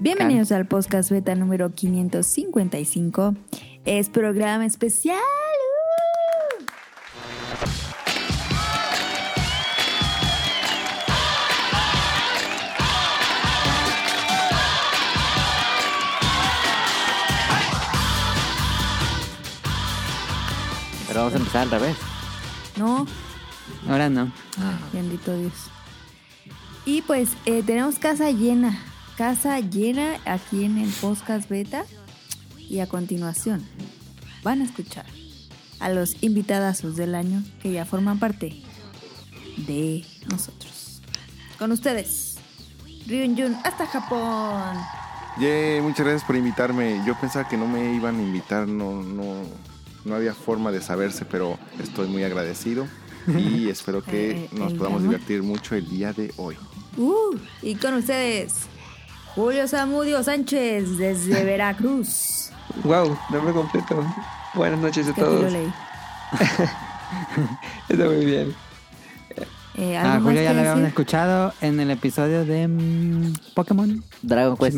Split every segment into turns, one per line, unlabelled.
Bienvenidos al podcast beta número 555. Es programa especial. ¡uh!
Pero vamos a empezar al revés.
Uh, No,
Ahora no.
bendito Dios. Y pues eh, tenemos casa llena. Casa llena aquí en el podcast beta. Y a continuación van a escuchar a los invitadazos del año que ya forman parte de nosotros. Con ustedes, Ryunjun hasta Japón.
Yay, muchas gracias por invitarme. Yo pensaba que no me iban a invitar, no, no, no había forma de saberse, pero estoy muy agradecido y espero
Eh,
que nos
el
podamos
drama.
divertir mucho el día de hoy.
Uh, y con ustedes, Julio Samudio Sánchez desde Veracruz.
Wow, nombre completo. Buenas noches a
¿Qué te lo
todos.
leí?
Está muy bien.
Eh, ¿algo
A
más
Julio
que
ya lo habían
decir?
escuchado en el episodio de mm, Pokémon. Dragon Quest.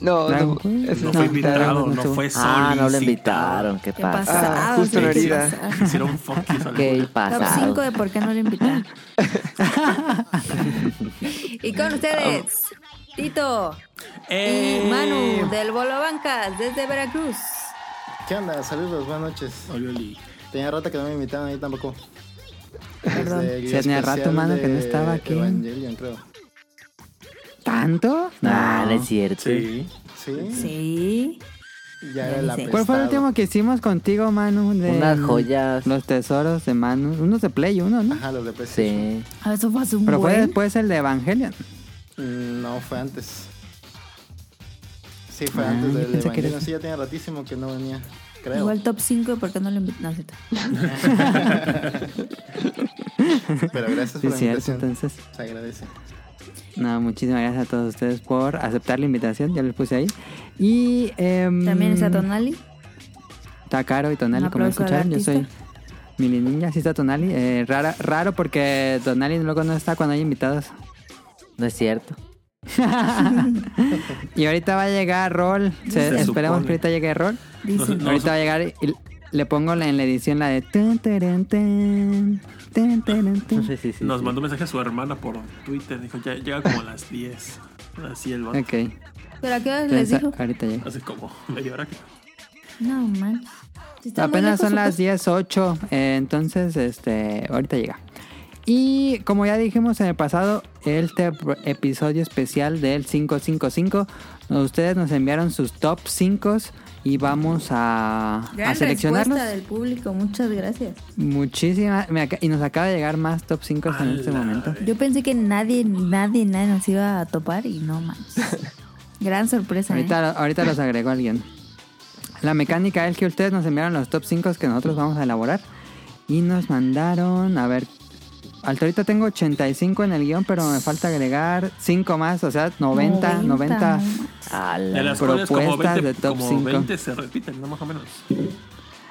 No,
Dragon
no,
Quest.
eso
No
No,
fue
Dragon
invitado,
Quest
no
estuvo.
fue solicitado.
Ah, no lo invitaron, ¿qué
¿Qué
pasa?
pasa?
Ah, justo
¿Qué
la herida.
pasa?
Hicieron un fuck you al
¿Qué
güey.
Top
pasa?
5 de por qué no lo invitaron. y con ustedes, Tito
¡Eh!
y Manu del Bolo Bancas desde Veracruz.
¿Qué onda? Saludos, buenas noches.
Hola, Oli.
Tenía rato que no me invitaban ahí tampoco.
Perdón.
Desde el
Sí, tenía
especial
rato, mano, que no
de
estaba aquí.
Evangelion, creo.
¿Tanto?
Ah, no es cierto.
Sí.
Sí.
Sí.
Ya
Ya
era
ni
la
sé.
¿Cuál fue el
prestado.
último que hicimos contigo, Manu? De
Unas joyas.
Los tesoros de Manu. Unos de Play, uno, ¿no?
Ajá, los de
Sí.
PlayStation.
Ah, Eso fue hace un
Pero fue
buen.
después el de Evangelion.
Mm, No, fue antes. Sí, fue
Ah,
antes
yo
del
pensé que era
Evangelion.
ese.
Sí, ya tenía ratísimo que no venía. Creo.
Igual top 5 de por qué no lo invitaron. No, es cierto.
Pero gracias
Sí,
por la
cierto,
invitación.
entonces.
Se agradece.
No, muchísimas gracias a todos ustedes por aceptar la invitación. Ya les puse ahí. Y. em,
También está Tonali.
Takaro y Tonali,
Un
como
aplauso al
escucharon, yo soy
artista.
Mili Ninja, así está Tonali. Eh, rara- raro porque Tonali luego no está cuando hay invitados.
No es cierto.
y ahorita va a llegar Rol. Se-
Se
esperemos
supone.
que ahorita llegue Rol.
Dicen.
No,
ahorita va a llegar y l- le pongo la- en la edición la de... tun, tarán, tan, tun, tarán, tan.
Sí, sí, sí,
Nos
sí.
mandó un mensaje a su hermana por Twitter. Dijo, ya llega como a las 10. Así el vato.
Ok.
¿Pero a qué hora les
Entonces,
dijo?
ahorita llega.
Hace como media hora que.
No, man. Si está muy
Apenas
lejos,
son las
supuesto.
10.08, eh, entonces este ahorita llega. Y como ya dijimos en el pasado, este pr- episodio especial del 555, ustedes nos enviaron sus top 5 y vamos a, a
Gran
seleccionarlos.
respuesta del público, muchas gracias.
Muchísimas, me ac- y nos acaba de llegar más top 5 en
A
este
la
momento.
Yo pensé que nadie, nadie, nadie nos iba a topar y no más. Gran sorpresa. ¿eh?
Ahorita, ahorita los agregó alguien. La mecánica es que ustedes nos enviaron los top 5 que nosotros vamos a elaborar. Y nos mandaron, a ver, hasta ahorita tengo 85 en el guión, pero me falta agregar 5 más, o sea, 90, 90.
A
De
la-
las cuales como
Propuestas
20,
de top
como
cinco.
20 se repiten, ¿no? Más o menos.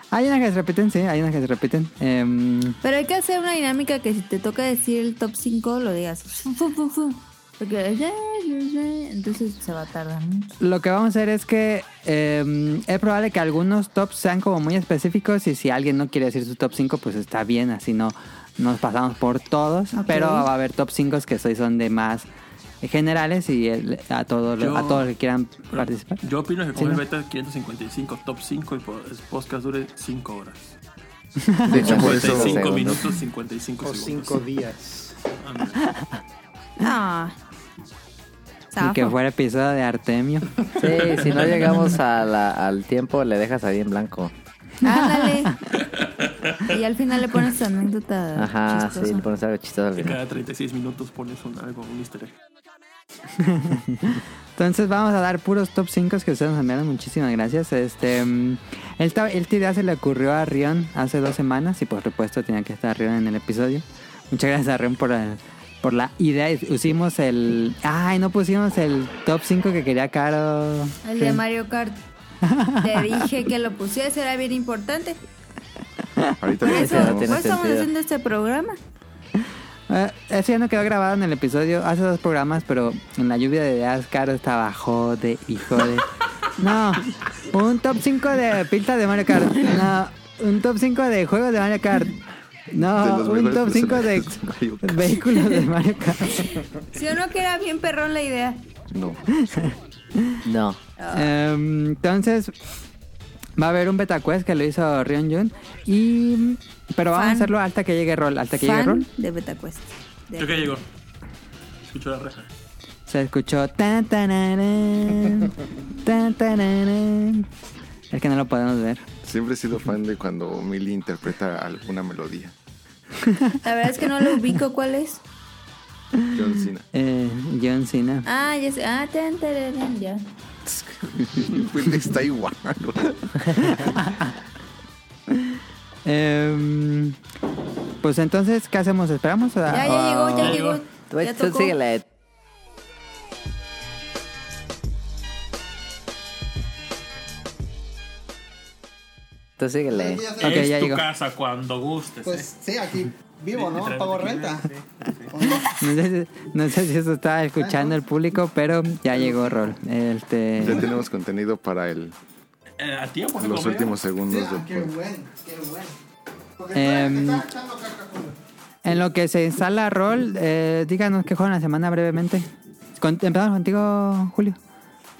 Hay unas que se repiten, sí, hay unas que se repiten. Em,
Pero hay que hacer una dinámica que si te toca decir el top 5, lo digas. Fu, fu, fu, fu. Porque ya, ya, ya. entonces se va a tardar mucho.
lo que vamos a hacer es que em, es probable que algunos tops sean como muy específicos y si alguien no quiere decir su top 5, pues está bien, así no nos pasamos por todos,
Ok.
pero va a haber top 5 que soy, son de más generales y el- a todos los-
Yo-
a todos los que quieran participar.
Yo opino que
Sí,
con el
¿no?
beta 555, top 5 y po- el podcast dure 5 horas.
De hecho, por eso,
55 minutos, 55
O
segundos.
cinco días.
Ándale.
Ah.
Y que
Zafo.
fuera episodio de Artemio.
Sí, si no llegamos a la- al tiempo, le dejas ahí en blanco.
Ándale. y al final le pones tu anécdota.
Ajá, sí,
chistosa.
le pones algo chistoso al final.
Cada 36 minutos pones un, algo, un easter egg.
Entonces vamos a dar puros top 5 que ustedes nos enviaron. Muchísimas gracias. Este, mm, esta, esta idea se le ocurrió a Rion hace dos semanas y por supuesto tenía que estar Rion en el episodio. Muchas gracias a Rion por, el- por la idea. Pusimos el... Ay, no pusimos el top 5 que quería Caro.
El de Mario Kart. Te dije que lo pusieras, era bien importante.
Ahorita
Por
lo
eso,
no
por
dejamos.
tiene
eso estamos
sentido.
haciendo este programa.
Eh, eso ya no quedó grabado en el episodio, hace dos programas, pero en la lluvia de ideas, Caro estaba jode y jode. No, un top 5 de pistas de Mario Kart. No, un top 5 de juegos de Mario Kart.
De
No,
los
un
mejores
top 5 de
personajes de Mario Kart.
vehículos de Mario Kart.
Si o no queda bien perrón la idea.
No.
No.
Em, entonces, va a haber un beta quest que lo hizo Rion Jun. Y, pero vamos a
Fan.
hacerlo hasta que llegue Roll. Hasta que llegue
Fan
Roll.
de BetaQuest. De-
Yo que llegó. Escucho la reja.
Se escuchó tan tanarán, tan tanarán. Es que no lo podemos ver.
Siempre he sido fan de cuando Millie interpreta alguna melodía.
La verdad es que no lo ubico cuál es.
John Cena.
Eh, John Cena.
Ah, ya sé. Ah, tan, tararán, ya.
Pues Está igual.
Em, pues entonces, ¿qué hacemos? ¿Esperamos? a-
Ya, ya llegó, ya
Ah.
llegó.
Tú,
Ya
tú
tocó.
síguele. Tú síguele.
Ok,
es
ya
tu
llegó.
casa cuando gustes.
Pues sí, aquí
¿eh?
vivo, ¿no?
Literalmente
Pago
aquí,
renta.
sí, sí, sí.
No sé, si- no sé si eso estaba escuchando el público, pero ya llegó Roll. Este,
Ya tenemos contenido para el,
Eh, a tiempo, se
los
comió.
últimos
Sí,
segundos
ah,
del
qué
podcast.
bueno, qué bueno. Porque
Em,
tú estás echando caca con-
En lo que se instala Roll, eh, díganos qué juegan la semana brevemente. Con- empezamos contigo, Julio.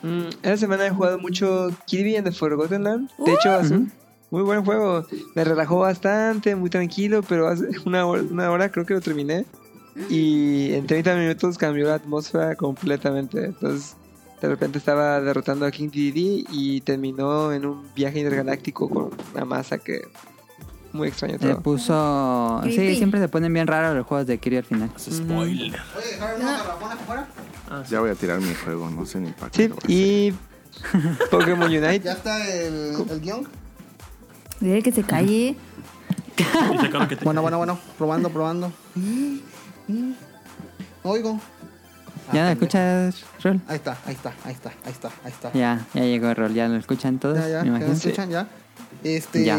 Mm, esta semana he jugado mucho Kirby and the Forgotten Land. De hecho, hace un muy buen juego. Me relajó bastante, muy tranquilo, pero hace una hora, una hora creo que lo terminé. Y en 30 minutos cambió la atmósfera completamente. Entonces, de repente estaba derrotando a King DDD y terminó en un viaje intergaláctico con una masa que... Muy extraño
Se
todo.
puso. Sí,
Creepy.
siempre se ponen bien raros los juegos de Kirby al final.
Es Spoiler.
Oye, ¿dejaron unos garrafones afuera? Ah,
Ya voy a tirar mi juego, no sé ni para qué
Sí,
lo voy a hacer.
y Pokémon Unite.
¿Ya está el, el guión?
Dile que se calle.
Y se acaba que te-
Bueno, bueno, bueno. Probando, probando. Oigo.
¿Ya
Ah,
lo escuchas, Roll?
Ahí está, ahí está, ahí está, ahí está, ahí está.
Ya, ya llegó Roll, ya lo escuchan todos.
Ya, ya,
me
ya
imagino.
escuchan, ya. Este,
Ya.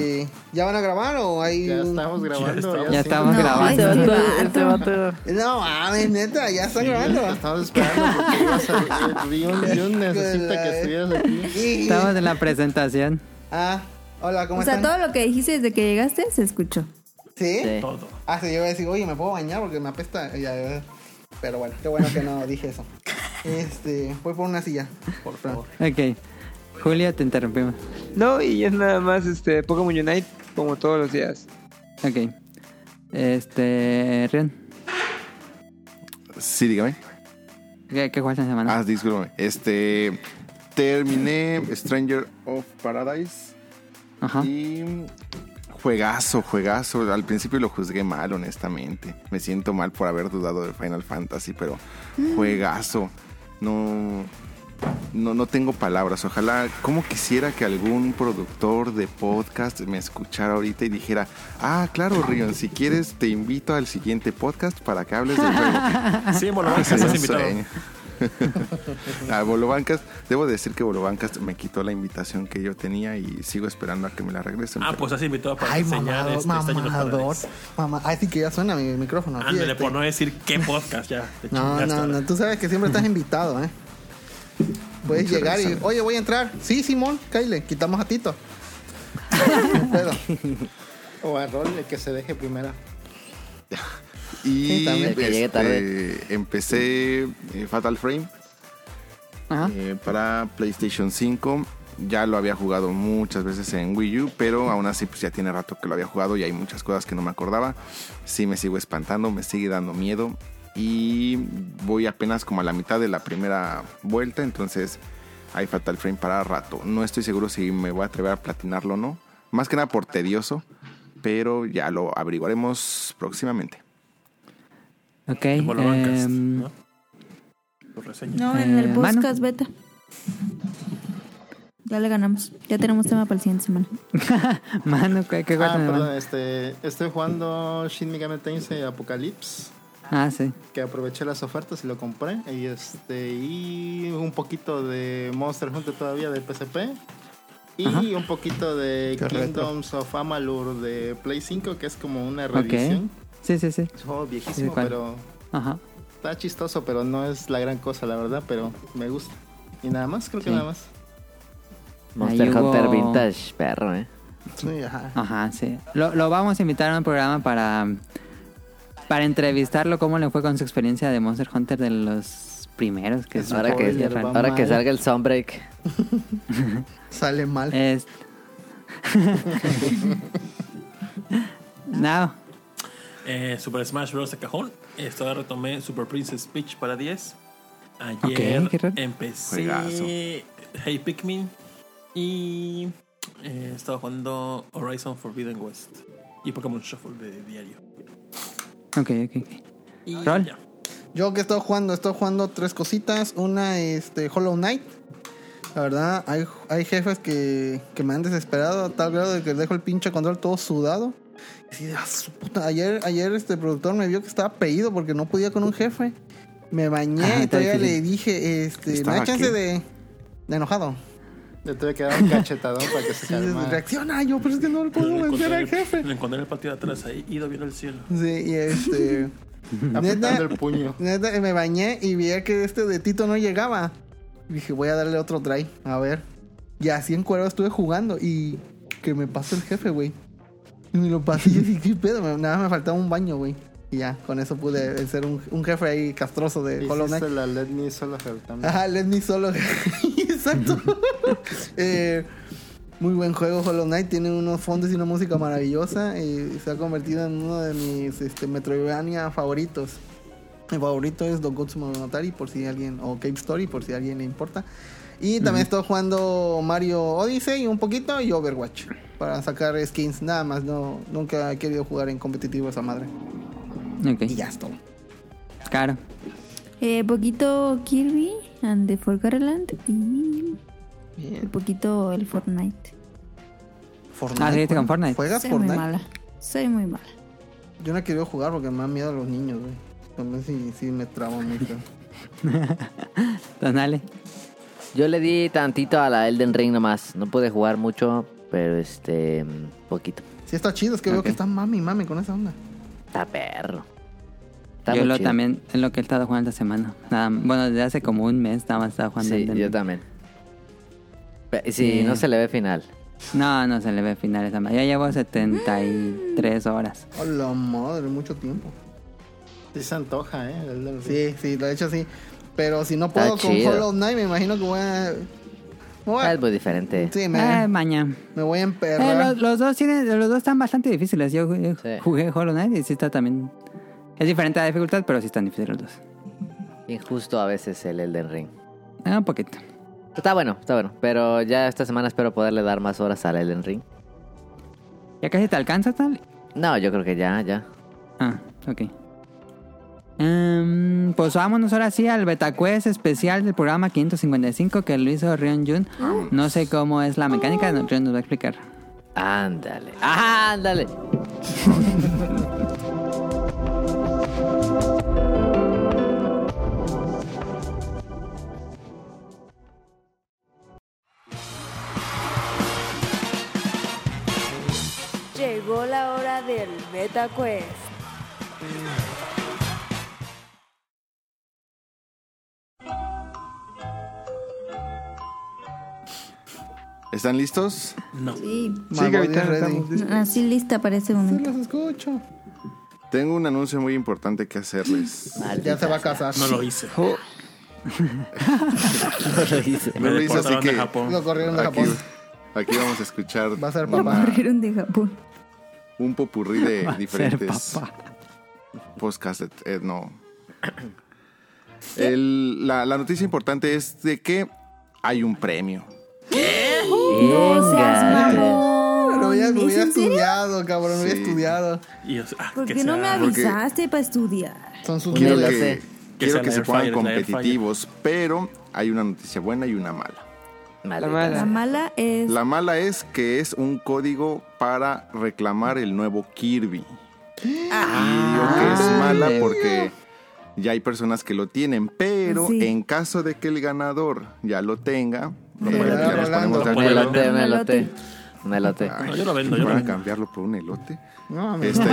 ya. van a grabar o hay
Ya
un-
estamos grabando.
Ya
sí.
estamos
No,
grabando.
este
Este vato-
vato.
este vato-
No mames, neta, ya están
Te
grabando.
Estamos esperando porque ibas a- Rion- Rion necesita que estuvieras aquí.
Y-
Estamos en la presentación.
Ah, hola, ¿cómo
O sea,
están?
todo lo que dijiste desde que llegaste se escuchó.
¿Sí?
Sí.
Todo.
Ah, sí, yo iba a decir, oye, ¿me puedo bañar? Porque me apesta. Ya, ya. Pero bueno, qué bueno que no dije eso. Este, voy por una silla. Por favor.
Ok. Julio, te interrumpimos.
No, y es nada más este Pokémon Unite como todos los días.
Ok. Este. Rion,
Sí, dígame.
¿qué, qué juegas la semana?
Ah, discúlpame. Este. Terminé Stranger of Paradise.
Ajá.
Y. Juegazo, juegazo. Al principio lo juzgué mal, honestamente. Me siento mal por haber dudado de Final Fantasy, pero juegazo. No. No, no tengo palabras. Ojalá, como quisiera que algún productor de podcast me escuchara ahorita y dijera, ah, claro, Rion, si quieres te invito al siguiente podcast para que hables de juego.
Sí, bueno,
Ah,
vamos a
sí,
estás
un
pues invitado.
sueño. a Bolobancas, debo decir que Bolobancas me quitó la invitación que yo tenía y sigo esperando a que me la regresen.
Ah, pues has invitado para
Ay,
enseñar
mamador,
este Stranger of
mamador.
Paradise.
Mamá, ay, sí que ya suena mi micrófono. aquí,
Ándale,
este.
por no decir qué podcast ya. te
No,
chingaste,
no,
ahora.
no. Tú sabes que siempre estás invitado, ¿eh? Puedes
Muchas
llegar
gracias.
y, oye, voy a entrar. Sí, Simón, Kyle, quitamos a Tito. No puedo.
O a Rol, el que se deje primero.
y
Sí, también. Que llegue
este, empecé eh, Fatal Frame
Ajá.
eh, para PlayStation 5. Ya lo había jugado muchas veces en Wii U, pero aún así pues ya tiene rato que lo había jugado y hay muchas cosas que no me acordaba. Sí me sigo espantando, me sigue dando miedo y voy apenas como a la mitad de la primera vuelta, entonces hay Fatal Frame para rato. No estoy seguro si me voy a atrever a platinarlo o no, más que nada por tedioso, pero ya lo averiguaremos próximamente.
Ok.
De Bolobancas,
em,
¿no? Tu reseña.
No, en el
Eh, Manu.
podcast beta. Ya le ganamos. Ya tenemos tema para la siguiente semana.
Manu, ¿qué, qué juegas
Ah,
la semana?
perdón, este, estoy jugando Shin Megami Tensei Apocalypse,
Ah, sí.
que aproveché las ofertas y lo compré. Y este y un poquito de Monster Hunter todavía de PSP. Y
Ajá.
un poquito de
Qué retro.
Kingdoms of Amalur de Play 5, que es como una reedición.
Sí, sí, sí.
Es un juego viejísimo,
¿cuál?
pero
Ajá.
está chistoso, pero no es la gran cosa, la verdad, pero me gusta. Y nada más, creo que
Sí.
nada más.
Monster
Ahí
Hunter
hubo-
Vintage, perro, eh.
Sí, ajá.
Ajá, sí. Lo, lo vamos a invitar a un programa para, para entrevistarlo, cómo le fue con su experiencia de Monster Hunter de los primeros que se
Ahora que,
spoiler, va
ahora que
mal.
salga el Sunbreak.
Sale mal.
Es... no.
Eh, Super Smash Bros. de cajón. Esto ahora retomé Super Princess Peach para 10. Ayer
Ok, qué raro.
empecé
Juegazo.
Hey Pikmin. Y eh, estaba jugando Horizon Forbidden West. Y Pokémon Shuffle de diario.
Ok, ok, ok.
Y
Rol.
ya.
Yo que he estado jugando, he estado jugando tres cositas. Una, este, Hollow Knight. La verdad, hay, hay jefes que, que me han desesperado a tal grado de que dejo el pinche control todo sudado. Y así de, "Ah, su puta". Ayer, ayer este productor me vio que estaba pedido porque no podía con un jefe. Me bañé
Ah,
y
está
todavía le
difícil.
dije, este, no
¿Estaba
hay chance
qué?
de, de enojado.
Le tuve que dar un cachetadón para que se
Y dices,
calmara.
reacciona yo, pero es que no le puedo
Lo
vencer
encontré, en
al
el-
jefe.
lo encontré en el patio de atrás ahí, ido viendo el cielo.
Sí, y este.
Apretando
Neta.
el puño.
Neta, me bañé y vi que este de Tito no llegaba. Y dije, voy a darle otro try, a ver. Y así en cuero estuve jugando y que me pasó el jefe, güey. Y me lo pasé y yo dije, ¿qué pedo? Me- Nada más me faltaba un baño, güey. Y ya, con eso pude ser un, un jefe ahí castroso de Hollow Knight.
Hiciste la Let Me Solo Her también.
Ajá, Let Me Solo. Exacto. Eh, muy buen juego Hollow Knight. Tiene unos fondos y una música maravillosa. Y se ha convertido en uno de mis este, Metroidvania favoritos. Mi favorito es Doggotsu Monogatari, por si alguien... O Cave Story, por si a alguien le importa. Y también estoy jugando Mario Odyssey un poquito y Overwatch. Para sacar skins, nada más. No, nunca he querido jugar en competitivo esa madre. Y
Ok.
ya es todo.
Claro.
Eh, poquito Kirby and the Forgotten Land y un poquito el Fortnite.
Fortnite.
Ah, ¿seguiste con
güey.
Fortnite?
¿Juegas
Soy muy
Fortnite?
mala. Soy muy mala.
Yo no he querido jugar porque me da miedo a los niños, güey. También sí, sí me trabo mucho.
Entonces, dale.
Yo le di tantito a la Elden Ring nomás. No pude jugar mucho, pero este. mm, Poquito.
Sí está chido, es que veo
Ok.
que está mami, mami con esa onda.
Está perro. Está
Yo
muy
lo
chido.
también, es lo que he estado jugando esta semana. Nada, bueno, desde hace como un mes nada más estaba jugando.
Sí,
Elden
yo
Ring.
también. Pe- Sí,
Sí.
no se le ve final.
No, no se le ve final esa madre. Ya llevo 73 horas.
A la madre, mucho tiempo.
Sí se antoja, ¿eh? El del-
Sí, sí, lo he hecho así. Pero si no
Está
puedo con
chido.
Hollow Knight, me imagino que voy a. me voy
Ah,
a-
Es muy diferente.
sí,
Eh,
me,
mañana.
me voy a
Eh,
emperrar.
los, los dos tienen, los dos están bastante difíciles. Yo eh,
Sí.
jugué Hollow Knight y sí está también. Es diferente la dificultad, pero sí están difíciles los dos.
Injusto a veces el Elden Ring.
Ah, un poquito.
Está bueno, está bueno. Pero ya esta semana espero poderle dar más horas al Elden Ring.
¿Ya casi te alcanza tal?
No, yo creo que ya, ya.
Ah, ok. Em, pues vámonos ahora sí al Betacuest especial del programa 555 que lo hizo Rion Jun. No sé cómo es la mecánica, no, Rion nos va a explicar.
Ándale, ándale.
Llegó la hora del Beta Quest.
¿Están listos?
No.
Sí.
Sí,
Mambo, Dios
capitán,
ready.
estamos listos.
Así lista para ese
Sí,
momento.
los escucho.
Tengo un anuncio muy importante que hacerles.
Ya se va a casar.
No lo hice.
No
Me
lo hice, así
deportaron
que
de
Lo
Japón.
corrieron de
aquí,
Japón.
aquí vamos a escuchar
Va a ser
Lo
papá.
una-
corrieron de Japón.
un popurrí de
Va a ser
diferentes
papá.
podcasts. eh, no. El- la, la noticia importante es de que hay un premio.
No seas
Venga.
mamón.
Pero ya
¿Es
hubiera
en serio?
estudiado, cabrón, hubiera
Sí.
estudiado.
Y yo, ah,
¿Por
que
qué Pues no
sea-
me
porque-
avisaste para estudiar?
Son sus
Ni
Quiero
lo
dedos.
sé.
que, quiero
sea
que
la
se
air
pongan
fryer, la air fryer.
competitivos, pero hay una noticia buena y una mala.
Maldita
La mala.
La
sea.
mala es.
La mala es que es un código para reclamar el nuevo Kirby.
Ah.
Y digo que es mala porque ya hay personas que lo tienen, pero
Sí.
en caso de que el ganador ya lo tenga, lo
Sí,
pueden- ya nos
va volando.
ponemos de
Lo pueden
Melote,
acuerdo.
Melote.
melote.
Un elote.
Ay,
No, yo lo vendo, yo lo
¿Van a
vendo.
cambiarlo por un elote?
No, me-
Este,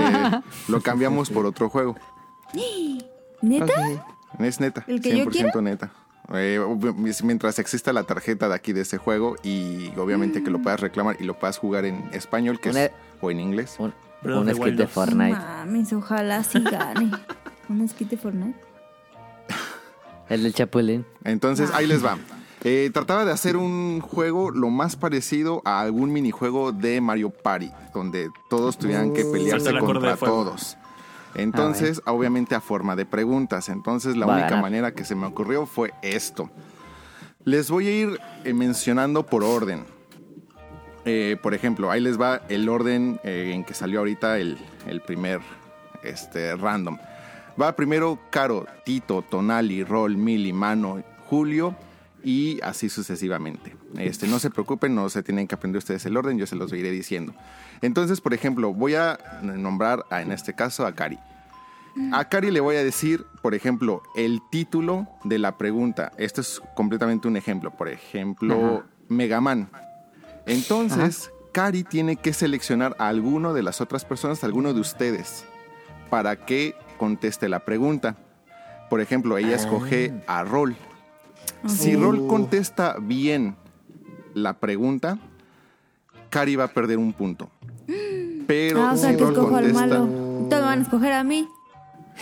lo cambiamos por otro juego.
¿Neta?
Es neta.
¿El que yo
100% neta. Eh, ob- mientras exista la tarjeta de aquí de ese juego y obviamente
Mm.
que lo puedas reclamar y lo puedas jugar en español que
Una-
es, o en inglés.
Un,
Breath of
un
the
skit
Wild
de
dos.
Fortnite.
Mames, ojalá sí gane. ¿Un esquite Fortnite?
El del Chapulín.
Entonces, ahí les va. Eh, trataba de hacer un juego lo más parecido a algún minijuego de Mario Party, donde todos tuvieran que
Suelta
pelearse
el Uh. acorde
contra
de fuego.
todos. Entonces, obviamente a forma de preguntas. Entonces, la
Va a
única
ganar.
manera que se me ocurrió fue esto. Les voy a ir eh, mencionando por orden. Eh, por ejemplo, ahí les va el orden eh, en que salió ahorita el, el primer este, random. Va primero Caro, Tito, Tonali, Rol, Mili, Mano, Julio y así sucesivamente. Este, no se preocupen, no se tienen que aprender ustedes el orden, yo se los iré diciendo. Entonces, por ejemplo, voy a nombrar a- en este caso a Cari. A Cari le voy a decir, por ejemplo, el título de la pregunta. Esto es completamente un ejemplo. Por ejemplo, Megaman. Entonces, Cari tiene que seleccionar a alguno de las otras personas, a alguno de ustedes, para que conteste la pregunta. Por ejemplo,
Ah.
ella escoge a Rol. Si Rol contesta bien la pregunta, Cari va a perder un punto. Pero
ah, o sea
si
que
Rol
escojo al
contesta.
malo. Todos van a escoger a mí.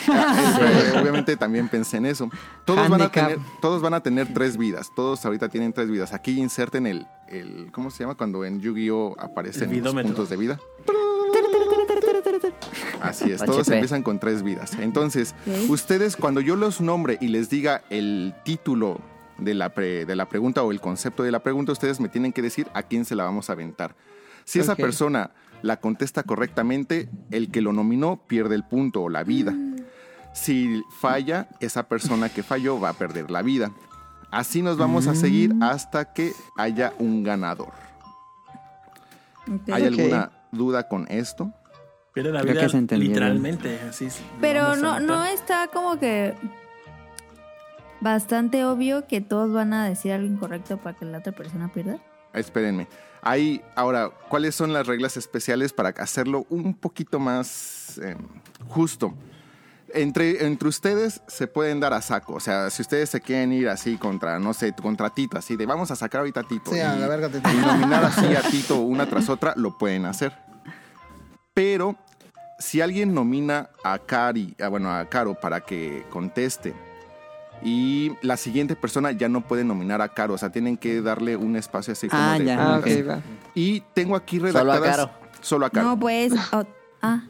Eh, obviamente también pensé en eso. Todos van, a
Handicap.
tener, todos van a tener tres vidas. Todos ahorita tienen tres vidas. Aquí inserten el, el ¿cómo se llama? Cuando en Yu-Gi-Oh aparecen
El
los
vidómetro.
puntos de vida. Así es,
HP.
todos empiezan con tres vidas. Entonces,
Ok.
ustedes cuando yo los nombre y les diga el título de la, pre- de la pregunta o el concepto de la pregunta, ustedes me tienen que decir a quién se la vamos a aventar. Si esa
Ok.
persona la contesta correctamente, el que lo nominó pierde el punto o la vida.
Mm.
Si falla, esa persona que falló va a perder la vida. Así nos
Mm.
vamos a seguir hasta que haya un ganador.
Ok.
¿Hay
Ok.
alguna duda con esto?
Pierde la
Creo
vida
que se entendieron.
literalmente. Así es.
Pero
Vamos a
no,
matar.
no está como que bastante obvio que todos van a decir algo incorrecto para que la otra persona pierda.
Espérenme. Hay, ahora, ¿cuáles son las reglas especiales para hacerlo un poquito más eh, justo? Entre, entre ustedes se pueden dar a saco. O sea, si ustedes se quieren ir así contra, no sé, contra Tito, así de vamos a sacar ahorita a Tito.
Sí, a
y-
la verga te
y nominar así a Tito una tras otra, lo pueden hacer. Pero si alguien nomina a Cari, ah, bueno, a Caro para que conteste y la siguiente persona ya no puede nominar a Caro, o sea, tienen que darle un espacio así como
Ah,
de-
ya.
Ah, ok, va.
Y tengo aquí
Solo a
redactadas
Caro.
solo a Caro.
No, pues. o- ah,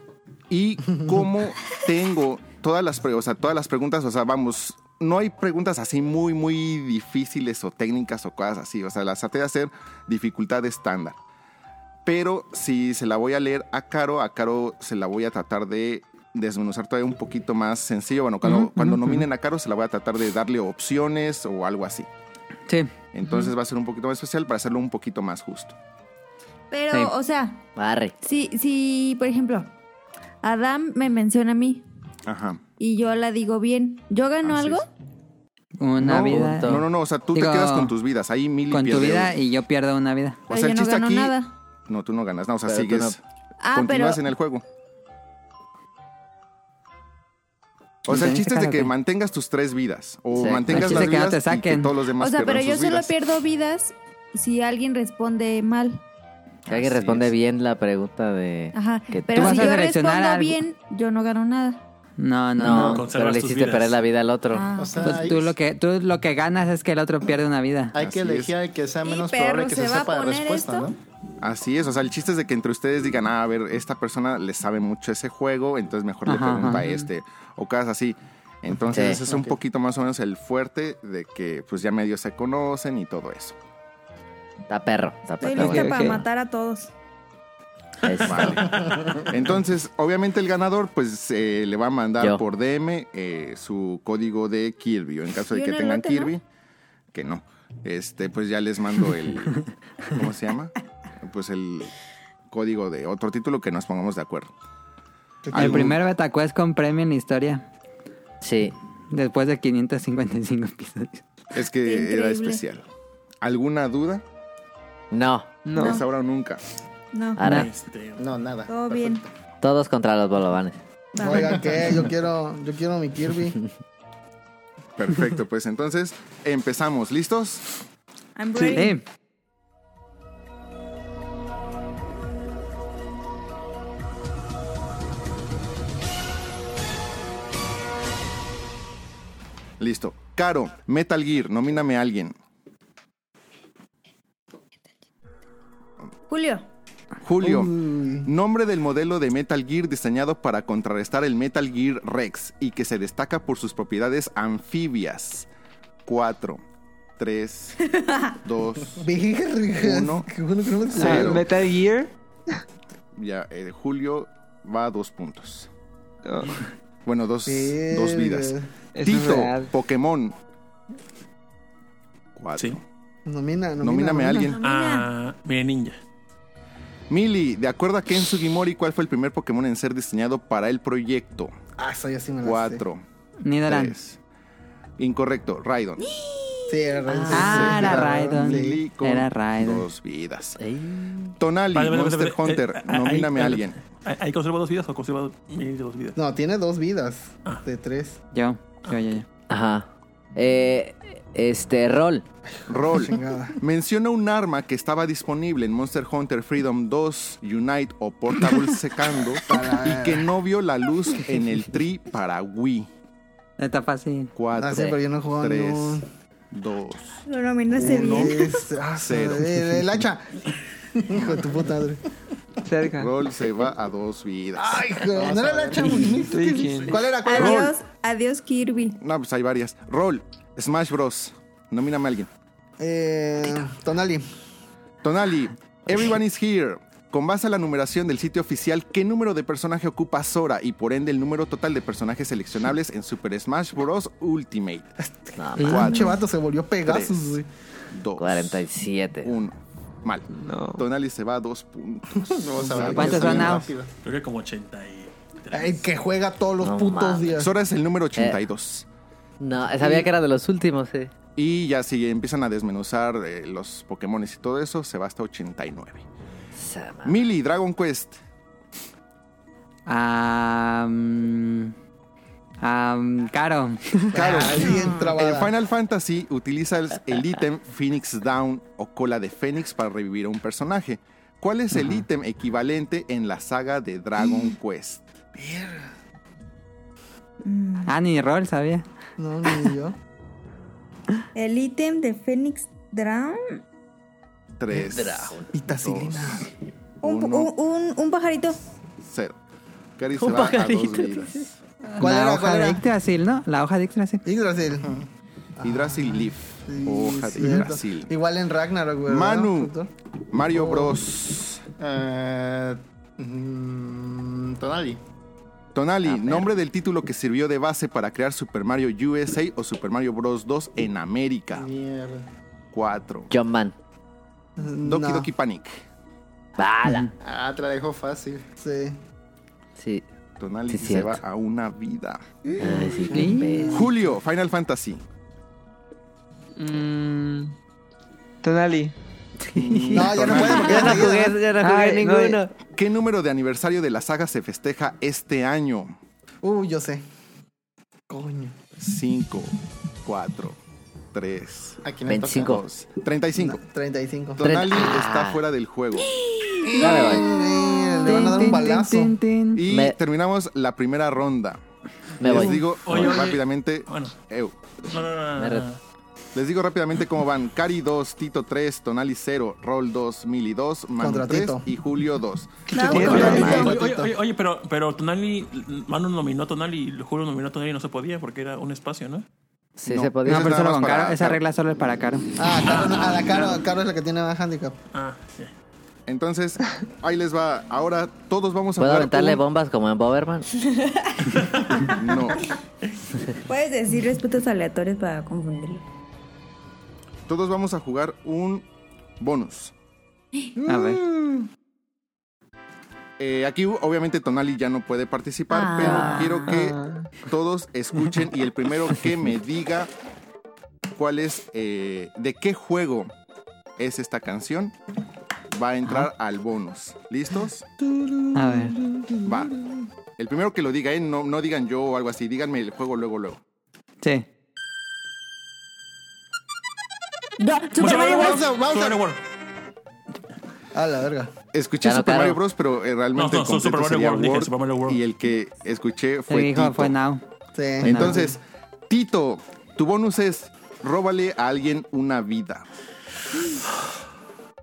Y cómo tengo todas las, pre- o sea, todas las preguntas, o sea, vamos, no hay preguntas así muy, muy difíciles o técnicas o cosas así. O sea, las traté de hacer dificultad estándar. Pero si se la voy a leer a Caro, a Caro se la voy a tratar de desmenuzar todavía un poquito más sencillo. Bueno, cuando, cuando nominen a Caro se la voy a tratar de darle opciones o algo así.
Sí.
Entonces va a ser un poquito más especial para hacerlo un poquito más justo.
pero,
Sí.
o sea,
Barre.
si, si, por ejemplo, Adam me menciona a mí
Ajá.
y yo la digo bien, ¿yo gano
Así
algo?
es.
Una
no,
vida.
No, no, no. O sea, tú
Digo,
te quedas con tus vidas. Ahí mil y
Con tu
pierde
vida y yo pierdo una vida.
O
Pero
sea,
yo
el
no
chiste
gano
aquí.
nada.
No, tú no ganas nada. O sea,
Pero tú
sigues.
Ah, pero.
continúas en el juego. O sea, el
Sí,
chiste es de que
cállate.
mantengas tus tres vidas. O
Sí.
mantengas
El
las
chiste es que no
vidas
te
y que
saquen.
todos los demás
O sea,
pierdan
pero yo
sus
solo
vidas.
pierdo vidas si alguien responde mal.
Que alguien
Así
responde
es.
bien la pregunta de.
Ajá.
Que tú
Pero
vas
si
a
yo
seleccionar
respondo
algo.
bien, yo no gano nada.
No, no. Pues
No,
No,
pero
conservas
le
tus
hiciste
vidas.
perder la vida al otro.
Ah.
O sea,
pues
Tú,
hay,
tú lo que, tú lo que ganas es que el otro pierde una vida.
hay que
Así
elegir al que sea
Y,
menos
perro,
probable que
¿se
se,
va a
sepa la
poner
respuesta,
esto?
¿no?
Así es. O sea, el chiste es de que entre ustedes digan, ah, a ver, esta persona le sabe mucho ese juego, entonces mejor
Ajá,
le pregunta
ajá.
a este. O cosas así. Entonces,
Sí.
ese es un poquito más o menos el fuerte de que pues ya medio se conocen y todo eso.
Está perro. Está
Estoy
perro.
lista
güey.
para
Ok.
matar a todos.
Eso.
Entonces, obviamente el ganador pues eh, le va a mandar
Yo.
por DM eh, su código de Kirby. o En caso de
Y
que
un
tengan
elote,
Kirby, que no. Este, pues ya les mando el ¿cómo se llama? Pues el código de otro título que nos pongamos de acuerdo.
El
¿Algún-
primer Betacuest con premio en la historia.
Sí.
Después de 555 episodios.
Es
Qué
que era
increíble.
especial. ¿Alguna duda?
No,
No.
Es ahora o nunca.
No,
Ahora,
Este,
No, nada.
todo bien.
todos contra los bolovanes.
Va.
Oiga, ¿qué? Yo quiero, yo quiero mi Kirby.
Perfecto, pues entonces empezamos. ¿Listos?
I'm
Sí.
ready.
Listo. Caro, Metal Gear, nomíname a alguien.
Julio.
Julio,
Uy.
nombre del modelo de Metal Gear diseñado para contrarrestar el Metal Gear Rex y que se destaca por sus propiedades anfibias. 4, 3, 2,
Vergas.
Uno.
Qué bueno que no me
Sí. Cero.
Ah, Metal Gear.
ya, eh, Julio va a dos puntos.
Oh,
Bueno, dos,
Verga.
dos vidas.
esto es
Tito,
real.
Pokémon. 4.
Sí.
Nomina, nomina,
Nomíname a
nomina.
alguien.
Mira.
Ah, mi ninja.
Mili, de acuerdo a Ken Sugimori, ¿cuál fue el primer Pokémon en ser diseñado para el proyecto?
Ah, soy así me la sé.
4.
Nidoran.
Incorrecto, Raidon.
Sí, era Raidon.
Ah,
Sí,
era
sí,
Raidon.
sí.
Lili con
Era Raidon.
Dos vidas.
Ey.
Tonali,
Vale, vale,
Monster
vale, vale.
Hunter,
Eh, ahí-
nomíname a
ahí-
alguien.
¿Ahí ahí conserva dos vidas o conserva mi de dos vidas?
No, tiene dos vidas
Ah.
de tres.
Yo, yo, yo, yo.
Ajá. Eh, este, rol.
Roll.
Chingada.
Menciona un arma que estaba disponible en Monster Hunter Freedom 2, Unite o Portable Secando y que no vio la luz en el tri para Wii.
Está fácil.
Ah,
4,
sí, pero yo no he jugado
Tres.
ningún-
2,
Lo nominaste
Uno.
bien.
Es- ah,
Cero.
El, el hacha. Hijo de tu puta madre.
Cerca.
Roll se va a dos vidas.
Ay, hijo, no era el hacha.
Estoy diciendo.
¿Cuál era? ¿Cuál era?
Adiós, adiós Kirby.
No, pues hay varias. Roll, Smash Bros. Nomíname a alguien.
Eh, Tonali.
Tonali, Everyone is Here. Con base a la numeración del sitio oficial, ¿qué número de personaje ocupa Sora y por ende el número total de personajes seleccionables en Super Smash Bros. Ultimate?
No,
El
Cuatro.
pinche vato se volvió Pegasus,
Tres.
güey.
2,
47.
1. Mal.
No.
Tonali se va a dos puntos.
Vamos a ver.
¿Cuántos son now?
Creo que como 80 y...
El que juega todos los
No
putos
mames.
días.
Sora es el número 82.
No, sabía que era de los últimos, eh.
Y ya si empiezan a desmenuzar eh, los Pokémon y todo eso, se va hasta 89.
Esa madre.
Mili, Dragon Quest.
Ah, mm, ah, mm, caro.
Claro.
Bien trabada.
En Final Fantasy utiliza el- el ítem Phoenix Down o cola de Fénix para revivir a un personaje. ¿Cuál es el ítem equivalente en la saga de Dragon Quest?
Ah, ni rol, sabía.
No, ni yo.
El ítem de Phoenix Down.
Tres.
Pitacilina.
Un,
Uno.
un, un, un pajarito.
Cero. Cari se va a dos vidas.
¿Cuál
la
era?
hoja
¿Cuál
de
era?
Yggdrasil, ¿no? La hoja de Yggdrasil.
Yggdrasil.
Yggdrasil Leaf.
Sí,
Hoja de
cierto.
Yggdrasil.
Igual en Ragnarok, güey.
Manu.
¿verdad, Oh. doctor?
Mario Bros.
Eh, mm, Tonali.
Tonali, nombre del título que sirvió de base para crear Super Mario USA o Super Mario Bros. 2 en América.
Mierda.
Cuatro.
John Man.
Doki
No,
Doki Panic.
Bala.
Ah, te la dejo fácil.
Sí.
Sí.
Tonali
Sí,
se
cierto.
va a una vida.
Ay, sí, qué
Sí.
pedo.
Julio, Final Fantasy.
Mm. Tonali.
No, ya no puede porque
Yo
ya
no
seguí, ¿verdad?
jugué, yo no jugué
Ay,
ninguno.
eh, no,
Mm, ¿Qué número de aniversario de la saga se festeja este año?
Uy, Uh, yo sé. Coño.
5, 4, 3,
Aquí no
25.
2, 35.
No, 35.
Tonali
Ah.
está fuera del juego.
Ya me voy.
Eh, Le van a dar un balazo.
Tin, tin, tin.
Y
Me-
terminamos la primera ronda.
Me
les
voy.
digo
Oye, oye.
rápidamente.
Bueno,
Ew.
no, no, no, no,
Me
no.
Les digo rápidamente cómo van. Cari 2, Tito 3, Tonali 0, Roll 2, Mili 2, Manu
Contra
3
Tito.
y Julio 2.
Bravo,
tiene
con
que
Tito.
ver.
Oye, oye, oye, oye, pero, pero Tonali, Manu nominó a Tonali, lo juro, nominó a Tonali y no se podía porque era un espacio, ¿no?
Sí,
No.
se podía.
No,
Eso es
pero
nada
solo
más
con
para-
caro. Esa regla solo es para caro.
Ah, Caro, no, a la Caro, Caro es la que tiene más handicap.
Ah, sí.
Entonces, ahí les va. Ahora todos vamos a
¿Puedo
jugar
aventarle
un-
bombas como en Boberman?
No.
Puedes decir respuestas aleatorias para confundirlo.
Todos vamos a jugar un bonus. Mm.
A ver.
Eh, aquí obviamente Tonali ya no puede participar,
Ah.
pero quiero
eh,
que todos escuchen y el primero que me diga cuál es, eh, de qué juego es esta canción, va a entrar al bonus. ¿Listos?
A ver.
Va. El primero que lo diga, ¿eh? no, no digan yo o algo así, díganme el juego luego, luego.
Sí.
Da- Super Mario Bros.
Vamos a- vamos a-
Super Mario World.
A la verga.
Escuché
Ya no,
Super
claro.
Mario Bros, pero eh, realmente
No, no,
el
son
completo
Super Mario
sería
World, dije,
World,
Super Mario World.
y el que escuché
El
fue
hijo
Tito.
fue Now.
Sí.
Entonces, Tito, tu bonus es róbale a alguien una vida.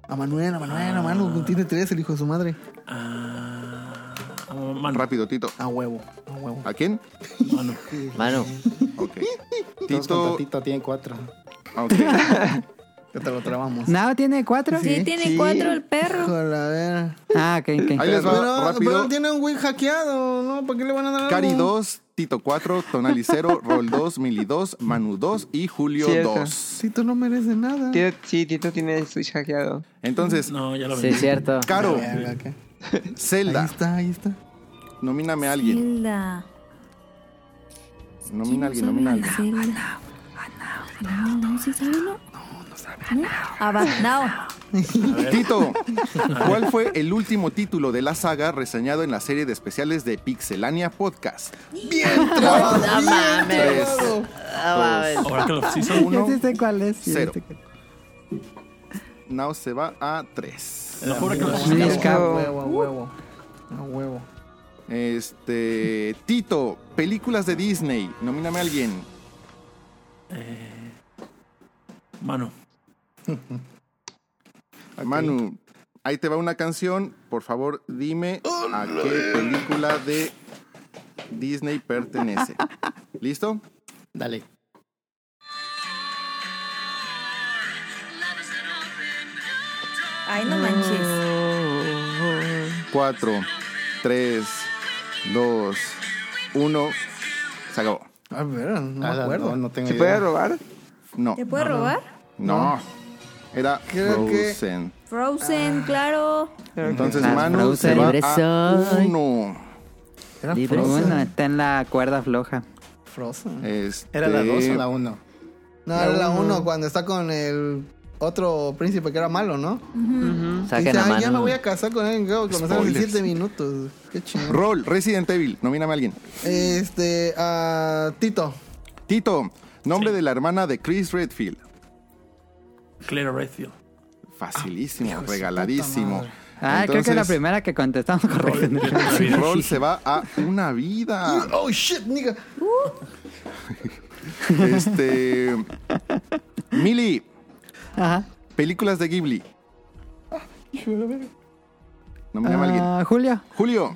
A Manuel, a Manuel, a Manuel. Tiene tres, el hijo de su madre.
Ah, ah, man,
Rápido, Tito.
A huevo, a huevo.
¿A quién?
mano.
Mano,
Ok.
Todos
Tito.
contra Tito tiene cuatro.
ok.
Ya te lo trabamos.
Now tiene cuatro.
Sí, tiene cuatro el perro.
Híjole, a ver.
Ah, ok, ok.
Ahí les va,
Pero,
rápido.
pero tiene un güey hackeado, ¿no? ¿Para qué le van a dar
Cari
algo?
2, Tito 4, Tonali 0, Rol 2, Mili 2, Manu 2 y Julio
Cierto.
2.
Sí, tú no mereces nada.
Tito- sí, Tito tiene el Switch hackeado.
Entonces,
No, ya lo
sí
vi.
es cierto.
Caro,
Verga, acá. Ahí
Zelda,
está, ahí está.
nomíname a alguien.
Hilda.
Nomina a alguien,
No
nomina a
sabe
alguien.
hacerlo. No, no, ¿sí sabe, no? ¿No? Abandao.
Tito, ¿cuál fue el último título de la saga reseñado en la serie de especiales de Pixelania Podcast?
No mames.
Tres,
Todo.
No mames.
Ahora que lo sí son.
uno.
Ya sí sé cuál es. ya
Cero.
sé cuál es.
Now se va a 3.
Lo juro que lo
Sí,
sí.
es Cabo.
A huevo, a huevo. Uh. A huevo.
Este, Tito, películas de Disney, nomíname a alguien.
Mano.
Manu, ahí te va una canción, por favor, dime a qué película de Disney pertenece. ¿Listo?
Dale.
Ay, no manches.
4, 3, 2, 1. Se acabó.
A ver, no
Ah,
me acuerdo.
No, no tengo
¿Se
idea.
puede robar?
No,
¿Te puede robar?
no. Era
Creo que-
Frozen.
Frozen,
Ah.
claro.
Entonces,
Las
Manu se
Frozen.
va
Libre
a
soy.
1.
Era
Libre.
Frozen.
Bueno, está en la cuerda floja.
Frozen.
Este,
¿Era la 2 o la 1?
No, era la uno cuando está con el otro príncipe que era malo, ¿no?
Saquen
Dice,
la
"Ay, ya me
mano.
voy a casar con alguien que comenzaron en
Spoilers.
7 minutos. Qué chingón.
Roll, Resident Evil, nomíname a alguien.
Este, a Tito.
Tito, nombre de la hermana de Chris Redfield.
Claire Redfield.
Facilísimo, regaladísimo.
Ah, creo que es la
Entonces,
primera que contestamos correctamente.
Roll se va a una vida.
Oh shit, nigga.
Este. Mili,
Ajá.
películas de Ghibli. Nomíname a alguien.
Ah, Julio.
Julio,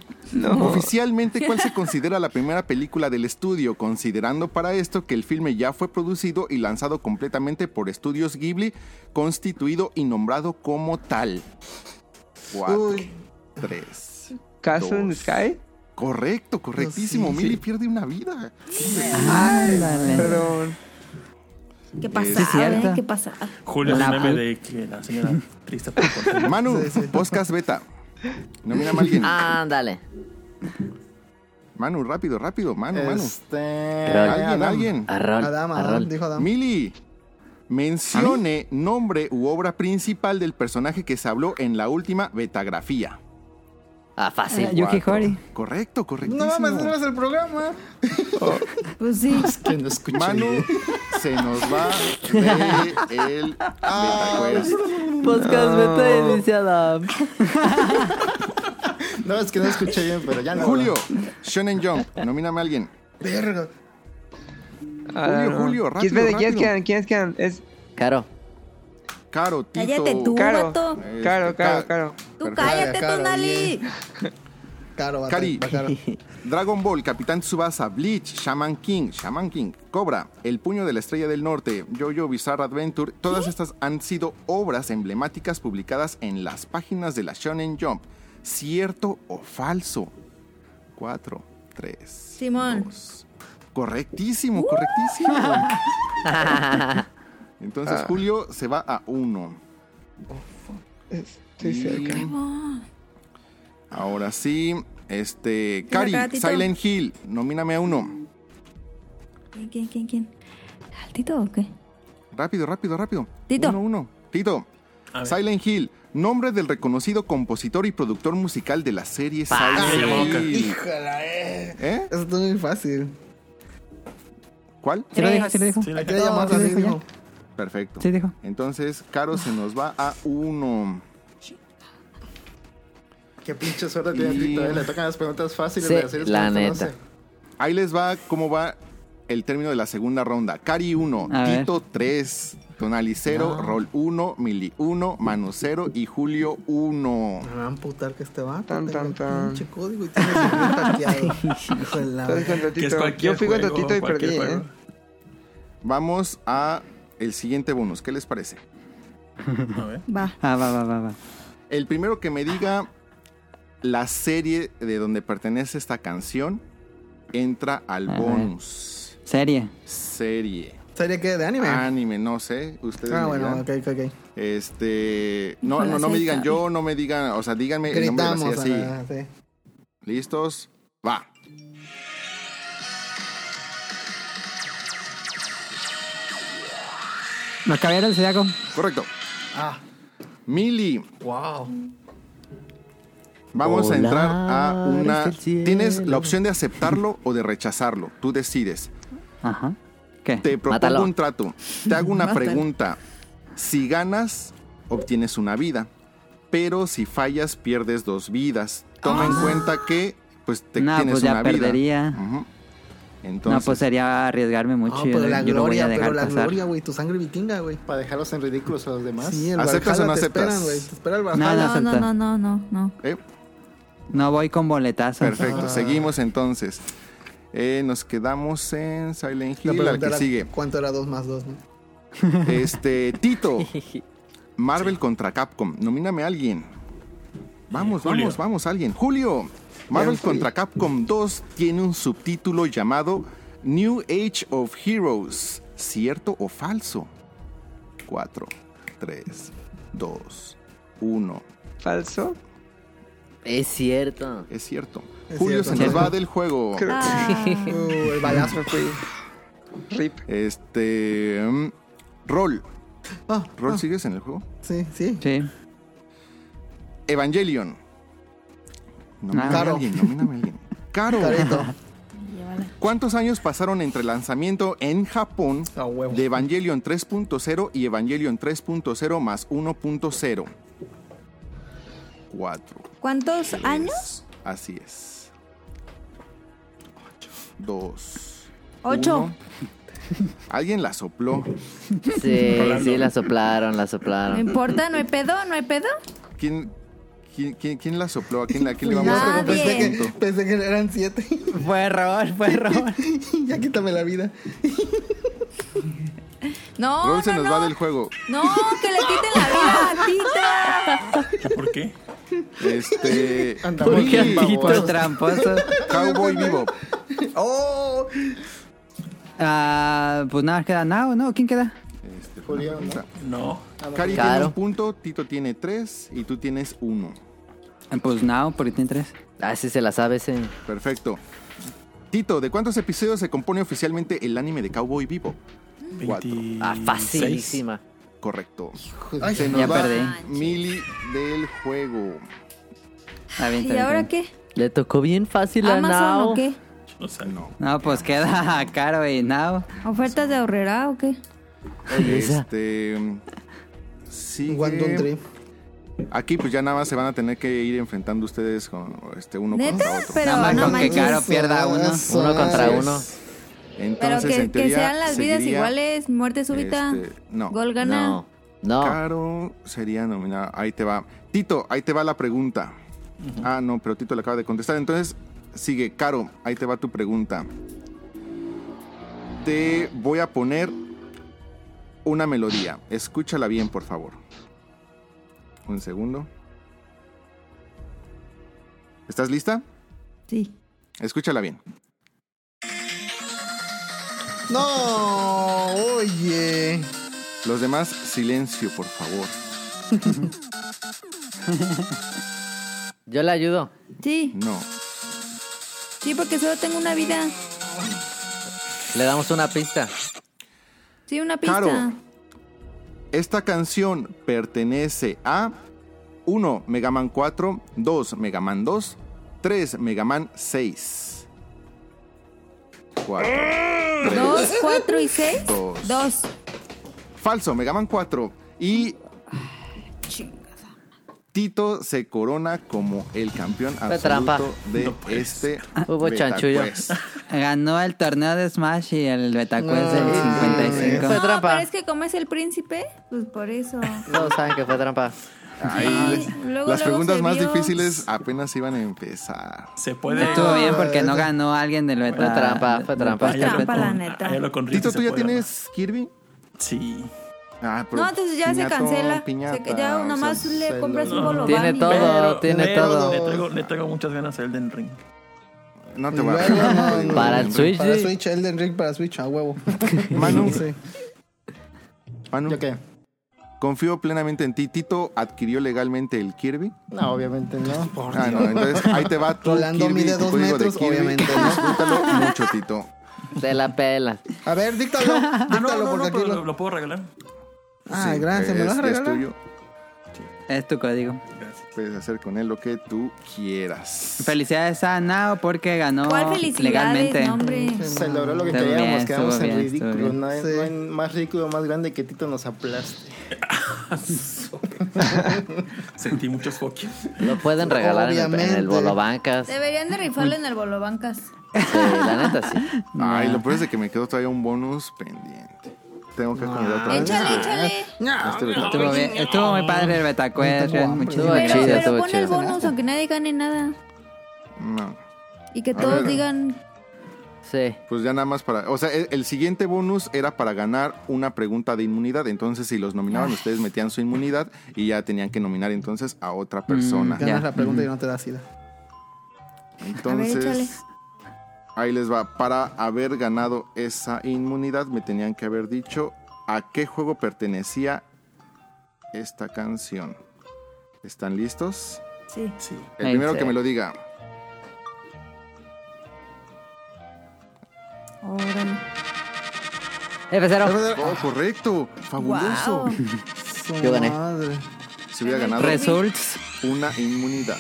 oficialmente, ¿cuál se considera la primera película del estudio? Considerando para esto que el filme ya fue producido y lanzado completamente por Estudios Ghibli, constituido y nombrado como tal. Cuatro,
Uy.
tres.
¿Castle in the
Dos.
Sky?
Correcto, correctísimo.
Sí, sí.
Mili pierde una vida.
Ándale.
Perdón.
¿Qué pasa?
Sí, es cierto.
¿Qué pasa? Ah,
Julio es
La
un meme
pu-
de que la señora triste por por-
Manu,
Sí, sí.
podcast beta. Nomíname a alguien.
Ah,
Ándale.
Manu, rápido, rápido. Manu, Manu.
Este.
Creo-
Alguien,
Adam.
alguien.
Arrol.
Adam, Adam,
Arrol.
dijo Adam.
Mili, mencione nombre u obra principal del personaje que se habló en la última betagrafía.
Ah,
Eh,
fácil.
Yuki
Cuatro.
Hori.
Correcto,
No
correctísimo.
mames, no es el programa.
Pues sí.
Ah.
Que no escuché.
Manu se nos va de el
Ah.
betacuest.
Podcast beta dice Adam.
No, es que no escuché bien, pero ya no.
Julio, Shonen Jump, nomíname a alguien.
Verga.
Ah,
Julio,
no.
Julio, rápido,
¿Quiénes- ¿Quiénes
rápido.
quedan? ¿Quiénes quedan? Es
Caro.
Caro, Tito.
Cállate tú,
Caro.
vato.
Este,
Caro,
Ca-
Caro, Caro.
Tú
Perfecto.
cállate,
Caro,
Tonali.
Caro, va
Cari.
va caro.
Dragon Ball, Capitán Tsubasa, Bleach, Shaman King, Shaman King, Cobra, El Puño de la Estrella del Norte, Jojo Bizarre Adventure, todas estas han sido obras emblemáticas publicadas en las páginas de la Shonen Jump. ¿Cierto o falso? 4, 3,
Simón.
Correctísimo, correctísimo. Entonces Julio se va a 1.
Oh, Estoy cerca.
Ahora sí, este...
Venga,
Cari,
Catito.
Silent Hill, nomíname a uno.
¿Quién, quién, quién, quién? ¿Altito o qué?
Rápido, rápido, rápido.
Tito.
Uno, uno. Tito.
A ver.
Silent Hill, nombre del reconocido compositor y productor musical de la serie Silent
boca.
Hill.
Híjala, eh.
¿Eh?
Eso está muy fácil.
¿Cuál?
¿Sí lo dijo? ¿Sí lo dijo?
Sí,
Hay
la-
que
No,
llamarlo
sí
así,
dijo ya.
dijo.
Perfecto.
Sí dijo.
Entonces, Caro se nos va a uno.
Qué pinche suerte tiene
Y-
Tito, eh. Le tocan las preguntas fáciles.
Sí,
las series que
la
no
neta.
conoce.
Ahí les va cómo va el término de la segunda ronda. Cari 1,
A ver.
Tito 3, Tonali 0, Rol 1, Mili 1, Manu 0 y Julio 1.
Me va a amputar que este va.
Tan, tan, tan.
Pinche código y tiene el hackeado. Hijo de la
Estás con
verga.
Que es
Totito.
cualquier
Yo fui con
juego,
Totito y perdí,
cualquier
¿eh?
juego.
Vamos a el siguiente bonus. ¿Qué les parece?
A ver.
Va.
Ah, va, va, va, va.
El primero que me diga la serie de donde pertenece esta canción entra al
A ver.
bonus.
Serie.
Serie.
¿Sería qué? ¿De anime? Ah,
Anime, no sé. Ustedes me
bueno,
dirán.
ok, ok, ok.
Este. No,
Híjole,
no, no
sí,
me digan
sabe.
yo, no me digan. O sea, díganme el nombre de la
Gritamos.
serie así.
ah, sí.
¿Listos? Va.
Los caballeros del Zodiaco.
Correcto.
Ah,
Mili,
wow.
vamos a entrar a
Volar
una.
hasta el cielo.
Tienes la opción de aceptarlo o de rechazarlo. Tú decides.
Ajá. ¿Qué?
Te propongo
Mátalo.
un trato. Te hago una
Mátalo.
pregunta. Si ganas, obtienes una vida. Pero si fallas, pierdes dos vidas. Toma en cuenta que pues te
No,
tienes
pues ya
una
perdería.
vida. Ujú. Entonces,
No, pues sería arriesgarme mucho.
No,
y yo,
pero la
¿eh? yo lo voy
gloria,
a
pero
dejar
la
pasar.
gloria, güey. Tu sangre vikinga, güey.
Para dejarlos en ridículos a los demás.
Sí, el
¿Aceptas o
Valhalla
no
te
aceptas?
esperan, güey. Te espera el
Ah,
No,
Valhalla.
no.
No, no,
acepta.
no, no, no, no.
eh,
No voy con boletazo.
perfecto. Seguimos entonces. Eh, nos quedamos en Silent
La
Hill, al
pregunta
que
era
sigue.
¿Cuánto era 2 más 2? ¿no?
Este, Tito. Marvel contra Capcom. Nomíname a alguien. Vamos,
Julio.
vamos, vamos, alguien. Julio. Marvel
Bien, Julio.
contra Capcom 2 tiene un subtítulo llamado New Age of Heroes. ¿Cierto o falso? 4, 3, 2, 1.
¿Falso?
Es cierto.
Es cierto.
Es
Julio
cierto.
se nos va del juego.
Creo
Ah,
Uh, el balazo.
que rip.
Este. mm, Rol.
Ah,
¿Rol sigues en el juego?
sí, sí.
Sí.
Evangelion. Nomíname a
Caro.
alguien, nomíname a alguien. Caro.
Careto.
llévala.
¿Cuántos años pasaron entre el lanzamiento en Japón
A huevo.
de Evangelion 3.0 y Evangelion 3.0 más 1.0? Cuatro.
¿Cuántos años?
Así es. Dos.
Ocho.
uno. Alguien la sopló.
Sí,
Rolando.
sí, la soplaron, la
No
soplaron.
importa, no hay pedo, no hay pedo.
¿Quién, quién, quién- quién la sopló? ¿A quién, a quién le vamos a
Nadie.
dar
pensé,
el
que,
punto?
pensé que eran 7.
Fue error, fue error.
ya quítame la vida.
No,
Rol se
no,
nos
no.
va del juego.
No, que le quiten la vida a Tita.
¿Qué por qué?
Este.
Andamos bien
Willy,
Tito
babosos.
tramposo.
Cowboy Bebop.
¡Oh!
Ah, pues nada, queda nada, ¿no? ¿Quién queda?
Este,
Julio, ¿no?
No.
Cari tiene
Claro.
un punto, Tito tiene tres y tú tienes uno.
Eh, Pues nada, porque tiene tres.
Ah, sí, se la sabe ese.
Perfecto. Tito, ¿de cuántos episodios se compone oficialmente el anime de Cowboy Vivo? Cuatro.
Ah,
Mm,
facilísima.
Correcto.
Ay,
se nos
ya
va
perdí.
Mili del juego.
Ah,
Está bien, está
¿Y
bien,
ahora
está bien.
qué?
Le tocó bien fácil a
¿Amazon
Nao.
o qué?
O sea, no.
No, pues queda caro y nada.
¿Ofertas de ahorrera o qué? pues,
esa.
Este. Sigue.
One, two, three.
Aquí, pues ya nada más se van a tener que ir enfrentando ustedes con este uno
¿Neta?
contra otro.
Pero
Nada más
no
con que
manches.
Caro pierda uno.
Eso
Uno contra
es.
uno.
Pero
Entonces,
que,
en
que
teoría,
sean las vidas
seguiría,
iguales, muerte súbita,
este, no.
gol gana.
No. No.
Caro sería nominado. Ahí te va. Tito, ahí te va la pregunta. Ah, no, pero Tito le acaba de contestar. Entonces, sigue, Caro, ahí te va tu pregunta. Te voy a poner una melodía. Escúchala bien, por favor. Un segundo. ¿Estás lista?
Sí.
Escúchala bien.
No, oye.
Los demás, silencio, por favor.
Yo le ayudo.
Sí,
No.
sí, porque solo tengo una vida.
Le damos una pista.
Sí, una pista.
Caro, Esta canción pertenece a 1. Mega Man 4, 2. Mega Man 2, 3. Mega Man 6. 4.
Mm.
¿Dos, cuatro y seis?
Dos.
Dos.
Falso, Mega Man 4. Y
Chingas.
Tito se corona como el campeón absoluto
trampa.
de
No puede
este.
Hubo chanchullo.
Betacuest.
Ganó el torneo de Smash y el Betacuest del
Ah,
Fue
55.
trampa.
pero es que como es el príncipe, pues por eso.
No saben que fue trampa.
Ay,
Sí, luego,
las
luego
preguntas
se
más
vio.
difíciles apenas iban a empezar.
Se puede. Ah,
Estuvo bien porque no ganó alguien del Beta.
Fue trampa, fue
del
trampa.
podcast
Hágalo
Trampa,
con-
la neta.
hágalo con Rick,
Tito,
se
¿tú ya
puede.
tienes Kirby?
Sí.
Ah, pero
No, entonces ya se
piñata,
cancela. Se-
piñata,
ya
o
nomás
sea,
le
se
compras
lo-
un bolo
Tiene
Bunny.
todo, tiene todo.
Le traigo, le traigo muchas ganas a Elden Ring.
Ah, No te
Y
voy a
luego, no, no,
Para el Switch,
Para
sí.
Switch, Elden Ring para Switch, a huevo.
Manu,
Sí.
Manu,
¿Yo qué?
confío plenamente en ti. Tito adquirió legalmente el Kirby.
No, obviamente no.
Ah, no, entonces ahí te va tu
Rolando
Kirby,
mide
tu
dos
código de
metros,
Kirby.
obviamente, ¿no?
Disfrútalo mucho, Tito.
Se la pela.
A ver, díctalo.
Ah, no,
Díctalo
no, no,
porque
pero
aquí
lo,
lo...
lo puedo regalar.
Ah,
Sí,
gracias, ¿me lo vas a
es- es
regalar?
tuyo.
Es tu código.
Puedes hacer con él lo que tú quieras.
Felicidades a Nao porque ganó
¿Cuál felicidades,
legalmente.
no, hombre?
Se logró lo que
Estuvo bien,
queríamos,
estuvo
quedamos en
bien, estuvo
ridículo.
bien.
No hay,
Sí.
no hay más ridículo más grande que Tito nos aplaste.
Sentí muchos foquios.
Lo pueden regalar en el, en el
Obviamente.
Bolo Bancas. Sí,
Deberían de rifarlo en el bolo bancas.
la neta sí.
Ay, lo peor es de que me quedó todavía un bonus pendiente. Tengo que acomodar otra vez.
Échale, échale.
a este verano.
Estuvo, bien- estuvo muy padre el Betacuest.
Tengo hambre.
Muchísimas
Estuvo
Pero,
gracias.
chido,
pero
estuvo
pon el
chido.
bonus aunque nadie gane nada.
No.
Y que
A
todos
ver.
digan
Sí.
Pues ya nada más para. O sea, el, el siguiente bonus era para ganar una pregunta de inmunidad. Entonces, si los
Ah.
nominaban, ustedes metían su inmunidad y ya tenían que nominar entonces a otra persona.
Ganas
Mm, Ya.
la pregunta y no te da sida.
Entonces.
A ver, échale.
ahí les va. Para haber ganado esa inmunidad, me tenían que haber dicho a qué juego pertenecía esta canción. ¿Están listos?
sí.
Sí.
El
Ahí
primero
se
que
ve.
me lo diga.
Órale.
F0.
Oh, correcto. Fabuloso.
Wow.
Su
Yo gané.
Madre.
Si hubiera ganado
Results.
una inmunidad.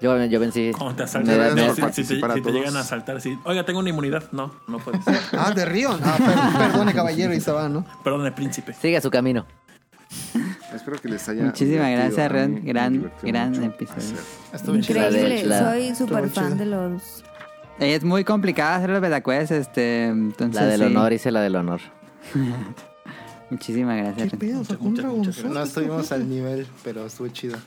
Yo, yo vencí.
Cuando te
Me da
asaltan,
miedo
si, si- si- si
participar a
te
todos.
llegan a asaltar, sí. Oiga, tengo una inmunidad. No, no puedes.
Ah, de Rion. Ah, per- perdone, caballero, y se va, ¿no?
Perdón, el príncipe.
Sigue su camino.
Espero que les haya.
Muchísimas
divertido.
gracias,
A
Ren.
mí me
Gran-
divirtió
gran
mucho
episodio.
hacer.
Estuvo
Increíble.
La, la-
Soy súper
Estuvo
fan
chido.
de los.
Es muy complicado hacer los Betacuest. Este, entonces,
la del
sí.
honor, hice la del honor.
Muchísimas gracias.
¿Qué
Ren.
pedo? Sacó un dragonzote.
No estuvimos al nivel, pero estuvo chido.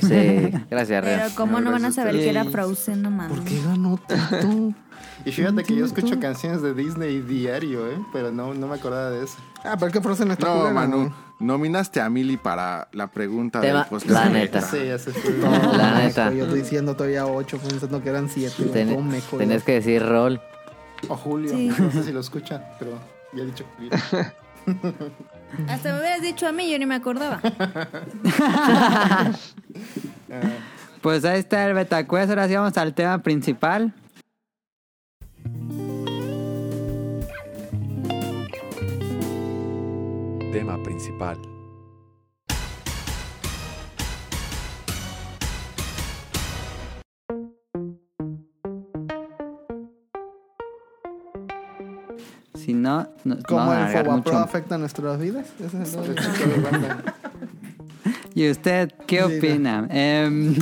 Sí, gracias, Rea.
Pero cómo no van a
Gracias a
saber que era
ustedes.
Frozen, no mames.
¿Por qué ganó tanto?
Y fíjate que yo escucho canciones de Disney diario, ¿eh? Pero no, no me acordaba de eso.
Ah, pero es que Frozen está
No,
culera,
Manu, nominaste a Mili para la pregunta
Tema-
del podcast.
la neta.
Sí, así
No,
fue.
La
maestro,
neta.
Yo estoy diciendo todavía 8, pensando que eran 7.
Ten- tenías que decir rol.
O Julio,
Sí.
no sé si lo escuchan, pero ya he dicho Julio.
Hasta me hubieras dicho a mí, yo ni me acordaba.
Pues ahí está el Betacuest. Ahora sí vamos al tema principal.
Tema principal.
Si no, no
¿Cómo
vamos a
el
alargar
Fobapro
mucho.
afecta nuestras vidas? Ese es el
¿Y usted qué
Sí,
opina? Em,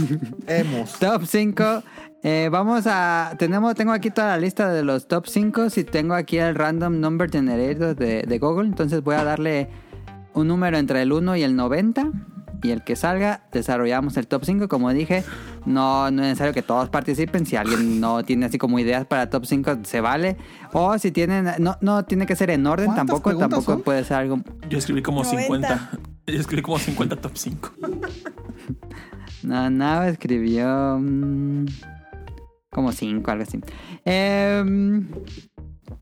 Hemos.
Top 5. Eh, vamos a. Tenemos, tengo aquí toda la lista de los top 5. Si tengo aquí el random number generator de, de Google, entonces voy a darle un número entre el 1 y el 90. Y el que salga, desarrollamos el top 5. Como dije, no, no es necesario que todos participen. Si alguien no tiene así como ideas para top 5, se vale. O si tienen. No, no tiene que ser en orden
¿Cuántas
tampoco.
preguntas
Tampoco
son?
puede ser algo.
Yo escribí como
90.
50. Yo escribí como 50 top 5.
No, no, escribió. mm, como cinco, algo así. Em,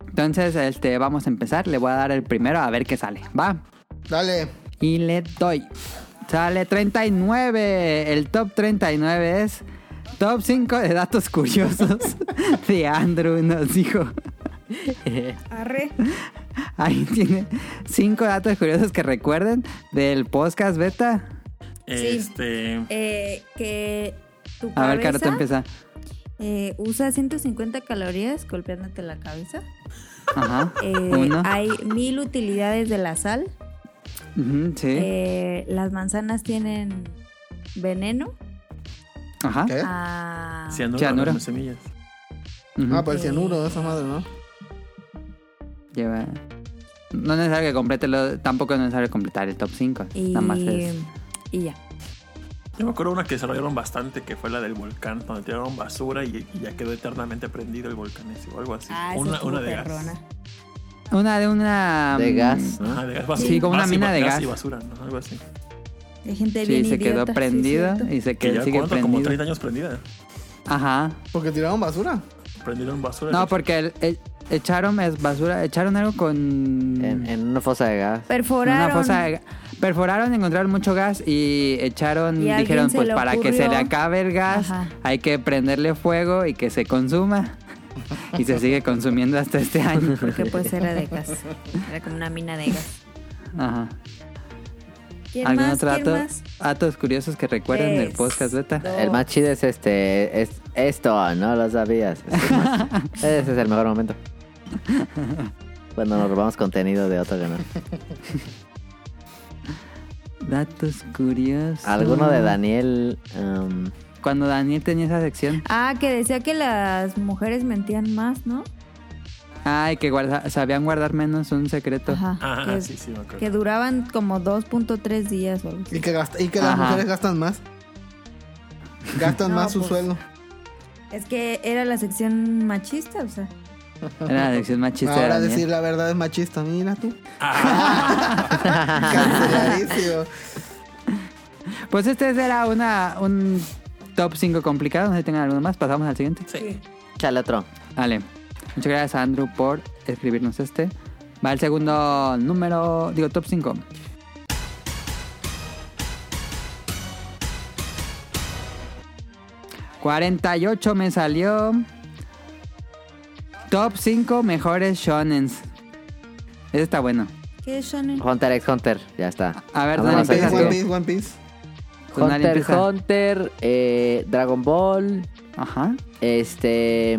entonces, este, vamos a empezar. Le voy a dar el primero a ver qué sale. Va.
Dale.
Y le doy. Sale 39. El top 39 es. Top 5 de datos curiosos de Andrew, nos dijo.
Arre.
Ahí tiene cinco datos curiosos que recuerden del podcast beta.
Este.
Eh, que tu
A
cabeza
ver, Carota empieza.
eh, usa 150 calorías golpeándote la cabeza.
Ajá.
Eh,
Uno.
hay mil utilidades de la sal.
Ujú, sí.
Eh, las manzanas tienen veneno.
Ajá.
¿Qué?
Ah,
Cianuro.
Cianuro.
las semillas.
Ujú.
Ah, para el cianuro, esa madre, ¿no?
Lleva. No es necesario que complete lo- tampoco es necesario completar el top 5.
y,
Nada más es.
y ya.
Yo me acuerdo una que desarrollaron bastante, que fue la del volcán, donde tiraron basura y, y ya quedó eternamente prendido el volcán ese o algo así.
Ah, esa
una
estuvo
una de
perrona.
gas.
Una de una.
De
mm,
gas, ¿no?
Ajá, de gas basura.
Sí, como una
y
mina
ba-
de
y
gas.
basura, ¿no? Algo así.
Hay gente
Sí,
bien
se quedó
idiota, sí,
prendida
cierto.
y se
Que
quedó
ya
sigue
cuánto, como
prendida.
30 años prendida.
Ajá.
Porque tiraron basura.
Prendieron basura.
No,
entonces-
porque el- el- echaron es basura, echaron algo con
En, en una fosa de gas.
Perforaron.
una fosa de ga- perforaron, encontraron mucho gas y echaron,
Y a alguien
dijeron
se
pues
le
para que se le
ocurrió.
acabe el gas
Ajá.
hay que prenderle fuego y que se consuma y se sigue consumiendo hasta este año.
Porque pues era de gas. Era como una mina de gas.
Ajá.
¿Quién
¿Algún
más?
otro
¿Quién
dato-
más?
datos curiosos que recuerden del
Tres,
podcast beta?
dos,
El más chido es este. Es esto, no lo sabías. Es el más- ese es el mejor momento. Cuando nos robamos contenido de otro canal.
Datos curiosos.
Alguno de Daniel. em,
Cuando Daniel tenía esa sección.
Ah, que decía que las mujeres mentían más, ¿no?
Ay, que guarda- sabían guardar menos un secreto.
Ajá.
Ah,
que,
sí, sí, me acuerdo.
que duraban como 2.3 días o algo así.
Y que, gasta- y que las
Ajá.
mujeres gastan más. Gastan
No,
más su
pues.
sueldo.
Es que era la sección machista, o sea.
Era la sección más chiste de
Ahora
Daniel.
decir la verdad es machista, mira tú. Canceladísimo.
Pues este era una, un top 5 complicado. No sé si tengan alguno más. Pasamos al siguiente.
Sí.
chale otro.
Vale. Muchas gracias a Andrew por escribirnos este. Va el segundo número, digo, top 5. ...48 me salió... ...top 5 mejores shonens... ...ese está bueno...
¿Qué es Shonen?
Hunter x Hunter, ya está.
A ver,
Vámonos
dale,
al
empieza
One
siguiente.
Piece, One Piece.
Con nadie
Hunter x
empieza.
Hunter, eh, Dragon Ball,
...ajá,
este.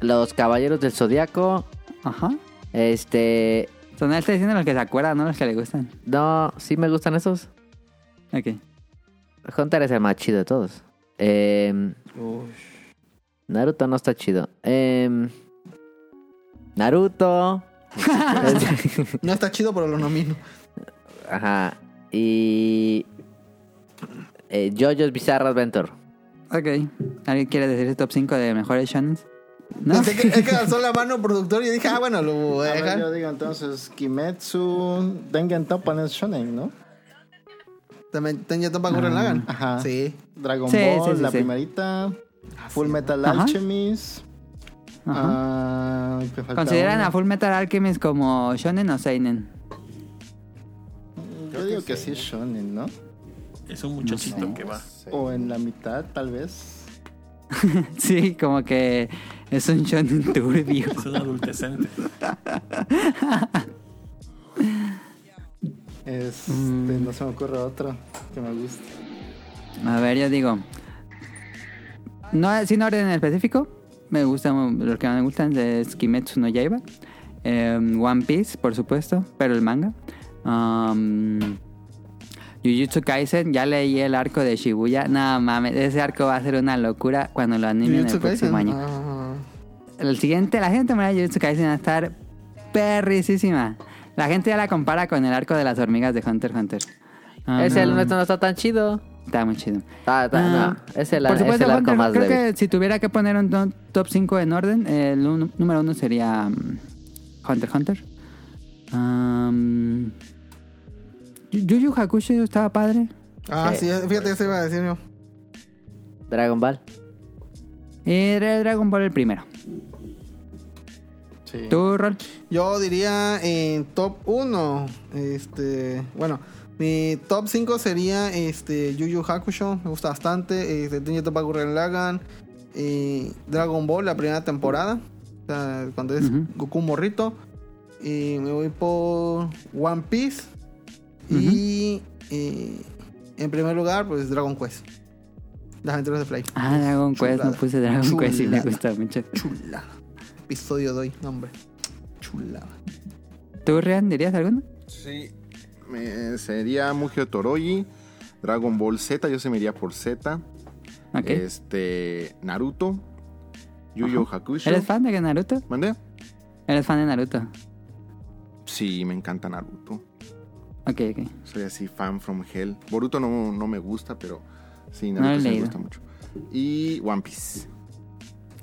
Los Caballeros del Zodiaco,
ajá...
este.
Sonal está diciendo los que se acuerdan, no los que le gustan...
No, sí me gustan esos.
...ok...
Hunter es el más chido de todos. Em, Naruto no está chido. Em, Naruto.
No está chido, pero lo nomino.
Ajá. Y. eh, Jojo's Bizarre Adventure.
...ok... ¿alguien quiere decir el top 5 de mejores shonens? ¿no?
Pensé que, es que alzó la mano el productor y yo dije, ah, bueno, lo voy
A
a
ver,
dejar.
yo digo entonces Kimetsu, Dengen Toppan es shonen, ¿no?
También tenía Topa
Ah.
Gurren Lagan.
Ajá.
Sí.
Dragon
Sí,
Ball,
sí, sí,
la
sí.
primerita, Full Metal
Ajá.
Alchemist.
Ajá.
ah, ¿qué falta
¿Consideran
uno?
a Full Metal Alchemist como shonen o seinen?
Yo digo que sí es shonen, ¿no?
Es un muchachito que va.
O en la mitad, tal vez.
Sí, como que es un shonen turbio.
Es un adultecente.
Este,
Mm.
No se me ocurre otro que me guste.
A ver, yo digo. No, sin orden en específico. Me gustan, los que más me gustan es Kimetsu no Yaiba. eh, One Piece, por supuesto, pero el manga. Um, Jujutsu Kaisen, ya leí el arco de Shibuya. No mames, ese arco va a ser una locura cuando lo animen el
Jujutsu
próximo
Kaisen.
año.
Ah.
El siguiente, la gente temporada de Jujutsu Kaisen va a estar perricísima. La gente ya la compara con el arco de las hormigas de Hunter x Hunter. Ah,
Ese
no,
el nuestro no está tan chido.
Está muy chido.
Ah, está-
Ah,
no, es el,
Por
es el
supuesto,
arco
Hunter,
más
creo
débil.
que si tuviera que poner un to- top 5 en orden, el un- número 1 sería mm, Hunter x Hunter. Um, Yu Yu Hakusho estaba padre.
Ah,
Sí.
sí, fíjate, eso iba a decir yo.
Dragon Ball.
Era Dragon Ball el primero.
Sí.
¿Tú, Rol?
Yo diría en top 1. Este, bueno, mi top 5 sería este Yu Yu Hakusho, me gusta bastante, este Tenji Toppa Gurren Lagann, eh, Dragon Ball la primera temporada, o sea, cuando es
Ujú.
Goku morrito. eh, me voy por One Piece. Y eh, en primer lugar, pues Dragon Quest. Las aventuras de Fly.
Ah, Dragon Quest, no
Chulada.
puse Dragon Quest y me
Chulada.
gusta mucho.
Chulada. Episodio doy, nombre. Chulada.
¿Tú, Rian, dirías alguno?
Sí. Me- sería Mugio Toroyi, Dragon Ball Z, yo se me iría por Z.
Ok.
Eh,
Este. Naruto, Yu Yu Hakusho.
¿Eres fan de Naruto?
¿Mandé?
¿Eres fan de Naruto?
Sí, me encanta Naruto.
Ok, ok.
Soy así fan from hell. Boruto no, no me gusta, pero sí,
No lo
Naruto
he
sí me
leído.
gusta mucho. Y One Piece.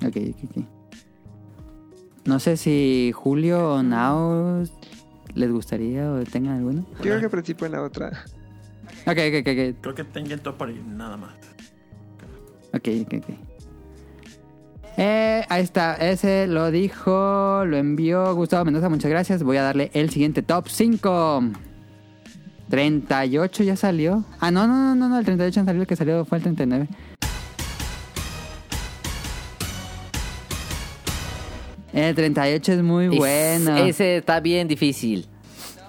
Ok, ok, ok. No sé si Julio o Nao les gustaría o tengan alguno.
Yo creo que participo en la otra.
Ok, ok, ok,
Creo que tengo el top para ir nada más.
ok. Ok, ok, ok. Eh, ahí está, ese lo dijo, lo envió Gustavo Mendoza, muchas gracias. Voy a darle el siguiente top 5. 38 ya salió. Ah, no, no, no, no, no, el 38 no salió, el que salió fue el 39. El 38 es muy
Es-
bueno.
Ese está bien difícil.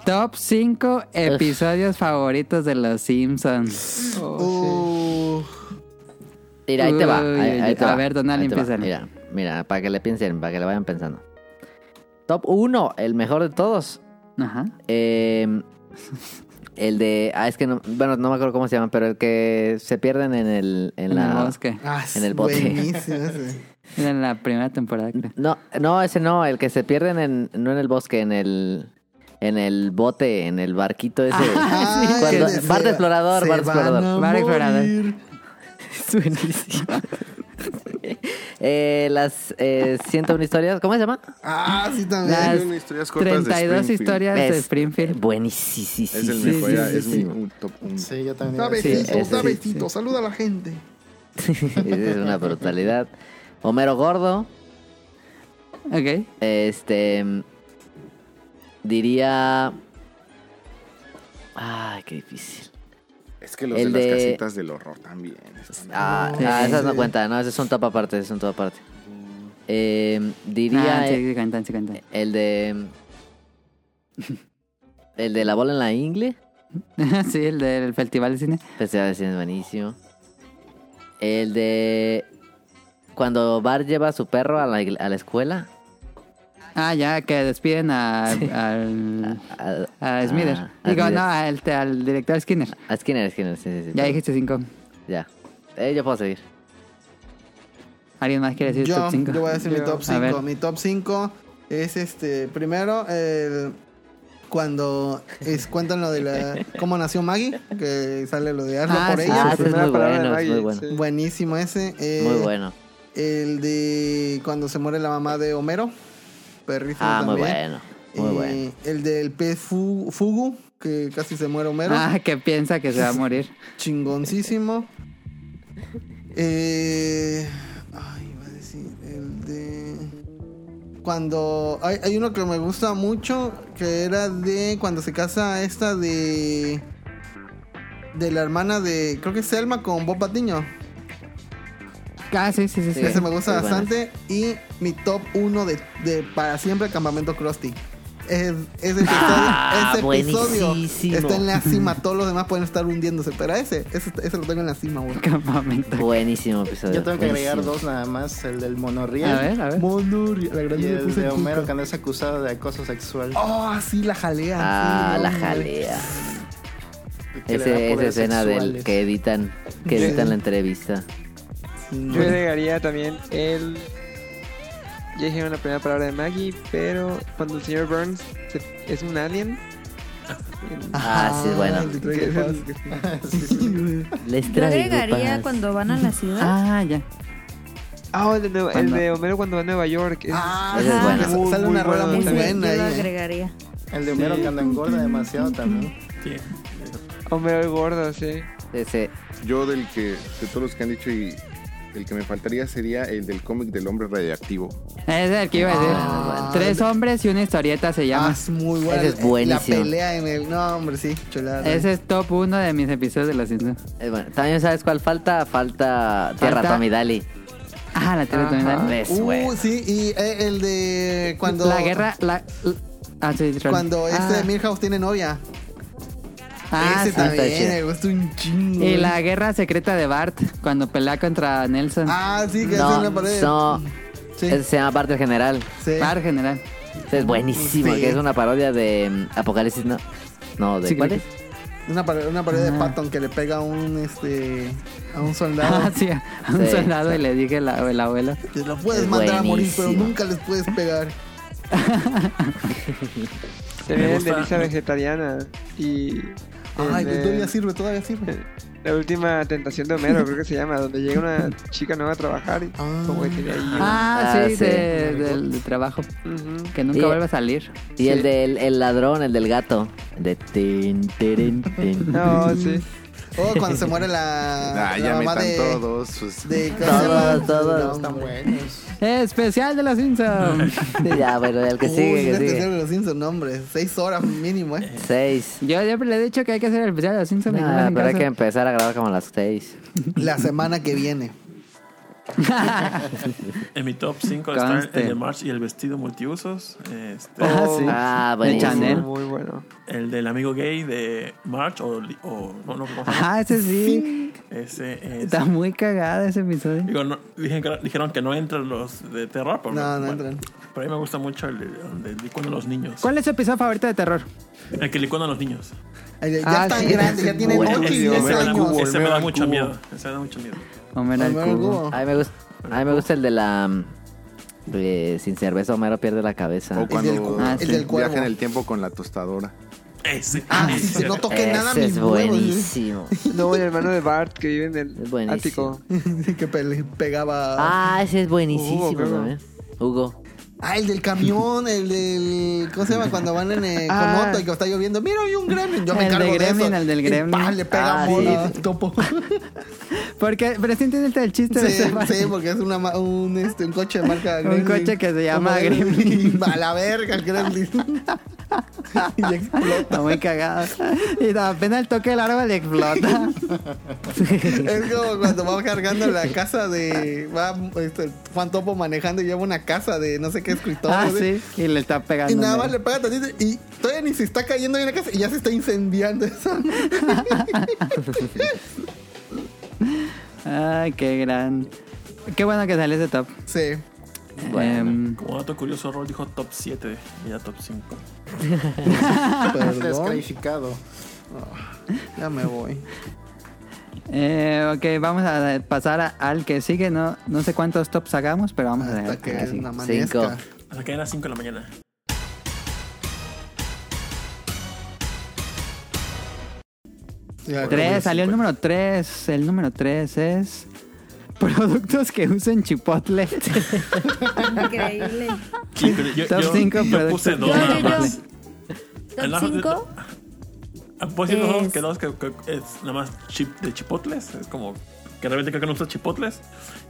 Top 5 episodios favoritos de Los Simpsons.
Oh,
Mira, ahí te va.
Uy,
ahí-
uy,
ahí
uy.
te
A
va,
ver, Donald,
ahí te va.
empiézale.
Mira, mira, para que le piensen, para que le vayan pensando. Top 1, el mejor de todos.
Ajá.
Eh, el de. Ah, es que no. Bueno, no me acuerdo cómo se llama, pero el que se pierden en el. En,
En
la...
el bosque.
Ah,
En el bote.
Buenísimo ese.
Era en la primera temporada, creo.
No, no, ese no, el que se pierden en. No en el bosque, en el. En el bote, en el barquito ese.
Ah.
Ay,
Cuando-
Ah, se-
bar de explorador,
se
bar de
van a
explorador.
Bar de explorador.
morir.
Es buenísimo. Eh, las eh, 101 historias, ¿cómo se llama?
Ah, sí, también.
Las
Tiene historias cortas de
32
Springfield.
historias de
Es
Springfield.
Buenísimo.
Es el
sí,
mejor,
sí,
era-
sí,
es
sí.
mi un top 1.
Sí, yo también.
Da
iba a decir.
ese
besitos, da
sí,
besitos. Saluda a la gente.
es una brutalidad. Homero Gordo,
Ok. Ah,
este. Diría. Ay, qué difícil.
Es que los
El
de, las
de-
casitas del horror también. están-
Ah,
Sí, Mm.
ah, esas no
sí.
cuentan, no, esas son top aparte, esas son top aparte. Eh, diría
Ah, sí, sí, cuentan, sí, cuentan.
el de. El de la bola en la ingle.
sí, el del festival de cine.
Festival de cine es buenísimo. El de. Cuando Bart lleva a su perro a la, igle- a la escuela.
Ah, ya, que despiden a, al,
A,
Ah,
a Smither.
a- a
Digo,
Smither.
no, al, al director Skinner.
A Skinner, Skinner, sí, sí, sí.
Ya dijiste 5.
Ya. Eh, yo puedo seguir.
¿Alguien más quiere decir
Yo,
top 5?
yo voy a decir mi
Yo.
top
A ver.
5. Mi top 5 es este. Primero, el, cuando es, cuentan lo de la, cómo nació Maggie, que sale lo de hazlo
Ah,
por
sí,
ella.
ah, ese es
primera
muy
palabra de
bueno, es muy
Maggie,
bueno.
sí.
Buenísimo ese. Eh,
Muy bueno.
El de cuando se muere la mamá de Homero. Perrísimo
Ah, muy
también.
bueno. Muy
Eh,
bueno.
El del pez fu- Fugu, que casi se muere Homero.
Ah, que piensa que se va a morir.
Chingoncísimo. Eh, ay, iba a decir el de. Cuando. Hay, hay uno que me gusta mucho. Que era de. Cuando se casa esta de. De la hermana de. Creo que es Selma con Bob Patiño.
Ah, sí, sí, sí. sí.
Sí.
Ese me gusta
muy buenas.
bastante. Y mi top 1 de, de para siempre Campamento Krusty. Es, ese episodio,
Ah,
ese episodio
buenísimo.
está en la cima. Todos los demás pueden estar hundiéndose. Pero ese, ese, ese lo tengo en la cima, güey.
Campamento.
Buenísimo episodio.
Yo tengo que agregar
buenísimo.
dos nada más, el del monorriel.
A ver, a ver.
Monorriel. La gran
Y
le
el
puse
de
cuca.
Homero cuando es acusado de acoso sexual.
Oh, sí, la jalea.
Ah,
sí, no,
la
hombre.
jalea.
que le da
Ese, esa
poderes
escena del
sexuales.
que editan, que
Sí.
editan la entrevista.
Sí,
Yo
no.
agregaría también el. Ya dijeron la primera palabra de Maggie, pero cuando el señor Burns se- es un alien.
Ah, sí, bueno.
el de
que
Trailer
es
Park.
el-
Les
Yo
traigo
agregaría
paz.
cuando van a la ciudad.
Ah, ya.
Ah, el de, Nueva- el de Homero cuando va a Nueva York. es-
Ah,
Ese es bueno.
que sa- Sale
Muy
una
Ah,
rola
bueno
muy
Ese
buena
¿eh?
yo lo
ahí.
agregaría.
El de Homero cuando engorda demasiado también.
Sí. eh,
Homero el gordo, sí.
Ese,
Yo del que, de todos los que han dicho y el que me faltaría sería el del cómic del hombre radioactivo.
Ese es el que iba a decir.
Ah,
Tres hombres y una historieta se
Ah,
llama.
es muy buena.
Ese es buenísimo.
La pelea en el. No, hombre, sí, chulada.
Ese es top 1 de mis episodios de Los Simpsons.
es eh, bueno. También sabes cuál falta, falta Tierra
Falta-
Tomidali.
Ah, la tierra
Ajá.
también.
Es
Uh,
bueno.
sí, y eh, el de cuando
La guerra, la, la- Ah, sí, troll.
Cuando este
Ah.
Milhouse tiene novia.
Ah,
ese
sí.
también
está chido.
me gusta un chingo.
Y
güey.
la guerra secreta de Bart, cuando pelea contra Nelson.
Ah, sí, que hace
No,
una pared.
no.
Sí.
Ese se llama Parte General.
Sí.
Bart general.
Ese es buenísimo,
Sí.
que es una parodia de mm, Apocalipsis, ¿no? No, ¿de
Sí,
cuál
creo
es?
que-
Una pared, una pared
Ah.
de Patton que le pega a un este a un soldado.
Ah, sí, a un
Sí,
soldado
sí.
y le dije la, el abuelo.
Te lo puedes
Es
mandar a morir,
buenísimo.
pero nunca les puedes pegar.
Se viene el de
gusta.
Lisa Vegetariana. Y.
Ay,
el
pues
de-
todavía sirve, todavía sirve.
La última tentación de Homero, creo que se llama, donde llega una chica nueva a trabajar y como que tiene ahí.
Ah,
Ah,
sí,
sí.
de- del del trabajo.
Ujú.
Que nunca
Y-
vuelve a salir.
Y el del el ladrón, el del gato. De tin, tirin, tin.
No, sí.
Oh, cuando se muere la,
Ah,
la
ya
mamá
metan
de,
todos. pues, sus-
de ¿cómo se
Todos,
llama?
todos.
No,
Están
güey.
buenos.
Especial de los Simpsons.
Ya, bueno, el que
Uy,
sigue,
ya
que
te
sigue.
sirven los Simpsons, no, hombre. Seis horas mínimo, eh.
Seis.
Yo siempre le he dicho que hay que hacer el especial de los Simpsons. y no me
Ah,
hacen
pero hay que
caso.
empezar a grabar como a las seis.
La semana que viene.
En mi top 5 están
Conste.
el de March y el vestido multiusos. Este,
Ah, sí.
Ah,
De
buenísimo.
Chanel.
Oh, Muy bueno.
El del amigo gay de March o. li- o no, no, ¿cómo se llama?
Ajá, Ah, ese sí.
Ese es.
Está muy cagado ese episodio.
Digo, no- dijeron, que, dijeron que no entran los de terror, pero
No, no
bueno,
entran.
Pero a mí me gusta mucho el de- el de licuando a los niños.
¿Cuál es su episodio favorito de terror?
El que licuando a los niños.
Ay, Ya
Ah,
están
sí,
grandes,
sí,
ya tienen
bueno,
ocho y
ese,
diez
ese me da, mu-
años.
ese me da mucho miedo. Ese me da mucho miedo.
Homero el
Homero el
cubo.
Cubo.
A mí me gusta, a mí me gusta el de la... mm, eh, sin cerveza Homero pierde la cabeza.
O cuando
del cu-
Ah, sí.
el del cuervo.
viaja en el tiempo con la tostadora.
Ese.
Ah, sí,
ese.
sí, no toqué nada a
Ese es
mis huevos, ¿eh?
buenísimo.
No, el hermano de Bart que vive en
Es
el
buenísimo.
ático.
¿eh? que pe- pegaba. Ah.
Ah, ese es buenísimo
Hugo, creo.
también. Hugo.
el del camión, el del. ¿Cómo se llama? Cuando van en, eh, con
Ah.
moto y que está lloviendo. Mira, hay un gremlin. Yo
El
me encargo
de gremlin,
eso.
el del
Y,
gremlin.
pa, le pega
Ah,
mola,
sí.
topo.
Porque, pero sí entiendes el chiste de
Sí,
ese bar.
sí, porque es una, ma- un, este, un coche de marca
Un coche que se llama Gremlin.
A la verga, el Gremlin. y explota.
Está muy cagado. Y apenas el toque del árbol le explota.
Es como cuando va cargando la casa de. Va este, Juan Topo manejando y lleva una casa de no sé qué escritorio.
ah,
¿sí?
sí. Y le está pegando.
Y nada más le pega tantito y todavía ni se está cayendo bien la casa y ya se está incendiando esa.
Ay, qué gran. Qué bueno que sale ese top.
Sí.
Em,
Como dato curioso, Rol dijo top 7 y ya top 5.
Perdón.
Descalificado.
Ya me voy.
eh, ok, vamos a pasar a- al que sigue. No, no sé cuántos tops hagamos, pero vamos a
Hasta
dejar
que
así.
amanezca.
A la cadena 5 de la mañana.
Ya,
Tres, salió
pues.
el número tres. El número tres es. Productos que usen chipotle.
Increíble.
Sí, pero yo,
Top
yo-
cinco
yo puse
productos.
dos
Yo, yo,
nada
yo.
más.
Top
Nada más-
5.
Ah, ¿Puedo decir dos
Es-
que dos que, que es nada más chip de chipotles? Es como que realmente creo que no usa chipotles.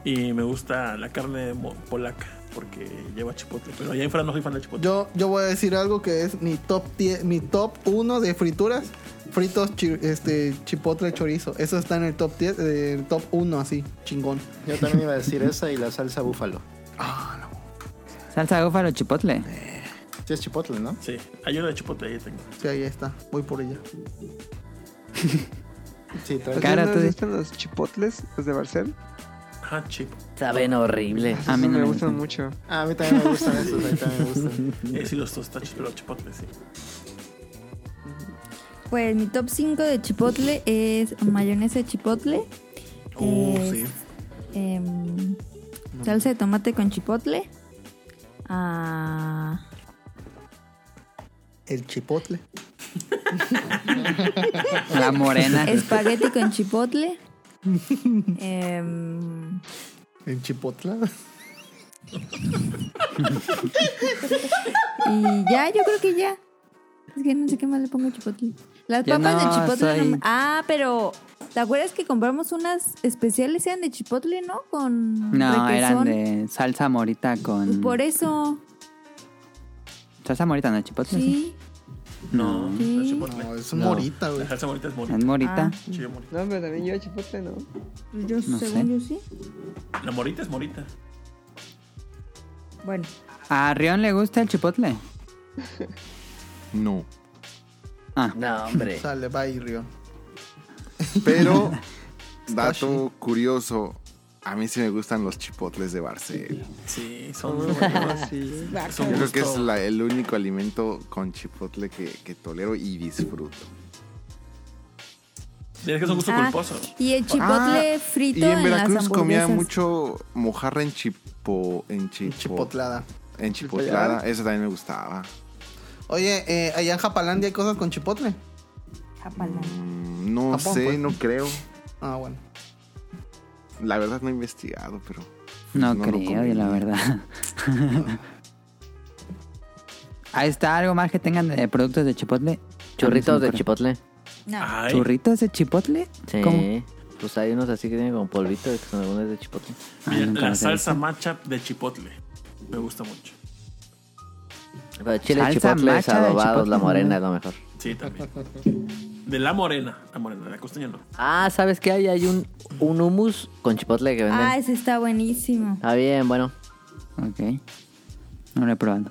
Y me gusta la carne mo- polaca porque lleva chipotle. Pero allá en fuera no soy fan de chipotle.
Yo, yo voy a decir algo que es mi top 10 mi top 1 de frituras, fritos chi- este chipotle chorizo. Eso está en el top 10, eh, el top 1 así, chingón.
Yo también iba a decir esa y la salsa búfalo.
Salsa de búfalo chipotle.
Sí es chipotle, ¿no?
Sí, hay una de chipotle ahí tengo.
Sí, ahí está. Voy por ella.
Sí, trae
Cara,
¿No
tú
les
di-
gustan los chipotles, los de Barcel?
Ajá, Ah, chip.
Saben horrible.
A mí
Esos
no
me
me
gustan mucho.
Ah, a mí también me gustan esos, a mí también me gustan.
Eh, sí, los tostachos, pero chipotles, sí.
Pues mi top 5 de chipotle es mayonesa de chipotle.
Uh,
es,
sí.
em, salsa de tomate con chipotle. Ah,
El chipotle.
La morena.
espagueti con chipotle. Em,
El chipotla.
y ya, yo creo que ya. Es que no sé qué más le pongo a chipotle. Las
Yo
papas de
no,
chipotle.
soy-
no- ah, pero ¿te acuerdas que compramos unas especiales? Eran de chipotle, ¿no? Con
No,
requesón.
eran de salsa morita
Pues
con.
por eso,
Salsa morita, no chipotle.
sí.
No,
Sí.
no es chipotle.
No, es un
No.
morita, güey.
La salsa morita es morita.
Es morita.
Ah.
Chile morita.
No, pero también lleva chipotle, ¿no?
Ah.
Pues
Yo,
No sé.
según yo sí.
La morita es morita.
Bueno,
¿A Rion le gusta el chipotle?
No.
No, hombre.
Sale, bye, Río.
Pero, dato curioso, a mí sí me gustan los chipotles de Barcel.
Sí, son muy buenos.
sí.
Es
Yo
un
creo que es
gusto.
la- el único alimento con chipotle que, que tolero y disfruto.
Es que es un gusto
Ah,
culposo.
Y el chipotle
Ah,
frito
Y en
las
Veracruz comía
hamburguesas.
mucho mojarra en chipo... En chipo...
Chipotlada.
En chipotlada. Eso también me gustaba.
Oye, eh, allá en Japalandia hay cosas con chipotle.
Japalán.
Mm, No
Japón,
sé,
pues.
no creo.
Ah, bueno.
La verdad no he investigado, pero... pues,
No,
No lo
creo,
comí.
y la verdad. Ahí está algo más que tengan de productos de chipotle.
Churritos de
Churritos
chipotle.
No.
Ay,
¿Churritos de chipotle?
Sí.
¿Cómo?
Pues hay unos así que tienen como polvito que son algunos de chipotle.
Ay,
mira,
nunca
la
los he
salsa
visto.
matcha de chipotle. Me gusta mucho.
Pero chile
Salsa
chipotle
macha de
adobados,
chipotle,
la morena
¿no?
es lo mejor.
Sí, también. De la morena. La morena, la costeña no.
Ah, ¿sabes qué hay? Hay un, un hummus con chipotle que venden.
Ah, ese está buenísimo.
Está bien, bueno.
Ok. No lo he probado.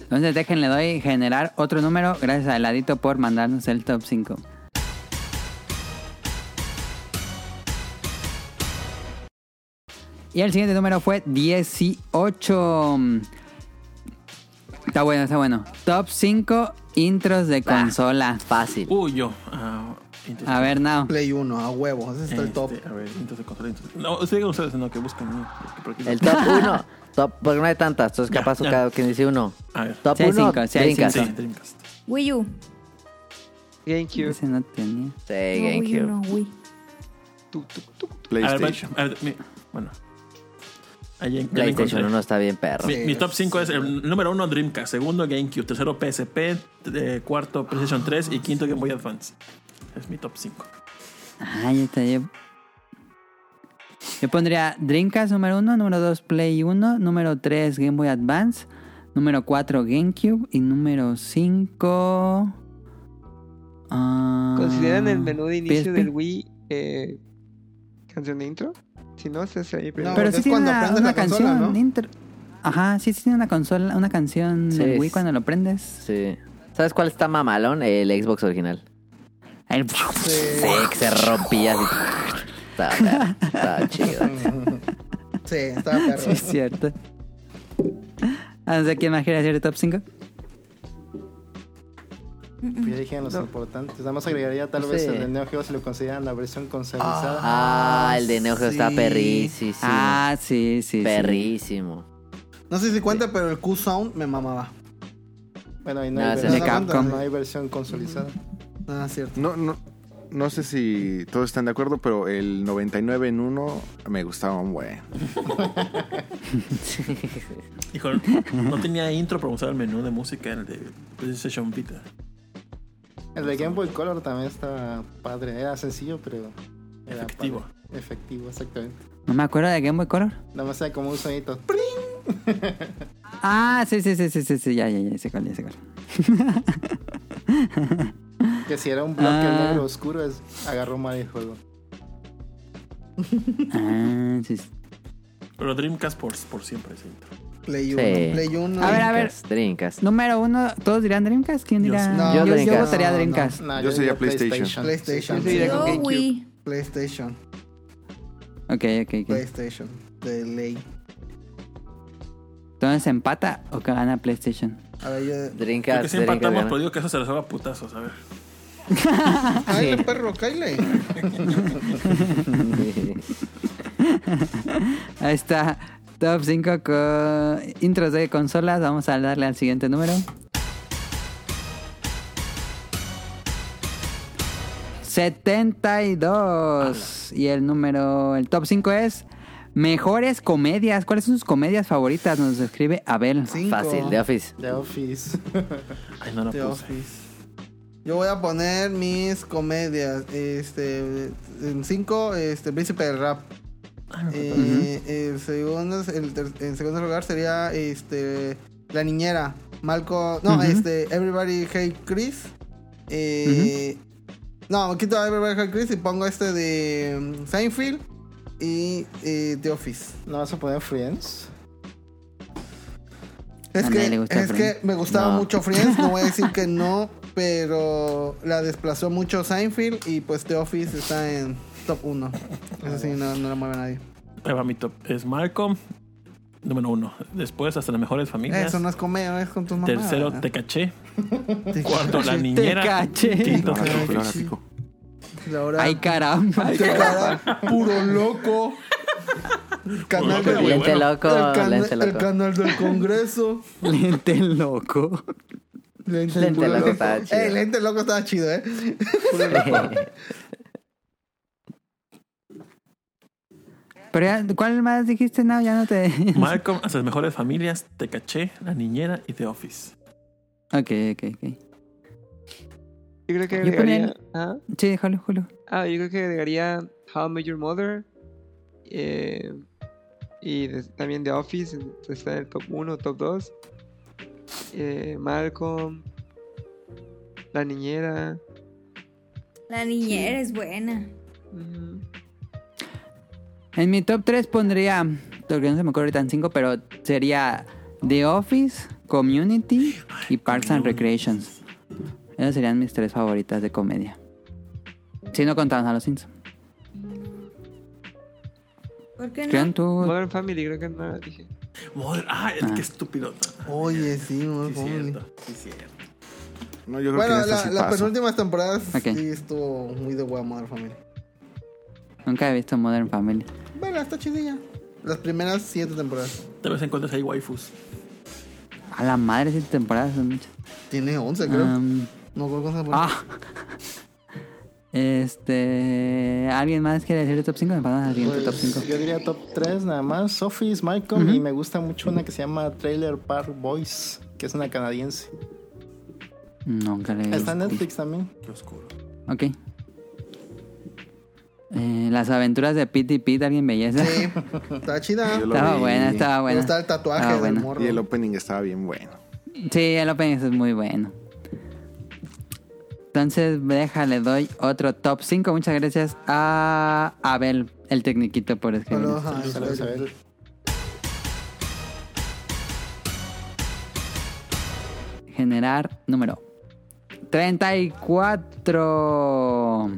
Entonces déjenle doy generar otro número. Gracias a Heladito por mandarnos el top 5. Y el siguiente número fue 18. Está bueno, está bueno. Top 5 intros de consola.
Fácil.
Uy, yo. ah, entonces-
A ver, Nao.
Play 1, a huevo. Ese está el
Este,
top.
A ver, entonces consola, entonces- No, ustedes digan ustedes, no, que busquen. ¿no? Porque- porque-
El top 1. Top, porque no hay tantas, entonces
Ya,
capaz
ya.
cada quien dice uno.
A ver.
Top
Sí hay
1,
cinco, sí hay
Dreamcast.
Sí,
cinco.
Sí,
Dreamcast.
Wii U.
GameCube.
Ese no tenía.
No, Wii U,
GameCube.
no, Wii.
Tú, tú, tú.
A ver,
PlayStation.
a ver, mi- bueno. Ahí en- ya la encontré.
PlayStation 1 está bien perro.
Mi, mi top 5 es el número 1 Dreamcast, segundo GameCube, tercero PSP, eh, cuarto PlayStation 3 y quinto Game Boy Advance. Es mi top 5.
Ay, Ah, está bien. Yo pondría Dreamcast número 1, número 2 Play 1, número 3 Game Boy Advance, número 4 GameCube y número 5... Ah.
¿Consideran el menú de inicio
PSP.
del Wii eh, canción de intro? Si no, se hace ahí primero.
Pero
porque
sí
es
tiene
cuando
una,
prendes
una
la
canción.
consola, ¿no?
inter- Ajá, sí, sí tiene una consola, una canción
Sí,
del
es-
Wii cuando lo prendes.
Sí. ¿Sabes cuál está mamalón? El Xbox original.
El-
Sí, que se rompía así. Está, perro, está chido.
Sí, está perro.
Sí, es cierto. Ah, No sé quién más quiere hacer el top 5.
Pues ya dijeron los importantes. Nada más agregaría tal
Sí.
vez el de Neo Geo si lo consideran la versión consolidada.
Ah, el de Neo Geo está
sí.
perrísimo.
Ah, sí, sí. sí.
perrísimo.
No sé si cuenta, pero el Q-Sound me mamaba.
Bueno, y no,
No,
hay
se-
versión,
de Capcom.
no hay versión consolidada.
Ah, cierto.
No, no, no sé si todos están de acuerdo, pero el 99 en 1 me gustaba un buen.
Hijo, no tenía intro para usar el menú de música en el de PlayStation Vita.
El de Game Boy Color también estaba padre. Era sencillo, pero. Era
Efectivo.
padre. Efectivo, exactamente.
No me acuerdo de Game Boy Color.
Nada más era como un sonito.
Ah, sí, sí, sí, sí, sí, sí, ya, ya, ya, sé cuál, ya sé cuál.
Que si era un bloque
Ah.
negro oscuro, es- agarró mal el juego.
Ah, sí, sí.
Pero Dreamcast por, por siempre ese intro.
Play
Sí.
1. Play 1.
A ver, a ver.
Trincas, trincas.
Número uno, ¿todos dirán Dreamcast? ¿Quién
Yo
dirá?
sí.
No,
Yo
yo,
Dreamcast.
votaría
No, no.
Dreamcast.
No,
Yo sería
diría
PlayStation.
PlayStation.
Sí, sí,
Yo,
GameCube.
Wii.
PlayStation.
Ok, ok, ok.
PlayStation. De ley.
Entonces, ¿empata o que gana PlayStation?
A ver, yo.
Creo que
Trincas,
sí
trincas.
empatamos,
gana.
pero digo que eso se resuelve a putazos, a ver.
¡Cállate, Ah, perro! ¡Cállate!
Ahí está. Top 5 con intros de consolas. Vamos a darle al siguiente número. ¡72! Y el número, el top 5 es Mejores comedias. ¿Cuáles son sus comedias favoritas? Nos escribe Abel.
Cinco.
Fácil, The Office.
The Office.
Ay, no la
The
puse.
Office. Yo voy a poner mis comedias. Este. En 5, este. Príncipe del rap.
Ah,
Eh, el, segundo, el, ter- en segundo lugar sería este La Niñera. Malco. No,
Ujú.
este. Everybody Hate Chris. Eh, No, quito a Everybody Hate Chris y pongo este de mm, Seinfeld y eh, The Office.
¿No vas a poner Friends?
Es,
A nadie le
que,
gusta
es
Friends.
que me gustaba
No.
mucho Friends, no voy a decir que no, pero la desplazó mucho Seinfeld y pues The Office está en top 1. Eso sí, no, no la mueve nadie.
Ahí va mi top. Es Malcolm, número uno. Después, hasta las mejores familias.
Eso no es comer, es con tus mamás.
Tercero,
¿verdad?
te caché.
Te-
Cuarto, la
Sí,
niñera.
caché.
Quinto,
Ahora
Harold
pico, ahora
Fitch.
pico.
la hora-
Ay, caramba.
te cara, puro loco. Canal
Pero
del-
bueno.
Lente loco,
el, cana-
lente
el
loco.
canal del Congreso.
Lente loco.
Lente,
Lente
puro
loco estaba chido.
Eh, lente loco estaba chido, ¿eh?
Pero ya, ¿cuál más dijiste? No, ya no te.
Malcolm, hasta las mejores familias. Te caché, la niñera y The Office.
ok, ok, ok.
Yo creo que
Yo
agregaría. ¿Ah?
Sí, déjalo, Julio.
Ah, yo creo que agregaría How I Met Your Mother. eh, y de- también The Office. entonces Está en el top 1, top 2. Eh, Malcolm. La niñera.
La niñera es buena.
ujú.
En mi top 3 pondría. Lo que no se me ocurre tan 5, pero sería The Office, Community y Parks and Recreations. Esas serían mis tres favoritas de comedia. Si no contamos a los Sims.
¿Por qué no?
Crean tú.
Modern Family, creo que no la dije.
Modern- ah, el qué estúpido.
Oye, sí, muy
Sí,
bueno.
cierto. Sí, cierto.
No, yo creo que en
Bueno,
esta
la,
sí
las
paso.
penúltimas temporadas
Ok.
sí estuvo muy de guay Modern Family.
Nunca he visto Modern Family.
Bueno, está chidilla. Las primeras siete temporadas.
De vez en cuando hay waifus.
A la madre, siete temporadas son muchas.
Tiene 11, creo.
Um,
no creo que
ah. Este. ¿Alguien más quiere decir el top 5? Me pasan al siguiente top
Pues,
5.
yo diría top 3 nada más. Office, Malcolm y me gusta mucho una que se llama Trailer Park Boys, que es una canadiense.
Nunca le he
Está en
visto.
Netflix también.
Qué oscuro.
Ok. Eh, las aventuras de Pete y Pete, ¿alguien veía esa?
Sí,
Ah.
está chida.
Yo lo
estaba
vi.
buena, estaba
Pero
buena.
está el tatuaje
Ah,
del
bueno.
morro.
Y el opening estaba bien bueno.
Sí, el opening es muy bueno. Entonces, déjale, doy otro top 5. Muchas gracias a Abel, el tecniquito, por escribir.
Saludos a-
Saludos a ver.
generar número 34.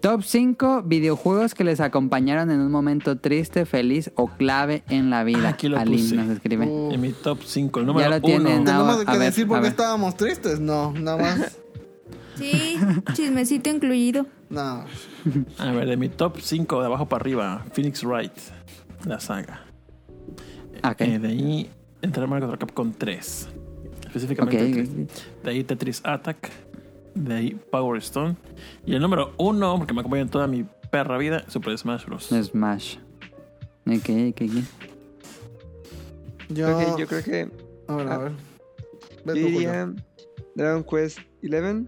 Top 5 videojuegos que les acompañaron en un momento triste, feliz o clave en la vida.
Ah, Aquí lo
Aline
puse. Oh,
nos escribe.
Uh,
En mi top 5, el número
lo
1.
tienen, ¿no?
¿Tenemos
a
que
ver,
decir por
a
qué
ver.
estábamos tristes? No, nada más.
Sí, chismecito incluido.
no.
A ver, de mi top 5, de abajo para arriba, Phoenix Wright, la saga.
Ah, Ok.
Eh, de ahí, entré Marvel contra Capcom 3.
Ok,
Específicamente Tetris. De ahí Tetris Attack. De ahí Power Stone. Y el número 1, porque me acompaña en toda mi perra vida, Super Smash Bros.
Smash. Ok, ok, ok.
Yo,
Ok, yo creo que.
A ver, a ver.
Yo
Ve tú, Julio.
diría Dragon Quest 11.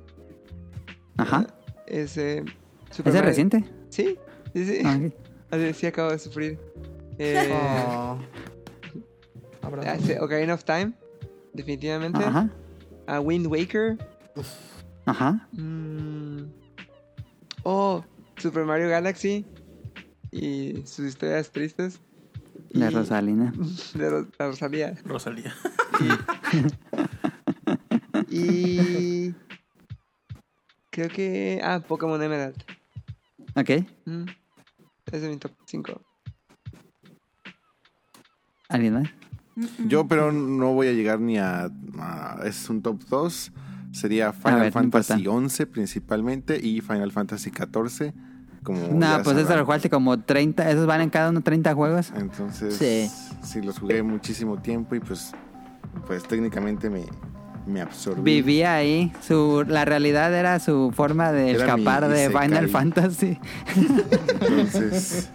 Ajá.
Ese.
¿Ese
Super
es
Mario-
reciente?
Sí, sí, sí.
Ah, ok.
Así, sí, acabo de sufrir. Eh,
Oh.
eh.
Abrazo.
Ah, sí, Ocarina of Time, definitivamente.
Ajá.
A Wind Waker.
Ajá.
mm, oh, Super Mario Galaxy. Y sus historias tristes.
De
Y-
Rosalina.
De Ro- la Rosalía.
Rosalía.
Y. Creo que. Ah, Pokémon Emerald.
Ok.
Mm, Ese es mi top 5.
¿Alguien más?
Yo, pero no voy a llegar ni a. a- es un top 2. Sería Final
ver, no
Fantasy XI principalmente y Final Fantasy XIV. Como
no,
ya
pues eso
sabrán.
lo jugaste como 30. Esos valen cada uno 30 juegos.
Entonces,
Sí.
sí. los jugué muchísimo tiempo y pues, pues técnicamente me, me absorbí.
Vivía ahí. Su, la realidad era su forma de
Era mi
escapar de
isekai.
Final Fantasy.
Entonces,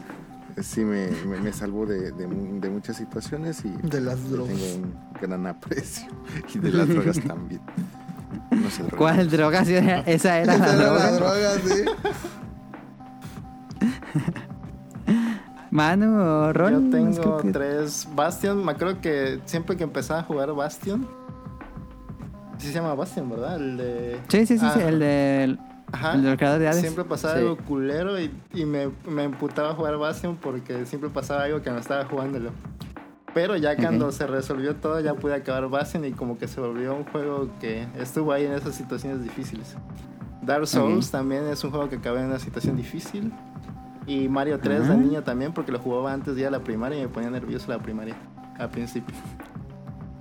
sí me, me, me salvó de, de mu- de muchas situaciones y
De las
le
drogas.
tengo un gran aprecio. Y de las drogas también. No se droguen.
¿Cuál droga? Sí, era- esa era la
Esa era
droga.
la droga, sí.
Manu o Ron.
Yo tengo
creo que-
tres. Bastion, me acuerdo que siempre que empezaba a jugar Bastion. Sí se llama Bastion, ¿verdad? El de.
Sí, sí, sí, sí,
Ah,
el del
Ajá.
el del creador de Hades.
Siempre pasaba
Sí.
algo culero y, y me, me emputaba a jugar Bastion porque siempre pasaba algo que no estaba jugándolo. Pero ya cuando
Ok.
se resolvió todo, ya pude acabar Basen y como que se volvió un juego que estuvo ahí en esas situaciones difíciles. Dark Souls
Ok.
también es un juego que acabé en una situación difícil. Y Mario 3 de
Ah.
niño también, porque lo jugaba antes de ir a la primaria y me ponía nervioso la primaria al principio.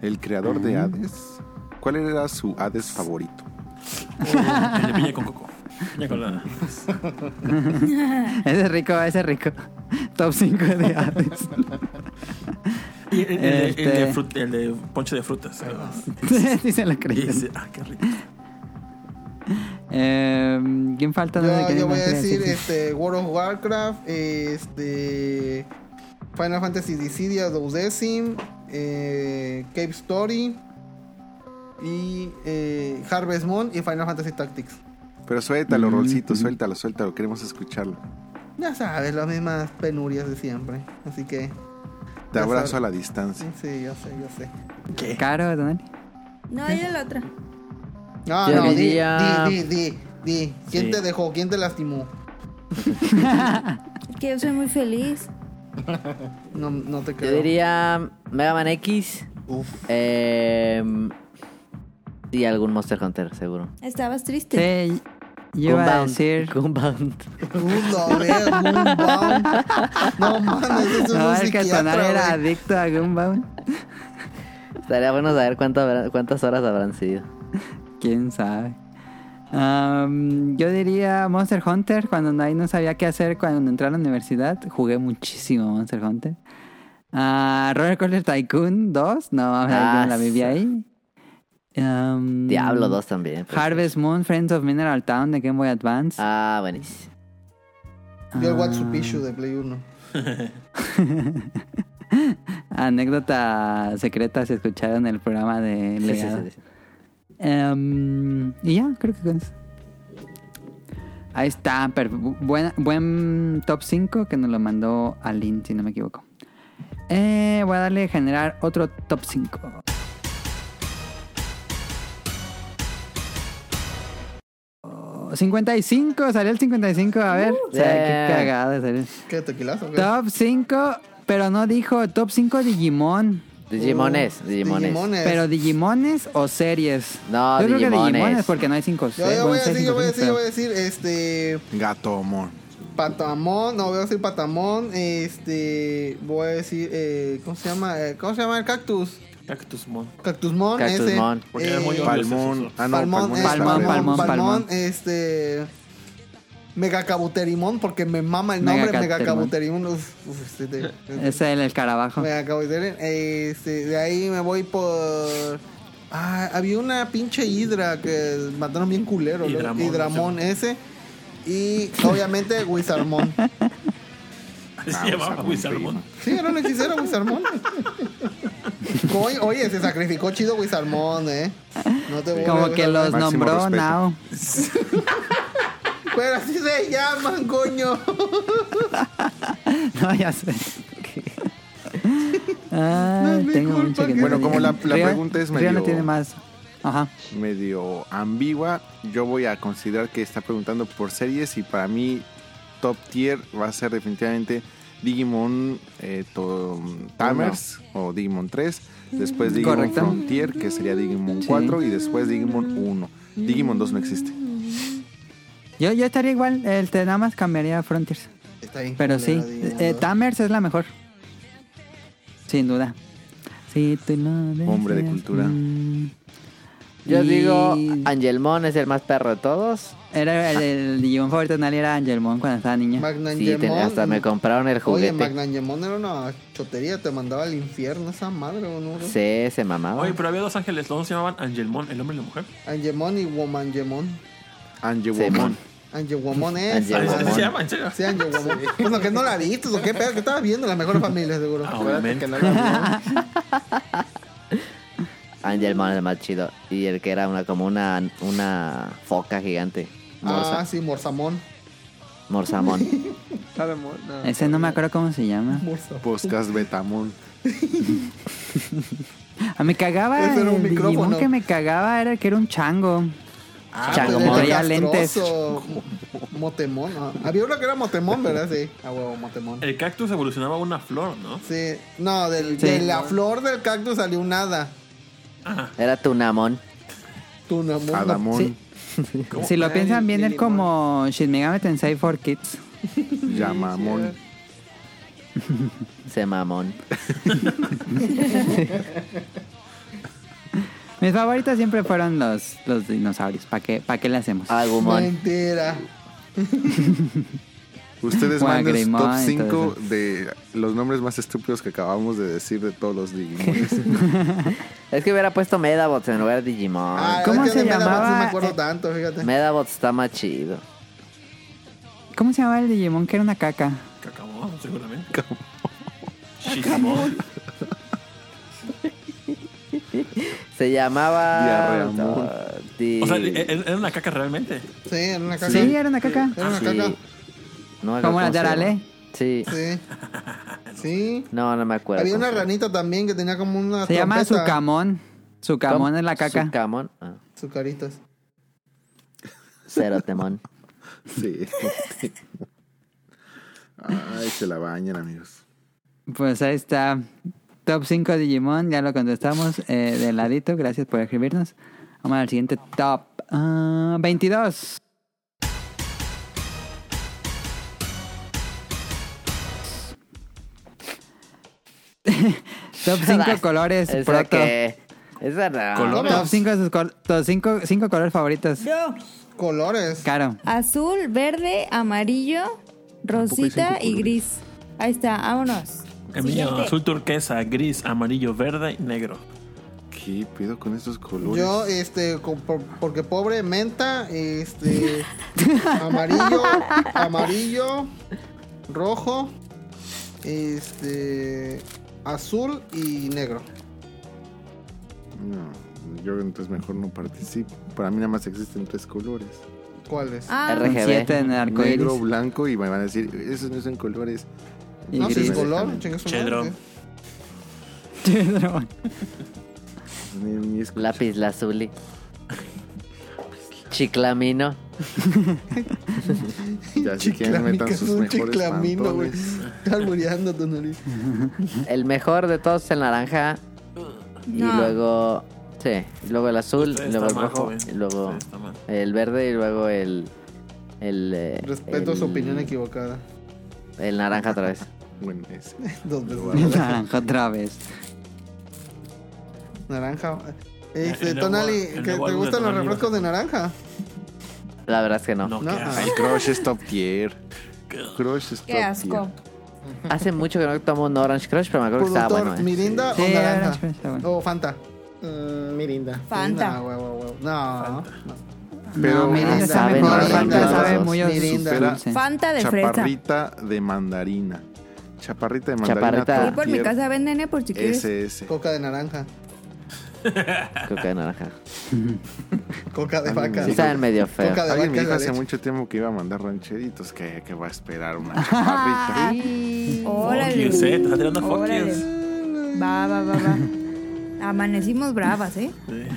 El creador de Hades. ¿Cuál era su Hades favorito?
Oh, El de piña con coco. Piña colada.
Ese es rico, ese es rico. Top 5 de Hades.
Y el, el de- el de
Este.
frut- el de ponche de frutas. Ah,
sí se lo
y
creyeron.
ese- ah, qué rico.
Em, ¿Quién falta? No sé
Yo,
quién
yo
más
voy a
quería
decir
decir.
este, World of Warcraft, este, Final Fantasy Dissidia, Doudecim, eh, Cave Story y eh, Harvest Moon y Final Fantasy Tactics.
Pero suéltalo, Rolcito, suéltalo, suéltalo. Queremos escucharlo.
Ya sabes, las mismas penurias de siempre. Así que,
Te
Ya
abrazo
sabe.
a la distancia.
sí, yo sé, yo sé.
Caro, Donali.
No, yo la otra.
No,
Yo
no, di,
diría-
di, di, di, di. ¿Quién
Sí.
te dejó? ¿Quién te lastimó?
Que yo soy muy feliz.
No, no te creo.
Yo diría Mega Man X.
Uf.
em, y algún Monster Hunter, seguro.
Estabas triste.
Sí, yo iba a
Gunbound,
decir.
Gunbound.
Pudo ver, Moonbound. No mames, eso es
No,
un
es que Donali
psiquiatra,
era
güey.
adicto a Gunbound.
Estaría bueno saber cuánto habrá- cuántas horas habrán sido.
Quién sabe. Am, yo diría Monster Hunter. Cuando no- ahí no sabía qué hacer cuando entré a la universidad, jugué muchísimo Monster Hunter. Ah, Roller Coaster Tycoon 2. No, o sea, yo
Ah,
la viví ahí. Am,
Diablo 2 también. pues.
Harvest Moon, Friends of Mineral Town de Game Boy Advance.
Ah, buenísimo.
Yo el
Ah,
Watsupishu de Play 1.
Anécdota secreta si escucharon el programa de
Sí, sí,
Legado.
sí, sí.
Em, y ya, creo que con eso. Ahí está, per- bu- buen, buen top 5 que nos lo mandó Alin, si no me equivoco. Eh, voy a darle a generar otro top 5. Oh, 55, salió el 55, a ver. o sea, qué
Uh. Yeah.
cagada salió.
¿Qué tequilazo? qué?
Top 5, pero no dijo top 5 Digimon.
Digimones, Digimones.
Pero Digimones o series.
No,
yo creo que
Digimones.
Digimones porque no hay 5
yo, yo voy a decir, yo voy a decir, yo voy a decir, este.
Gato amor.
Patamón, no voy a decir Patamón, este. Voy a decir, eh, ¿cómo se llama? Eh, ¿Cómo se llama el cactus?
Cactus Mon.
Cactusmón,
Cactus
ese.
Mon.
Porque era muy
Eh,
obvio
Palmón.
ese
Ah, no,
Palmón,
Palmón.
eh,
es
Palmón,
Palmón.
Palmón.
este. Megacabuterimón, porque me mama el nombre
Megacabuterimón.
Megacabuterimón. Uf, uf, este, te-
Es el, el carabajo.
Megacabuterimón. Eh, este, de ahí me voy por. Ah, había una pinche hidra que mataron bien culero. ¿no?
Hidramón,
Hidramón ese. Y obviamente Wizarmón.
Así
Ah,
se llamaba Wizarmon.
Sí, era un hechicero Wizarmón. Oye, oye, se sacrificó chido Wizarmón, eh. No te voy
Como que los
Máximo
nombró
respeto.
Now.
Pero así se llaman, coño.
No, ya sé. Ay,
No es mi
tengo
culpa
mucho que
que-
no
Bueno,
como la- la
Río-
pregunta es
Río
medio-
no tiene más. Ajá.
medio ambigua. Yo voy a considerar que está preguntando por series y para mí top tier va a ser definitivamente Digimon eh, to- Tamers o Digimon 3. Después Digimon
Correcto.
Frontier, que sería Digimon
Sí.
4 y después Digimon 1. Digimon 2 no existe.
Yo, yo estaría igual, el te nada más cambiaría a Frontiers.
Está bien
Pero sí,
culero, digamos,
eh,
¿no?
Tamers es la mejor. Sin duda. Sí, tú no
Hombre de
deseas-
cultura.
Mm.
Yo
Y
digo, Angelmon es el más perro de todos.
Era el, el Digimon favorito de Nali era Angelmon cuando estaba niña.
Sí,
Magnangemon.
tenía- hasta me compraron el
Oye,
juguete.
Magnangemon era una chotería, te mandaba al infierno esa madre, ¿o ¿no?
Sí, se mamaba.
Oye, pero había dos ángeles. Los dos se llamaban Angelmon, el hombre y la mujer.
Angemon y Womangemon.
Angewomon.
Simón.
Angewomon es.
Ah,
Angemon.
¿Así se
Sí,
llama? ¿En serio?
Angewomon. Bueno, que no la viste, o qué pedo, que estabas viendo la mejor familia, seguro.
Ah,
Acuérdate
obviamente.
que no lo había-
Angelmon es el más chido. Y el que era una como una, una foca gigante. Morsa,
Ah, sí, Morsamón.
Morsamon.
Paramount, no.
Ese no me acuerdo cómo se llama.
Morsamón.
Podcast Betamon.
Ah, me cagaba.
Ese era un
el Digimon
micrófono.
que me cagaba era que era un chango.
Ah,
Chango
pues,
Moria
el
lentes.
castroso, Motemón. ah, Había uno que era Motemón, ¿verdad? Sí. A huevo, Motemón.
El cactus evolucionaba a una flor, ¿no?
Sí. No, del-
Sí.
de la flor del cactus salió un hada.
Era Tunamón.
Tunamón.
Adamón.
¿Cómo?
Si lo
Ah,
piensan
el
bien, es
Lily Moon.
como Shin Megami Tensei for Kids.
Llamamón.
Se mamón.
Mis favoritos siempre fueron los, los dinosaurios. ¿Para qué, pa' qué le hacemos?
Agumón.
Mentira.
Ustedes manden
Guagrimón
top
y todo
5 de los nombres más estúpidos que acabamos de decir de todos los Digimon.
Es que hubiera puesto Medabots en lugar de Digimon.
Ah,
¿Cómo
es que
se
de Medabots No
llamaba?
me acuerdo
Eh,
tanto, fíjate.
Medabots está más chido.
¿Cómo se llamaba el Digimon? Que era una caca.
Cacamón, seguramente. Shishimón.
Se llamaba.
Diarreamón.
Ah, di-
O sea, e- e- era una caca realmente.
Sí, era una caca.
Sí, era una caca.
Era una
Sí.
caca.
No me acuerdo
Como la
cómo
de
se
Arale.
llama. Sí.
Sí. Sí.
No, no me acuerdo.
Había
cómo
una
se llama.
ranita también que tenía como una.
Se llama
trompeta.
Sucamón. Sucamón
¿Cómo?
es la caca.
Sucamón. Ah,
Sucaritas.
cero temón.
sí. Ay, se la bañan, amigos.
Pues ahí está. Top 5 Digimon, ya lo contestamos eh, de ladito. Gracias por escribirnos. Vamos al siguiente top. Ah, 22. top 5 colores
Esa
proto.
que- Esa no.
Color.
Top 5 de sus col- top cinco, cinco colores favoritos.
Colores.
Caro.
Azul, verde, amarillo, rosita y gris. Ahí está, vámonos.
El mío,
Siguiente.
azul turquesa, gris, amarillo, verde y negro.
¿Qué pedo con estos colores?
Yo, este, co- por- porque pobre, menta, este, amarillo, amarillo, rojo, este, azul y negro.
No, yo entonces mejor no participo. Para mí nada más existen tres colores.
¿Cuáles?
Ah,
RGB.
7 en el arco
Negro,
iris.
blanco y me van a decir, esos no son colores.
Y
no, si es
gris.
color, chingue su madre,
Chedro.
sí.
Ni, ni es-
Lápiz lazuli. Chiclamino.
Ya si quieren
Chiclamica,
metan sus
es un
mejores
chiclamino, güey.
pantones.
Está albureando tu nariz.
El mejor de todos es el naranja.
No.
Y luego. Sí. y Luego el azul.
Usted
y
está
luego el
mal,
rojo.
joven.
Y luego
Usted está mal.
el verde. Y luego el. El. eh,
Respeto
el-
su opinión equivocada.
El naranja otra vez.
Bueno, ese.
Dos veces.
Naranja otra vez.
naranja.
El-
Este,
el
Tonali,
agua- el
¿que ¿te
agua dulce
gustan los
Tonali,
refrescos de naranja?
La verdad es que no.
No,
No,
qué asco.
El crush es top tier. Crush es top
qué asco.
tier.
Hace mucho que no tomo un Orange Crush, pero me acuerdo que estaba
Productor,
bueno. eh.
Pues, ¿Mirinda
Sí,
o
era
naranja?
Orange, está
Oh,
bueno.
O Fanta.
Mm, Mirinda.
Fanta.
No, güey, güey, güey. No.
Pero
no, Mirinda
no
está
saben,
mejor.
no
Fanta
saben.
sabe muy
Mirinda.
dulce.
Fanta de fresa.
Chaparrita de mandarina. Chaparrita de mandarina.
Chaparrita.
Ahí
top
por mi
tier.
casa venden, eh, por si quieres.
SS.
Coca de naranja.
Creo que de naranja.
Coca de
Ah,
vaca.
Sí, saben medio feo.
Coca de
Alguien me
vaca.
dijo
de
hace
leche.
mucho tiempo que iba a mandar rancheritos, que, que va a esperar una chaparrita.
Fuck
Órale.
you, Zed, está tirando fuck
Órale.
yous.
Va, va, va, va. Amanecimos bravas, ¿eh?
eh.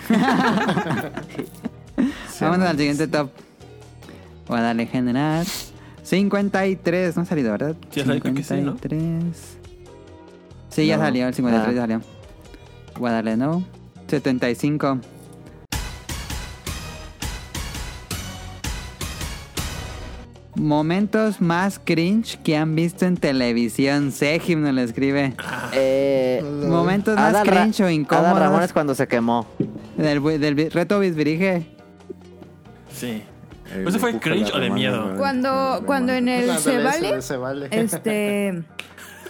Vámonos al siguiente top. Voy a darle generar. 53. No ha salido, ¿verdad?
Sí, ya salió, creo que sí, ¿no?
53. Sí, ya salió. El 53
Ah.
ya salió. Voy a darle de nuevo. 75. Momentos más cringe que han visto en televisión. Sejim nos lo escribe.
Eh,
Momentos más
Adal Ra-
cringe o
Adal Ramones
incómodos
cuando se quemó.
del, bu- del bi- reto bisbirige.
Sí.
Eh,
¿Eso fue
empuja
cringe
la
o de
romana,
miedo?
¿no?
Cuando,
La
cuando en
romana.
el
La
se
del
vale,
SD Se vale.
este,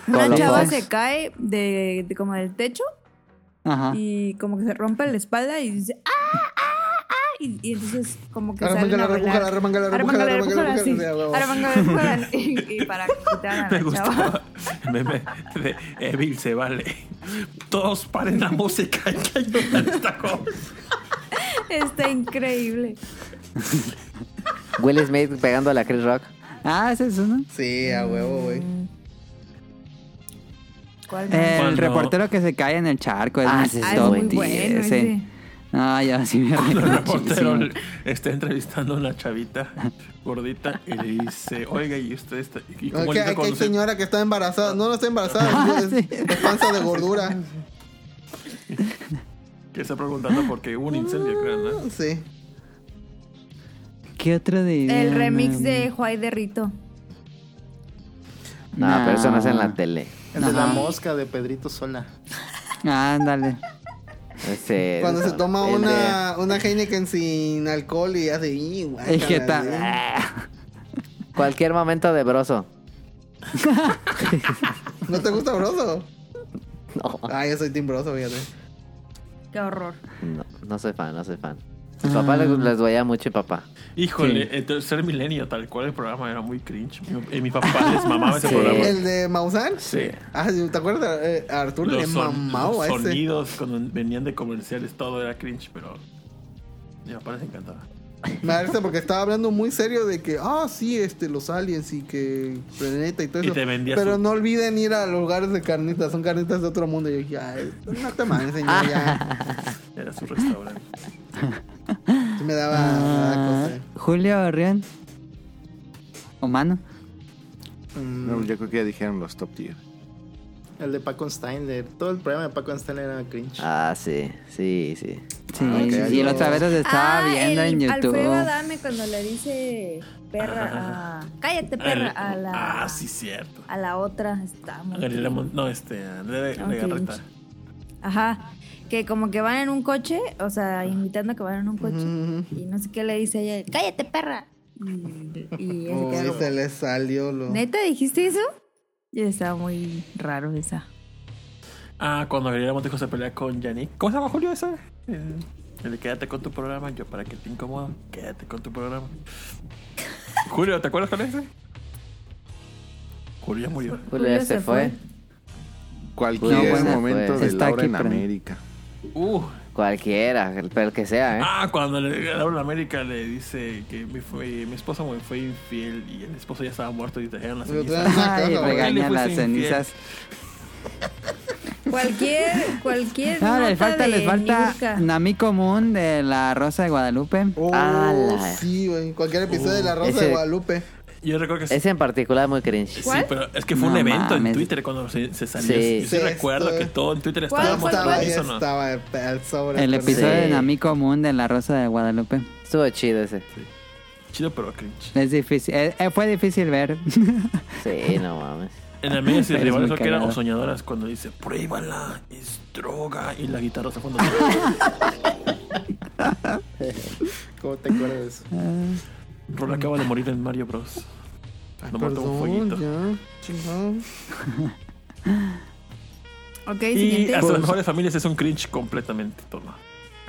Con
una
los
chava
Fox.
se cae de, de como del techo
Ajá.
y como que se rompe la espalda y dice ¡ah, ah, ah! Y, y entonces como que salen
Arremángala,
a bailar.
arremángala,
Arremángala,
arremángala, arremángala,
arremángala, sí.
arremángala,
Arremángala, arremángala, y, y para quitar a la
Me
chava.
gustaba el meme de Evil se vale. Todos paren la música que ayuda a esta cosa.
Está increíble.
Will Smith pegando a la Chris Rock.
Ah, ese es uno.
Sí, a huevo, güey.
¿Cuál más?
El
Cuando-
Eh, reportero que se cae en el charco es
Ah,
muy
sí, sí,
Ah, es muy
tonti,
bueno
ese.
ese.
Ah, ya sí me reí
El reportero
muchísimo.
está entrevistando a una chavita gordita y le dice, oiga, ¿y usted está, y cómo
Aquí
lidia
hay,
con
hay
usted?"
señora que está embarazada. No, no está embarazada. es,
sí.
es panza de gordura.
Que está preguntando porque hubo un incendio, creo, ¿no?
Sí.
¿Qué otro de idea?
El remix
No,
de Juay de Rito.
No,
Nah.
pero eso no es en la tele.
El de la
Ajá.
mosca de Pedrito Sola.
Ándale.
Ese-
Cuando se toma
el de-
una, una Heineken sin alcohol y hace... "Ih, guácala",
Es que
¿sí?
ta-
Cualquier momento de broso.
¿No te gusta Broso?
No,
Ah, yo soy Tim Broso, fíjate.
Qué horror.
no, no soy fan, no soy fan. Mi papá les, les veía mucho y papá.
Híjole,
Sí.
el tercer milenio, tal cual el programa era muy cringe. Mi, eh, mi papá les mamaba ese
Sí.
programa.
¿El de Mausan?
Sí.
Ah, sí, ¿te acuerdas? Eh, a Arturo le
Los, son-
mamaba
los
a ese.
sonidos cuando venían de comerciales, todo era cringe, pero mi papá les encantaba.
Me da risa porque estaba hablando muy serio de que, ah, sí, este, los aliens y que planeta y todo
Y
eso.
te vendía
Pero
su-
no olviden ir a los lugares de carnitas, son carnitas de otro mundo. Y yo dije, ay, no te mames, señor, ya.
Era su restaurante.
Sí Me daba, me daba
Ah,
cosa.
Julio Rion. O Mano.
No, yo creo que ya dijeron los top tier.
El de Paco Steiner. Todo el programa de Paco Steiner era cringe.
Ah, sí, sí, sí.
Sí,
Ah, ok,
y
yo-
la otra vez los estaba
Ah,
viendo
el
en
Alfredo
YouTube.
Adame cuando le dice perra a... Cállate perra Este a la...
Ah, sí, cierto.
A la otra. Está muy
Gabriela Mon- no, este, Andrea
Ah,
Legarreta.
cringe. Ajá. Que como que van en un coche, o sea, invitando a que van en un coche. Y no sé qué le dice ella, cállate perra. Y, y ella se queda
Uy,
como,
se le salió lo...
¿Neta dijiste eso? Y estaba muy raro esa.
Ah, cuando Gabriela Montejo se pelea con Yannick. ¿Cómo se llama Julio ese? El, el de quédate con tu programa, yo para que te incomodo, quédate con tu programa. Julio, ¿te acuerdas con ese? Julio ya murió.
Julio ya se fue.
Cualquier
bueno,
momento
pues,
de
está
Laura
aquí,
en
pero-
América.
Uh,
Cualquiera, el, el que sea, ¿eh?
ah, cuando le ganaron la América le dice que mi, fue- mi esposa me fue infiel y el esposo ya estaba muerto y trajeron las
Pero tú
cenizas.
eres una
Ay,
cosa, güey.
regalo.
regaña
Él le
las
puso infiel.
cenizas.
Cualquier, cualquier.
Ah,
nota
les falta,
de
les falta
Niurka.
Nami Común de la Rosa de Guadalupe.
Oh,
Ah, la-
sí, güey. Cualquier episodio de La Rosa
ese-
de Guadalupe.
Yo recuerdo que sí,
Ese en particular muy cringe.
sí, pero es que fue
No
un evento en
mames.
Twitter cuando se, se salió.
Sí.
Yo sí
Sí,
recuerdo
esto-
que todo en Twitter
¿Cuál
Ya
estábamos
fue?
estaba,
en
ya
unísono.
estaba al sobre.
El
con
episodio
Sí.
de Nami Común de la Rosa de Guadalupe.
Estuvo chido ese.
Chido, pero cringe.
Es difícil, eh, eh, fue difícil ver.
Sí, no mames.
En Amigos y
Eres
Rivales
muy
creo que eran
cagado.
o soñadoras cuando dice pruébala, es droga y la guitarra se fondo.
¿Cómo te acuerdas de eso?
Rol acaba de morir en Mario Bros. Lo mató un
Perdón,
fueguito.
ya. Chingado.
Ok,
Y
siguiente.
hasta las mejores familias es un cringe completamente todo.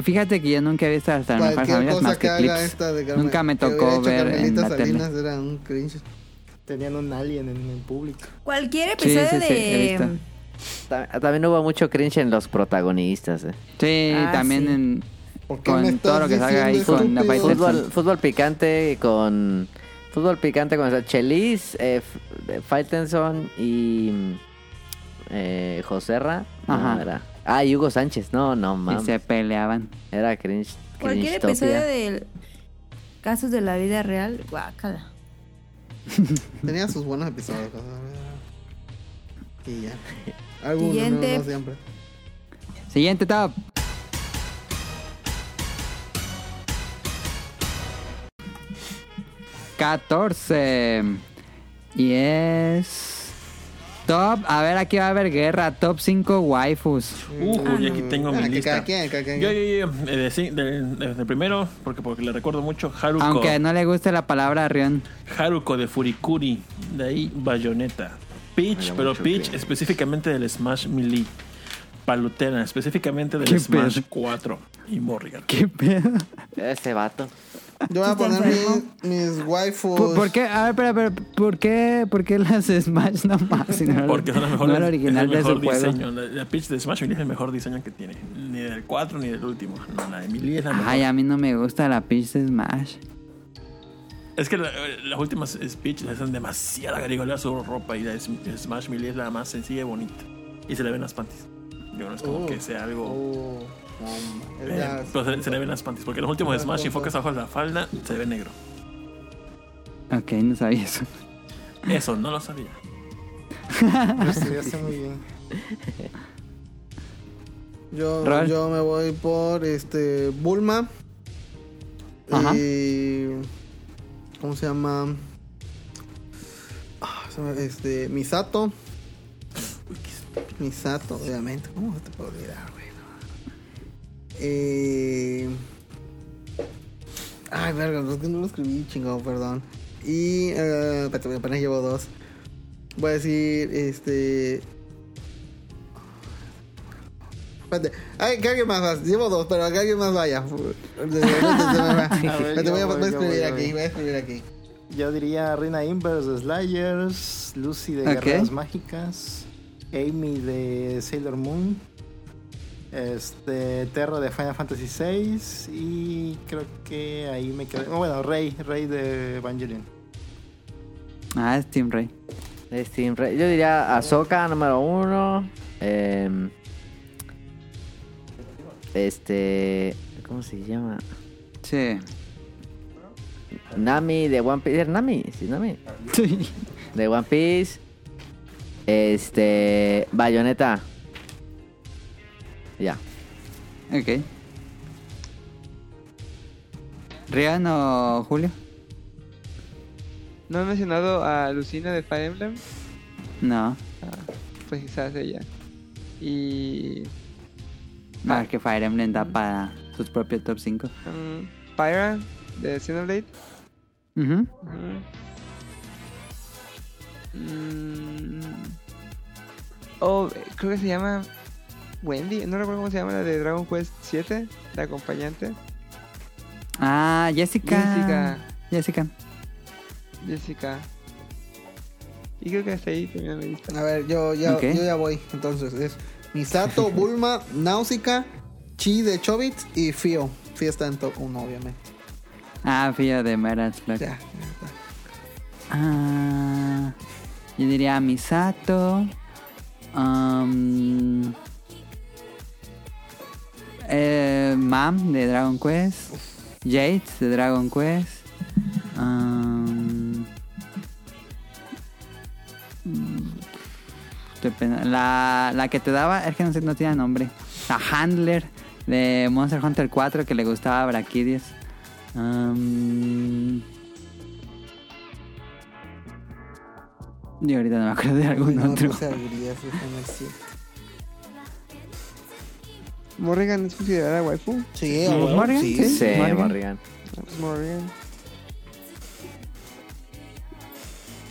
Fíjate que yo nunca he visto hasta las mejores
Cualquier
familias
cosa
más
que
que
haga
clips.
esta de Carmen-
Nunca me
que hubiera
tocó
hecho
ver en
Carmelita
la tele.
Salinas era un cringe.
Tenían un alien en el público.
Cualquier
Sí,
episodio
sí, sí, he
de.
visto.
Ta- También hubo mucho cringe en los protagonistas, ¿eh?
Sí,
Ah,
también
sí.
en
¿Por qué me
con
estás
todo lo que salga ahí
diciendo
con la
estúpido?
Faith Lipson.
Fútbol, fútbol picante con. Fútbol picante con esa Chelis, eh, F- eh, Faitelson y. mm, Eh, Joserra. No,
Ajá.
era- Ah, y Hugo Sánchez. No, no
y se
mames.
peleaban.
Era cringe.
Cualquier
cringetopia.
episodio de. Casos de la vida real, guácala.
Tenía sus buenos episodios. cosas. Y ya. Algunos,
Siguiente.
no, no siempre.
Siguiente top. ¡14! Y es... Top... A ver, aquí va a haber guerra. Top 5 waifus.
Uh, y aquí tengo
Ah,
mi
que
lista.
cada
Yo,
quien, cada quien.
yo, yo, eh, de, sí, de- de- de primero, porque, porque le recuerdo mucho, Haruko.
Aunque no le guste la palabra a Rion.
Haruko de Furikuri, de ahí Bayonetta. Peach,
Era
pero
mucho
Peach
cringe.
específicamente del Smash Melee. Palutena, específicamente
¿Qué
del Smash
pedo?
4 y Morrigan.
¿Qué pedo?
Ese vato.
Yo voy a
¿Está
poner
enfermo?
mis, mis waifus.
¿Por, por qué? A ver, pero, pero, ¿por qué, por qué las Smash nomás? Si no era-
Porque son las
No
mejores.
era original
es el
de
mejor
su juego.
diseño. La, la Peach de Smash Melee es el mejor diseño que tiene. Ni del 4 ni del último. No, la de Melee es la mejor.
Ay, a mí no me gusta la Peach de Smash.
Es que la- las últimas es- Peach le hacen demasiada garigola a su ropa y la de Sm- Smash Melee es la más sencilla y bonita. Y se le ven las panties. Yo no es como que sea algo.
Oh. No, es
Eh,
la-
pero se, se le ven las panties. Porque en los últimos
Las
Smash, si
pompas.
enfocas abajo de la falda, se ve negro.
Ok, no sabía eso.
Eso no lo sabía.
Lo estudiaste muy bien.
Yo,
Rol.
yo me voy por este Bulma.
Ajá.
Y. ¿Cómo se llama? Ah, se me- Este. Misato. Misato, obviamente. ¿Cómo se te puede olvidar, güey? No. Eh, Ay, verga, no, es que no lo escribí, chingado, perdón. Y. eh, espérate, apenas llevo dos. Voy a decir, este. Espérate, ay, que alguien más vaya. Llevo dos, pero que alguien más vaya. Espérate, voy a
yo voy,
voy a
yo voy,
escribir
yo
aquí,
voy.
voy a escribir aquí.
Yo diría Rina Inverse de Slayers, Lucy de
Ok.
Guerreras Mágicas, Amy de Sailor Moon, este Terra de Final Fantasy VI y creo que ahí me quedé. oh, Bueno, Rey, Rey de Evangelion.
Ah, es Team Rey.
Es Team Rey. Yo diría Ahsoka número uno. em, este. ¿Cómo se llama?
Sí.
Nami de One Piece. ¿Es Nami? Sí, Nami.
Sí.
De One Piece. Este. Bayonetta. Ya.
Ok. ¿Rian o Julio?
¿No han mencionado a Lucina de Fire Emblem?
No.
Pues quizás ella. Y.
No,
Ah.
es que Fire Emblem da para sus propios top 5.
mm, Pyra de Xenoblade. Ujú. Mm, Oh, creo que se llama Wendy. No recuerdo cómo se llama la de Dragon Quest 7, la acompañante.
Ah, Jessica.
Jessica.
Jessica.
Jessica. Y creo que hasta ahí termina mi lista.
A ver, yo ya,
Ok.
yo ya voy. Entonces es Misato, Bulma, Náusica, Chi de Chobit y Fio. Fio está en top 1, obviamente.
Ah, fío de Meredith Black.
Ya.
Ah, yo diría Misato. am, eh, Mam de Dragon Quest. Jade de Dragon Quest. am, mm, estoy pen- la, la que te daba, es que no sé, no tiene nombre. La Handler de Monster Hunter 4 que le gustaba a Braquidius. Am, yo ahorita no me acuerdo de algún
No,
otro.
puse algurías, esa no es cierto.
Morrigan es considerada waifu.
Sí,
¿Sí?
a huevo,
Morgan,
sí.
sí.
Sí,
Morgan.
Morrigan.
Ah, Pues Morrigan.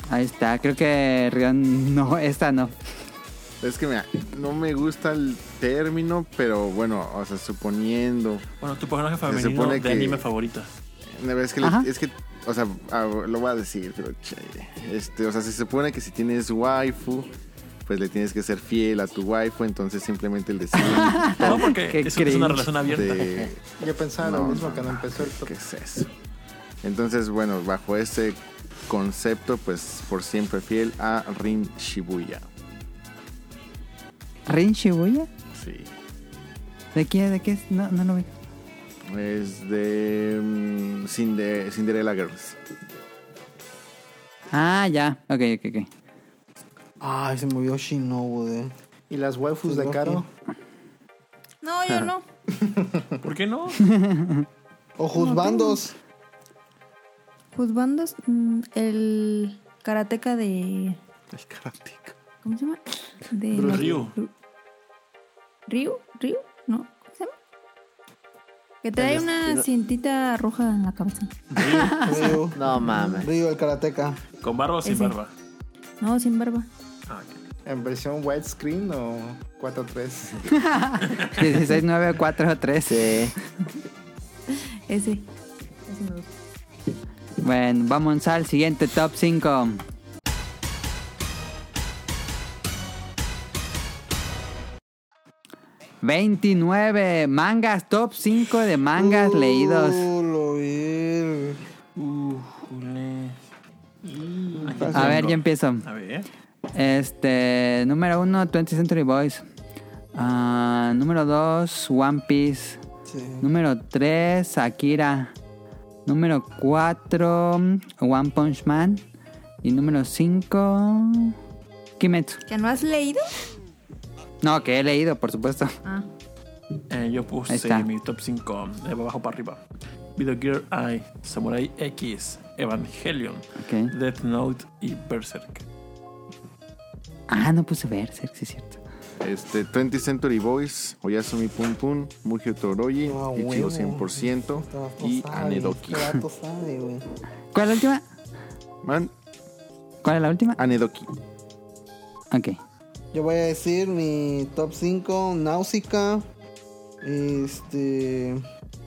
Ahí está, creo que Rion no, esta no.
Es que mira, no me gusta el término, pero bueno, o sea, suponiendo.
Bueno, tu personaje
Se
femenino
supone
de
que-
anime favorita.
Una vez que le-
Ajá.
es que, o sea, ah, lo voy a decir, pero che, este, o sea, se supone que si tienes waifu, pues le tienes que ser fiel a tu waifu, entonces simplemente el decir
No, porque
Qué
es, es una
cringe.
relación abierta.
de
Yo pensaba lo
No,
mismo
no,
cuando
no.
empezó el top.
¿Qué es eso? Entonces, bueno, bajo ese concepto, pues por siempre fiel a Rin Shibuya.
¿Rin Shibuya?
Sí.
¿De quién? ¿De qué es? No, no lo veo.
Es de mm, Cinde- Cinderella Girls.
Ah, ya. Ok, ok, ok.
Ay, se me vio Shinobu, eh.
¿Y las waifus de Caro?
No, yo no.
¿Por qué no?
Ojos bandos.
Juzbandos, mm, el karateca de.
El karateka.
¿Cómo se llama? De
Bruce Ryu.
Ryu, Ryu, no, ¿cómo se llama? Que trae una cintita roja en la cabeza.
Ryu.
No mames.
Ryu, el karateca.
¿Con barba o sin
Ese.
barba?
No, sin barba.
Ah, ok.
¿En versión widescreen o 4-3?
16, 9, 4, 3.
Sí.
Ese. Ese me gusta.
Bueno, vamos al siguiente top 5. ¡29! Mangas, top 5 de mangas leídos.
Uh, lo vi.
A ver, yo empiezo.
A ver.
Este, número 1, 20th Century Boys. Ah, número 2, One Piece. Número 3, Akira. Número 4, One Punch Man. Y número 5, Kimetsu.
¿Que no has leído?
No, que he leído, por supuesto.
Ah.
Eh, yo
Ahí
puse
está.
mi top 5 de abajo para arriba. Video Gear Eye, Samurai X, Evangelion,
Ok.
Death Note y Berserk.
Ah, no puse Berserk, sí es cierto.
Este, 20 Century Boys, Oyasumi Pum Pum, Mugio Toroyi, Ichigo 100% y Anedoki.
¿Cuál es la última?
Man,
¿Cuál es la última?
Anedoki.
Ok.
Yo voy a decir mi top 5, Náusica. Este.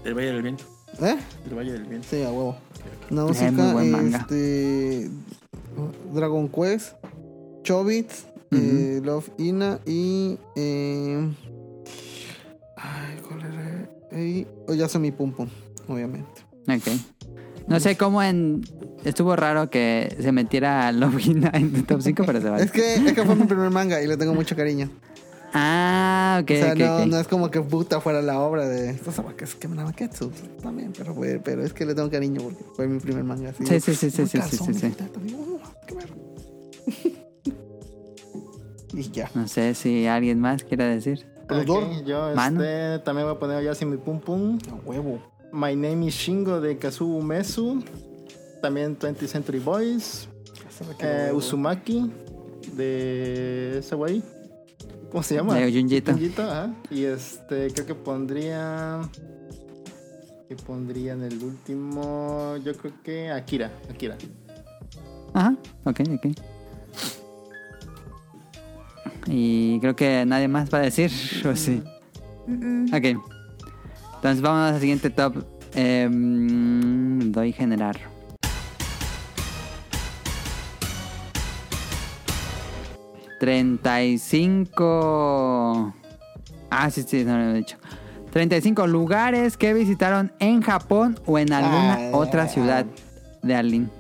El Valle del Viento.
¿Eh?
El Valle del Viento.
Sí, a huevo.
Es Eh, muy
Náusica,
buen manga.
este. Dragon Quest, Chobits, eh, Love Ina y. Eh, ay, ¿cuál era? Eh, Oyasumi Pum Pum, obviamente.
Ok. No sé cómo en... Estuvo raro que se metiera Lovina en tu top 5, pero se vale.
Es que, es que fue mi primer manga y le tengo mucho cariño.
Ah, ok,
o sea,
ok,
no,
ok.
no es como que puta fuera la obra de. Esto es que me la maquetsu también, pero, fue- pero es que le tengo cariño porque fue mi primer manga. Así,
Sí, sí, sí, sí, sí, sí, sí, sí.
uh, Y ya.
No sé si alguien más quiera decir.
Productor.
Ok, yo
Mano.
este, también voy a poner ya sin mi pum pum.
A huevo.
My Name is Shingo de Kazuo Umesu. También 20th Century Boys. Eh, Uzumaki de ese güey. ¿Cómo se llama?
De Junjito.
Junjito, ajá. Y este, creo que pondría. ¿Qué pondría en el último? Yo creo que Akira. Akira.
Ajá, ok, ok. Y creo que nadie más va a decir, o sí. Ok. Entonces vamos al siguiente top. Em, doy generar. ¡35! Ah, sí, sí, no lo he dicho. 35 lugares que visitaron en Japón o en alguna
Ah,
otra
ah.
ciudad de Alin.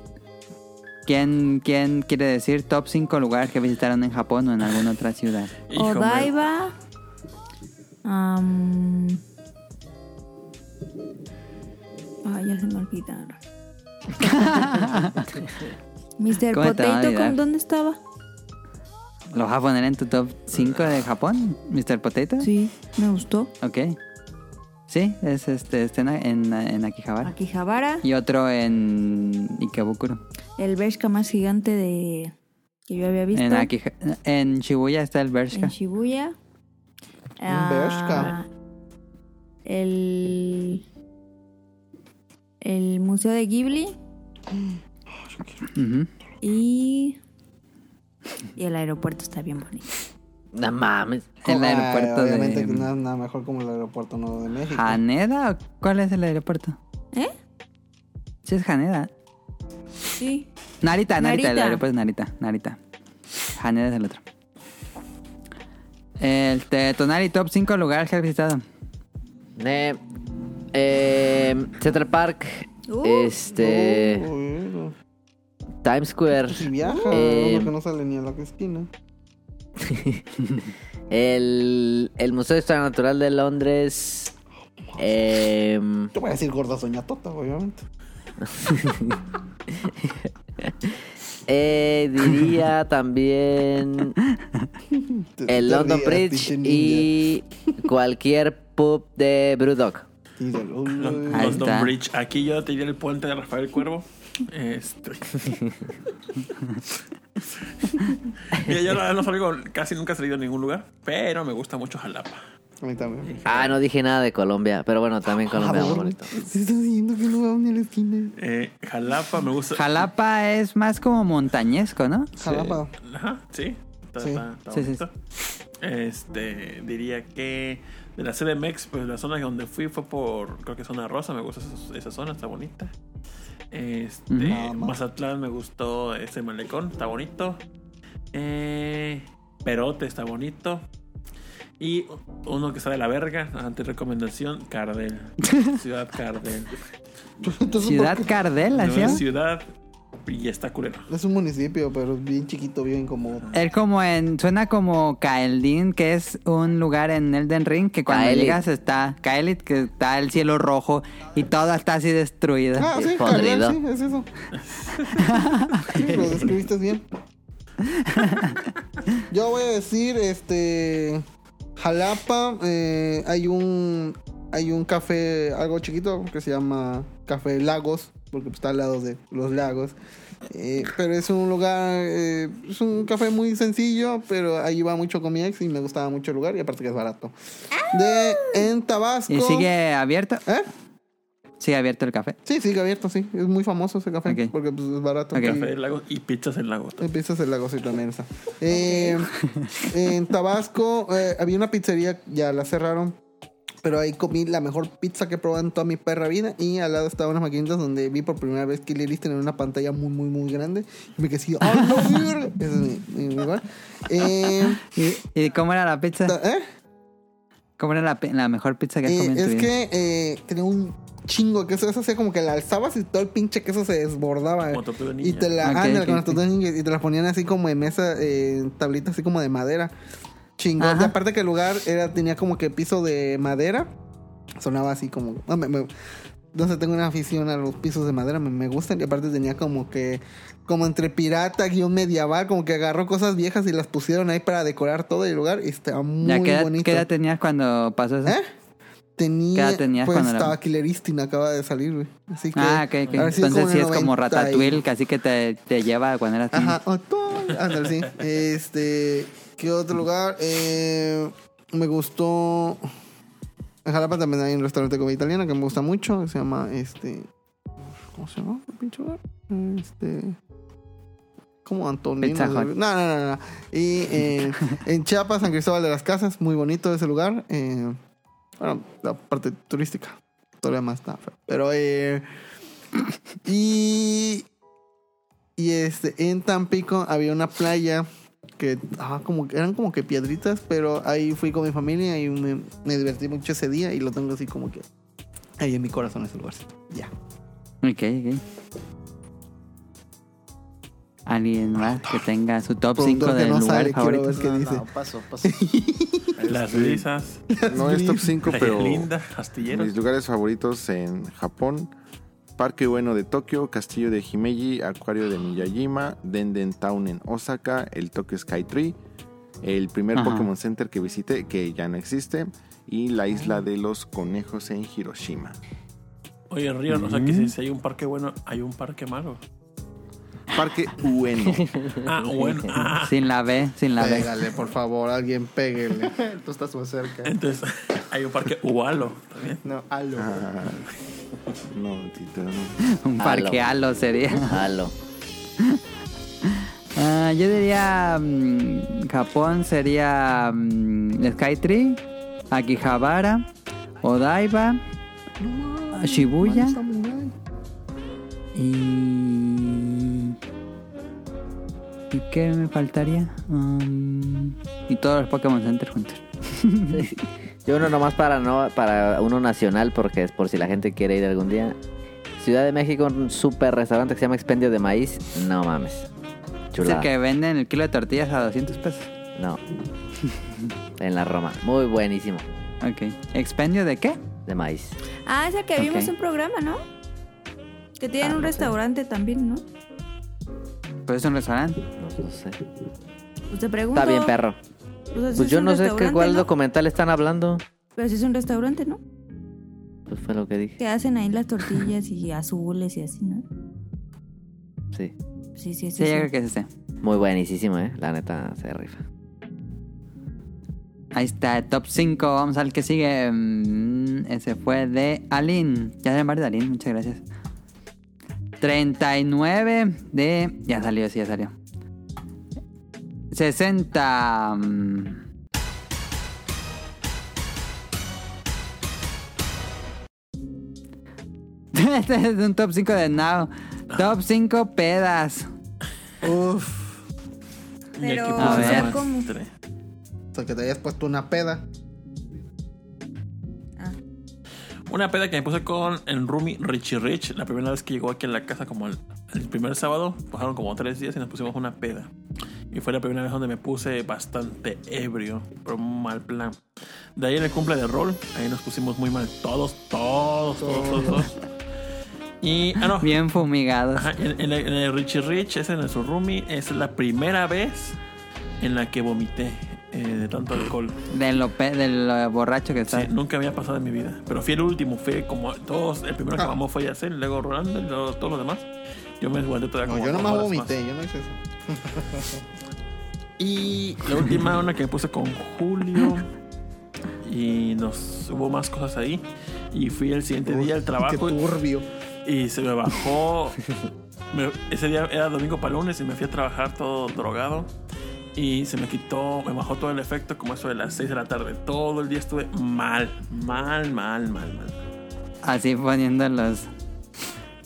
¿Quién, ¿Quién quiere decir top 5 lugares que visitaron en Japón o en alguna otra ciudad?
Oh,
Hijo, me-
Odaiba. am, Ay, ya se me olvidaron. Mr.
¿Cómo te va a
Potato,
olvidar?
¿con dónde estaba?
¿Lo vas a poner en tu top 5 de Japón, Mr. Potato?
Sí, me gustó.
Ok. Sí, es este, está en, en, en Akihabara.
Akihabara,
Y otro en Ikebukuro.
el Bershka más gigante de que yo había visto.
En, Akiha- en Shibuya está el Bershka.
En Shibuya.
Bershka.
Ah, El. El Museo de Ghibli
Ujú.
y. Y el aeropuerto está bien bonito.
No mames.
El
Ah,
aeropuerto
obviamente que
de
nada, nada mejor como el aeropuerto no de México.
Haneda. ¿o ¿Cuál es el aeropuerto?
¿Eh?
Sí, es Haneda.
Sí.
Narita, Narita, el
Narita.
aeropuerto es Narita, Narita. Haneda es el otro. El te- Tonali Top 5 lugares que has visitado.
Eh, eh, Central Park.
Uh.
este.
Uy, no.
Times Square.
Si viaja,
eh,
uno que no sale ni a la esquina.
El, el Museo de Historia Natural de Londres. em,
Te voy a decir gorda soñatota, obviamente.
eh, diría también
Te-
el
te
London
rías,
Bridge
pinche ninja.
y cualquier pub de Brewdog.
Y del-
Lon-
Ahí
London
está.
Bridge. Aquí yo te diré el puente de Rafael Cuervo. Este. Mira, yo no, no salgo, casi nunca he salido a ningún lugar, pero me gusta mucho Jalapa.
A mí también.
Ah, no dije nada de Colombia, pero bueno, también Colombia muy
favor.
bonito.
Se está diciendo que no va ni a la esquina.
Eh, Jalapa me gusta.
Jalapa es más como montañesco, ¿no?
Jalapa.
Ajá, sí. Está,
Sí.
está- está
Sí, sí, sí.
bonito. Este, diría que de la CDMX, pues la zona donde fui fue por, creo que zona rosa, me gusta esa, esa zona, está bonita. Este,
Ujú.
Nada más.
Mazatlán me gustó ese malecón, está bonito. Eh, Perote está bonito. Y uno que está de la verga, ante recomendación, Cardel. Ciudad Cardel.
Entonces,
Ciudad Cardel, la
Nueva
ciudad.
ciudad Y está culero.
Es un municipio, pero es bien chiquito, bien como.
Es como en. Suena como Kaeldin, que es un lugar en Elden Ring que cuando
Kaelit.
llegas está. Kaelit, que está el cielo rojo y todo está así destruido.
Ah, sí,
Podrido.
cabrón, sí, es eso. Sí, lo describiste bien. Yo voy a decir, este. Jalapa, eh, hay un. Hay un café, algo chiquito, que se llama Café Lagos, porque pues, está al lado de los lagos. Eh, pero es un lugar, eh, es un café muy sencillo, pero ahí iba mucho con mi ex y me gustaba mucho el lugar, y aparte que es barato. De, en Tabasco.
¿Y sigue abierto?
¿Eh?
Sigue abierto el café.
Sí, sigue abierto, sí. Es muy famoso ese café
Ok.
porque pues, es barato.
Ok.
Café del lago y pizzas en lago.
Empiezas el lago sí, también está. Eh, en Tabasco eh, había una pizzería, ya la cerraron, pero ahí comí la mejor pizza que he probado en toda mi perra vida. Y al lado estaban unas maquinitas donde vi por primera vez Killer Instinct en una pantalla muy, muy, muy grande. Y me quedé así, ¡ah, no, verga! Ese es mi, mi, mi lugar. Eh,
¿Y, y cómo era la pizza?
ta- ¿eh?
¿Cómo era la, pi- la mejor pizza que has
Eh,
comido en tu
es
vida?
que eh, tenía un chingo de queso. Eso hacía como que la alzabas y todo el pinche queso se desbordaba.
Como tortuga ninja.
Ah, Y te la
Ok,
ándale,
ok,
con
ok.
las tortugas ninja, y te las ponían así como en mesa, eh, en tablitas así como de madera. Chingón.
Ajá.
Y aparte que el lugar era, tenía como que piso de madera. Sonaba así como. no, me- me- no sé, tengo una afición a los pisos de madera, me, me gustan. Y aparte tenía como que. Como entre pirata, guión medieval, como que agarró cosas viejas y las pusieron ahí para decorar todo el lugar. Y estaba muy
¿Ya qué edad,
bonito.
qué edad tenías cuando pasó eso?
¿Eh? Tenía,
¿Qué edad tenías
pues
cuando la-
estaba Killer Instinct, acaba de salir, güey. Así que.
Ah, ok, ok.
haber sido
Entonces sí
en
es como
90 y-
Ratatouille, casi que te, te lleva cuando eras niño.
Ajá, otoño. Ándale, sí. Este, ¿qué otro lugar? Eh, me gustó. En Jalapa también hay un restaurante de comida italiana que me gusta mucho, que se llama este. ¿Cómo se llama? el pinche lugar? Este. Como Antonio.
Pizza
No, no,
Hut.
no, no. Y eh, en Chiapas, San Cristóbal de las Casas, muy bonito ese lugar. Eh, bueno, la parte turística. Todavía más está feo. Pero, eh. Y. Y este, en Tampico había una playa que ah, como, que- eran como que piedritas, pero ahí fui con mi familia y me, me divertí mucho ese día y lo tengo así como que ahí en mi corazón ese lugarcito. Ya.
Ok, ok. Alguien más que tenga su top 5
Productor que
del
no
lugar
sale, quiero
favorito.
ver. ¿Qué
No,
dice?
no, paso, paso.
Las risas.
No es top 5,
Playa
pero
linda. Astillero.
mis lugares favoritos en Japón. Parque Bueno de Tokio, Castillo de Himeji, Acuario de Miyajima, Denden Town en Osaka, el Tokyo Sky Tree, el primer
Ajá.
Pokémon Center que visité, que ya no existe, y la isla de los conejos en Hiroshima.
Oye, Río, o sea que si, si hay un parque bueno, hay un parque malo.
Parque Ueno.
Ah, bueno. Ah,
Sin la B, sin la B.
Pégale, por favor, alguien pégale.
Tú estás más cerca.
entonces hay un parque Ualo también.
No, algo.
Ah, no, Tito, no.
Un parque halo sería.
Halo.
Ah, yo diría mm, Japón sería mm, Skytree, Akihabara, Odaiba, Shibuya y ¿y qué me faltaría? Um, y todos los Pokémon Center juntos.
Yo uno nomás para no para uno nacional porque es por si la gente quiere ir algún día. Ciudad de México, un super restaurante que se llama Expendio de Maíz. No mames.
Es el
Chulada.
que venden el kilo de tortillas a 200 pesos.
No. en la Roma. Muy buenísimo.
Ok. ¿Expendio de qué?
De maíz.
Ah, es el que
Ok.
vimos un programa, ¿no? Que tienen
Ah,
un
no sé.
restaurante también, ¿no?
Pues es un restaurante.
No, no sé.
Pues te pregunto.
Está bien, perro. Pues yo no sé qué, cuál
lo
documental están hablando.
Pero si es un restaurante, ¿no?
Pues fue lo que dije.
Que hacen ahí las tortillas y azules y así, ¿no?
Sí.
Sí, sí, sí.
Sí,
sí.
yo creo que es ese.
Muy buenísimo, eh. La neta se rifa.
Ahí está, top 5. Vamos al que sigue. Mm, Ese fue de Alin. Ya se varios de Alin, muchas gracias. 39 de. Ya salió, sí, ya salió. 60. mm, Este es un top 5 de Now. Top 5 pedas.
Y aquí
Pero,
puse
a ver.
más
¿cómo?
tres.
O sea, que te hayas puesto una peda.
Una peda que me puse con el Rumi Richie Rich la primera vez que llegó aquí en la casa como el- el primer sábado pasaron como tres días y nos pusimos una peda. Y fue la primera vez donde me puse bastante ebrio, por un mal plan. De ahí en el cumple de rol, ahí nos pusimos muy mal. Todos, todos, todos, todos. todos. Y, ah, no.
Bien fumigados.
Ajá, en, en el, en el Richie Rich, ese en el Surrumi, es la primera vez en la que vomité eh, de tanto alcohol.
De lo pe- del eh, borracho que
Sí,
está.
nunca había pasado en mi vida. Pero fui el último, fui como todos. El
Ah.
primero que mamó fue Yacel, luego Rolando y luego todos los demás. Yo me guardé todavía
No,
como
yo
dos
nomás
horas
vomité,
más.
yo no hice eso.
Y la última, una que puse con Julio. Y nos hubo más cosas ahí. Y fui el siguiente día al
Qué
trabajo
turbio.
y se me bajó. Me- ese día era domingo para lunes y me fui a trabajar todo drogado. Y se me quitó, me bajó todo el efecto como eso de las 6 de la tarde. Todo el día estuve mal, mal, mal, mal, mal.
Así poniendo los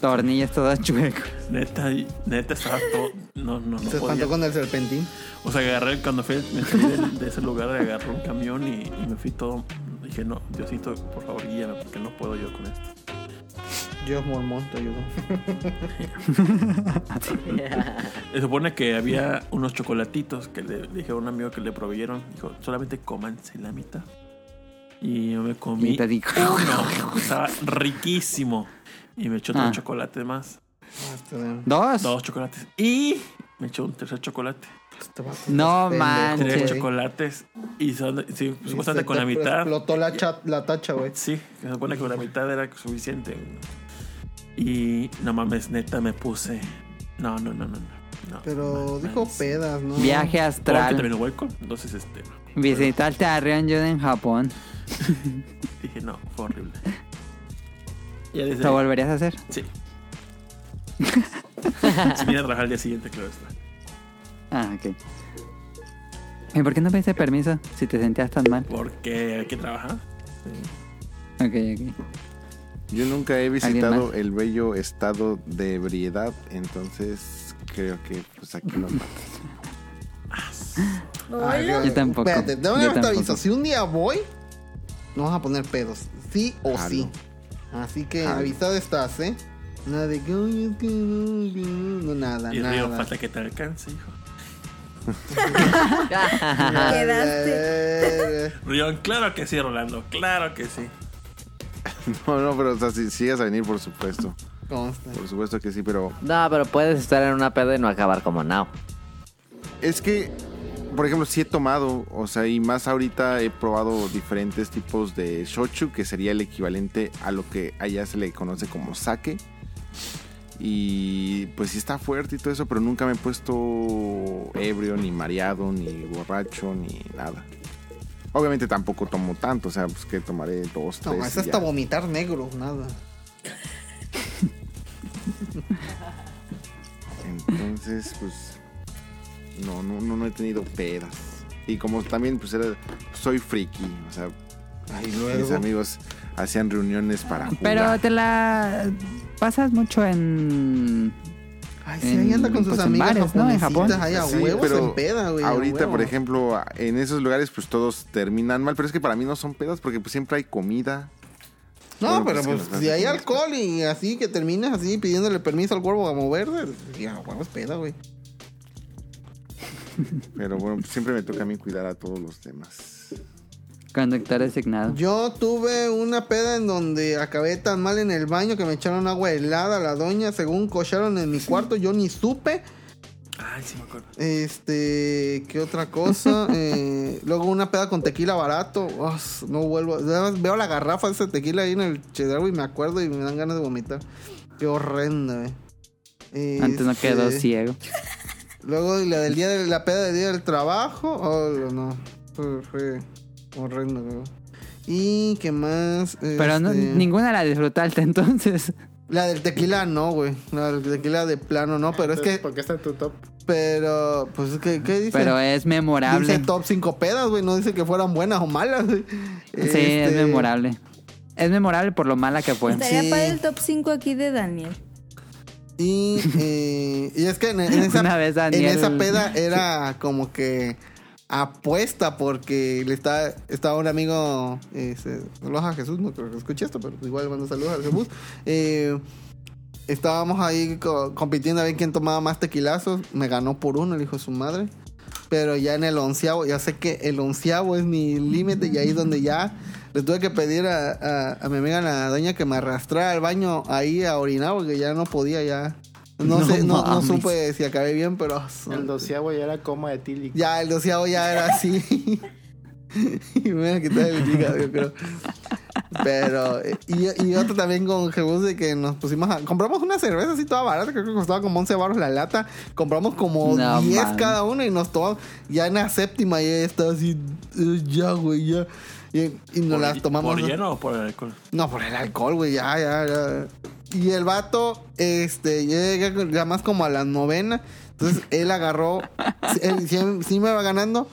tornillos todos chuecos.
Neta, y- neta estaba todo. No, no, no
Se espantó
podía.
con el serpentín.
O sea, agarré cuando fui, me salí del- de, ese lugar, agarré un camión y, y me fui todo. Dije, no, Diosito, por favor, guíame, porque no puedo yo con esto.
Dios mormón te ayudó. Ah,
Se supone que había unos chocolatitos que le dije a un amigo que le proveyeron. Dijo, solamente cómanse la mitad. Y yo me comí
Y te dijo,
uno. que Estaba riquísimo. Y me echó otro
Ah.
chocolate más.
este,
¿Dos?
Dos chocolates. Y me echó un tercer chocolate.
este
Ah, No
Tres
manches. Sí.
chocolates. Y son- sí,
Supuestamente
supuestamente con la mitad.
Explotó la, cha- la tacha, güey.
Sí, se supone que la mitad era suficiente. Y no mames, neta, me puse. No, no, no, no. no, no
Pero
mames.
dijo pedas, ¿no?
Viaje
Porque
astral.
también lo hueco. Entonces, este.
Visitaste a Ryonjun en Japón.
Dije, no, fue horrible. Ya desde
¿Lo volverías a hacer?
Sí. Se viene a trabajar al día siguiente, claro está.
Ah, ok. ¿Y por qué no pediste permiso si te sentías tan mal?
Porque hay que trabajar.
Ok, ok.
Yo nunca he
¿Alguien
visitado
más?
el bello estado de ebriedad, entonces creo que pues aquí nos mata.
Ay, Dios.
Yo tampoco.
Espérate,
Yo
dame te
tampoco.
aviso. Si un día voy, nos vas a poner pedos. Sí o
Jalo.
sí. Así que
Jalo.
avisado estás, ¿eh? Nada de que. "Ay, es que no, que no". No, nada,
Y río,
Ah, nada.
falta que te alcance, hijo.
Quedaste.
Rion, claro que sí, Rolando, claro que sí.
No, no, pero o sea, si, si llegas a venir, por supuesto.
Consta.
Por supuesto que sí, pero
No, pero puedes estar en una peda y no acabar como now.
Es que, por ejemplo, sí he tomado, o sea, y más ahorita he probado diferentes tipos de shochu, que sería el equivalente a lo que allá se le conoce como sake. Y pues sí está fuerte y todo eso, pero nunca me he puesto ebrio, ni mareado, ni borracho, ni nada. Obviamente tampoco tomo tanto, o sea, pues que tomaré dos,
No,
tres.
es
y
hasta
ya.
vomitar negro, nada.
Entonces, pues. No, no, no, no he tenido pedas. Y como también, pues era. Soy friki, o sea. mis amigos hacían reuniones para jugar.
Pero te la pasas mucho en...
Ay, sí, ahí
En-
anda con sus
pues, en
amigos
bares, ¿no? En Japón.
japonesitas, Ahí a
Sí,
huevos
pero
en peda, güey. a
ahorita, por
huevo.
ejemplo, en esos lugares, pues todos terminan mal. Pero es que para mí no son pedas porque pues siempre hay comida.
No,
Bueno,
pero
pues, que
pues,
nos
si
hacen
hay
comer.
alcohol y así que terminas así pidiéndole permiso al cuervo a moverse, ya, huevo, es peda, güey.
Pero bueno, pues, siempre me toca a mí cuidar a todos los demás.
Conductor designado.
Yo tuve una peda en donde acabé tan mal en el baño que me echaron agua helada a la doña, según cocharon en mi cuarto, yo ni supe.
Ay, sí me acuerdo.
Este, ¿qué otra cosa? Eh, luego una peda con tequila barato. Oh, no vuelvo. Nada más Veo la garrafa de ese tequila ahí en el cheddar y me acuerdo y me dan ganas de vomitar. Qué horrendo, güey.
Antes no
Este,
quedó ciego.
Luego la del día de la peda del día del trabajo. Oh, no. Fue, fue horrendo, güey. Y qué más.
Pero no-
Este,
ninguna la disfrutaste entonces.
La del tequila no, güey. La del tequila de plano no, pero es que.
Porque está en tu top.
Pero, pues es que, ¿qué dice?
Pero es memorable.
Dice top 5 pedas, güey. No dice que fueran buenas o malas. güey.
Sí,
Este,
es memorable. Es memorable por lo mala que
Este.
fue.
Estaría
Sí.
para el top 5 aquí de Daniel.
Y, eh, y es que en, en esa,
Una vez Daniel-
en esa peda era como que apuesta porque le estaba, estaba un amigo, eh, se- saludos a Jesús, no creo que escuche esto, pero igual le mando saludos a Jesús. Eh, estábamos ahí co- compitiendo a ver quién tomaba más tequilazos. Me ganó por uno el hijo de su madre. Pero ya en el onceavo, ya sé que el onceavo es mi límite y ahí es donde ya le tuve que pedir a, a- a mi amiga la doña que me arrastrara al baño ahí a orinar porque ya no podía, ya. No,
No
sé, no, no
mames.
supe si acabé bien, pero.
El doceavo ya era coma de tílico.
Ah, Ya, el doceavo ya era así. y me iba a quitar el hígado, yo creo. Pero, eh, y, y otro también con Jesús de que nos pusimos a. Compramos una cerveza así toda barata, creo que costaba como 11 baros la lata. Compramos como
No
10
mames.
cada uno y nos tomamos. Ya en la séptima ya estaba así, eh, ya, güey, ya. Y, y nos
¿Por-
las tomamos.
¿Por
¿no?
lleno o por el alcohol?
No, por el alcohol, güey, ya, ya, ya. Y el vato, este, llega ya más como a la novena. Entonces él agarró, él sí, sí me va ganando.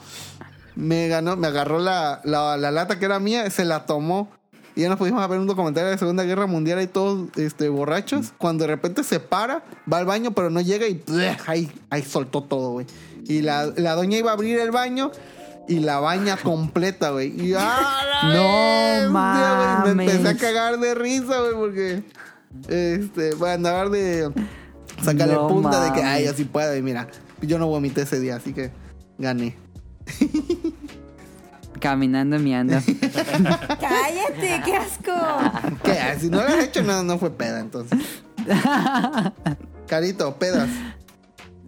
Me ganó, me agarró la, la, la lata que era mía, se la tomó. Y ya nos pudimos ver un documental de la Segunda Guerra Mundial y todos este, borrachos. Cuando de repente se para, va al baño, pero no llega y ¡pleh! ahí, ahí soltó todo, güey. Y la, la doña iba a abrir el baño y la baña completa, güey. Y ¡ah, la
No
bestia, güey! Me empecé a
mames.
cagar de risa, güey, porque. Este, para andar de. Sacarle
No
punta de que,
mames.
ay, así puedo. Y mira, yo no vomité ese día, así que gané.
Caminando miando.
¡Cállate! ¡Qué asco!
¿Qué? Ah, Si no lo has hecho, no, no fue peda, entonces. Carito, pedas.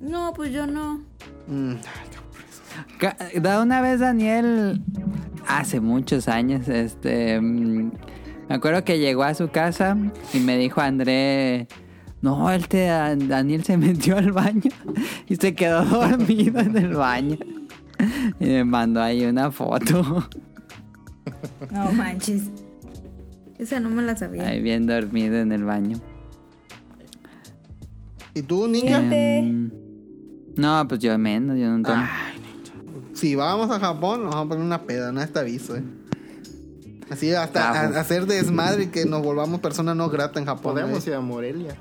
No, pues yo no.
Mm.
Ca- Da una vez Daniel, hace muchos años, este, mm, me acuerdo que llegó a su casa y me dijo André, no, el te- Daniel se metió al baño y se quedó dormido en el baño. Y me mandó ahí una foto,
No manches. Esa no me la sabía.
ahí bien dormido en el baño.
¿Y tú, niña?
Em, no, pues yo menos, yo no tomo.
Si vamos a Japón, nos vamos a poner una peda, nada te aviso, eh. Así hasta
Ah,
a-
pues.
hacer desmadre y que nos volvamos personas no gratas en Japón.
Podemos
eh.
ir a Morelia.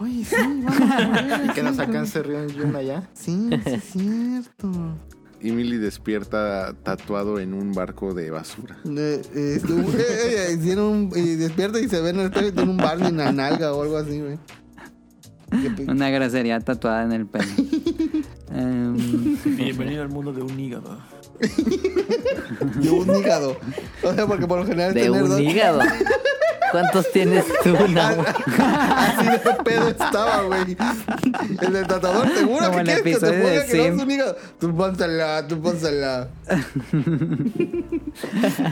Oye, sí, vamos a
Y
Morelia,
que nos
sí,
alcance Río Yuna allá.
Sí, sí es cierto.
Y Milly despierta tatuado en un barco de basura.
Eh, eh, este, un- eh, eh, eh, tiene un- y despierta y se ve en el espejo y tiene un Barney en la nalga o algo así, güey. pues, Qué pe-
Una grosería tatuada en el pelo. Em,
Bienvenido al mundo de un hígado.
De un hígado. O sea, porque por lo general es
De
tener
un
dos-
hígado. ¿Cuántos tienes tú, Nahua?
Así de pedo estaba, güey. El del tratador seguro
Como
que
el
quieres que te
episodio de
ponga que no
Sim.
es un hígado. Tú pónsela, tú pónsela.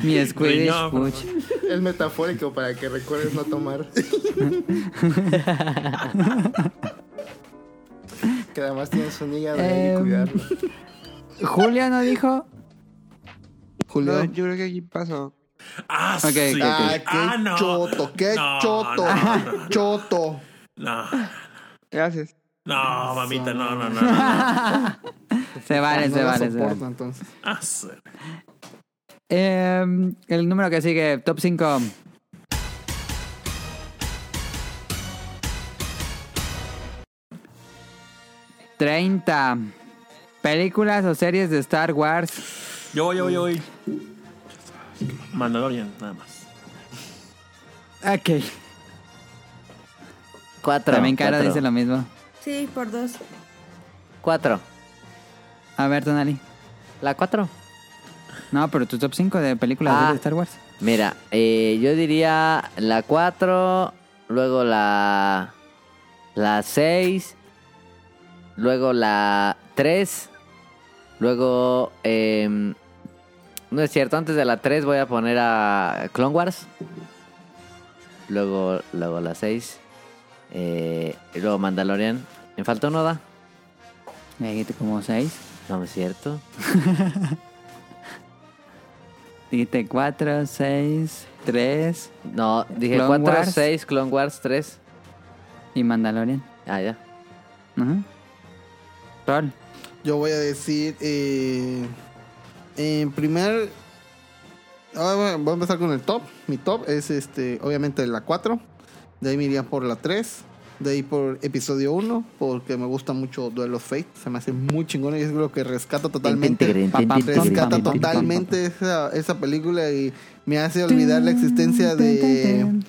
mi Squid
Riñón, por
Puch.
Es metafórico para que recuerdes no tomar. que además tienes un hígado ahí
Em.
y cuidarlo.
Julia no dijo.
No,
Julio.
yo creo que aquí paso.
Ah,
Ok, ok,
sí.
ok.
Ah, qué
Ah, no.
choto, qué
No,
choto,
no, no, no.
choto.
No,
Gracias.
no, mamita, no, no, no, no.
Se vale,
No
se
la
vale, se
soporto,
vale.
entonces.
Ah, sí.
Em, el número que sigue, top 5. Treinta películas o series de Star Wars.
Yo voy, yo voy, yo voy. Mandalorian, nada más.
Ok.
Cuatro.
También Cara
cuatro.
dice lo mismo.
Sí, por dos.
Cuatro.
A ver, Tonali.
¿La cuatro?
No, pero tu top 5 de películas o
Ah.
series de Star Wars.
Mira, eh, yo diría la 4, luego la la 6, luego la 3, luego em, no es cierto, antes de la 3 voy a poner a Clone Wars. Luego luego la 6, eh, y luego Mandalorian. ¿Me falta uno, da?
Me dijiste como 6.
No es cierto.
Dijiste 4, 6, 3
No, dije
Clone
4,
Wars.
6, Clone Wars 3.
y Mandalorian.
Ah, ya.
Ajá. Troll.
Yo voy a decir. eh, en primer. ah, bueno, voy a empezar con el top. Mi top es este, obviamente la 4. De ahí me iría por la 3. De ahí por episodio 1. Porque me gusta mucho Duel of Fate. Se me hace muy chingón y es lo que rescata totalmente. Rescata totalmente esa, esa película y me hace olvidar la existencia de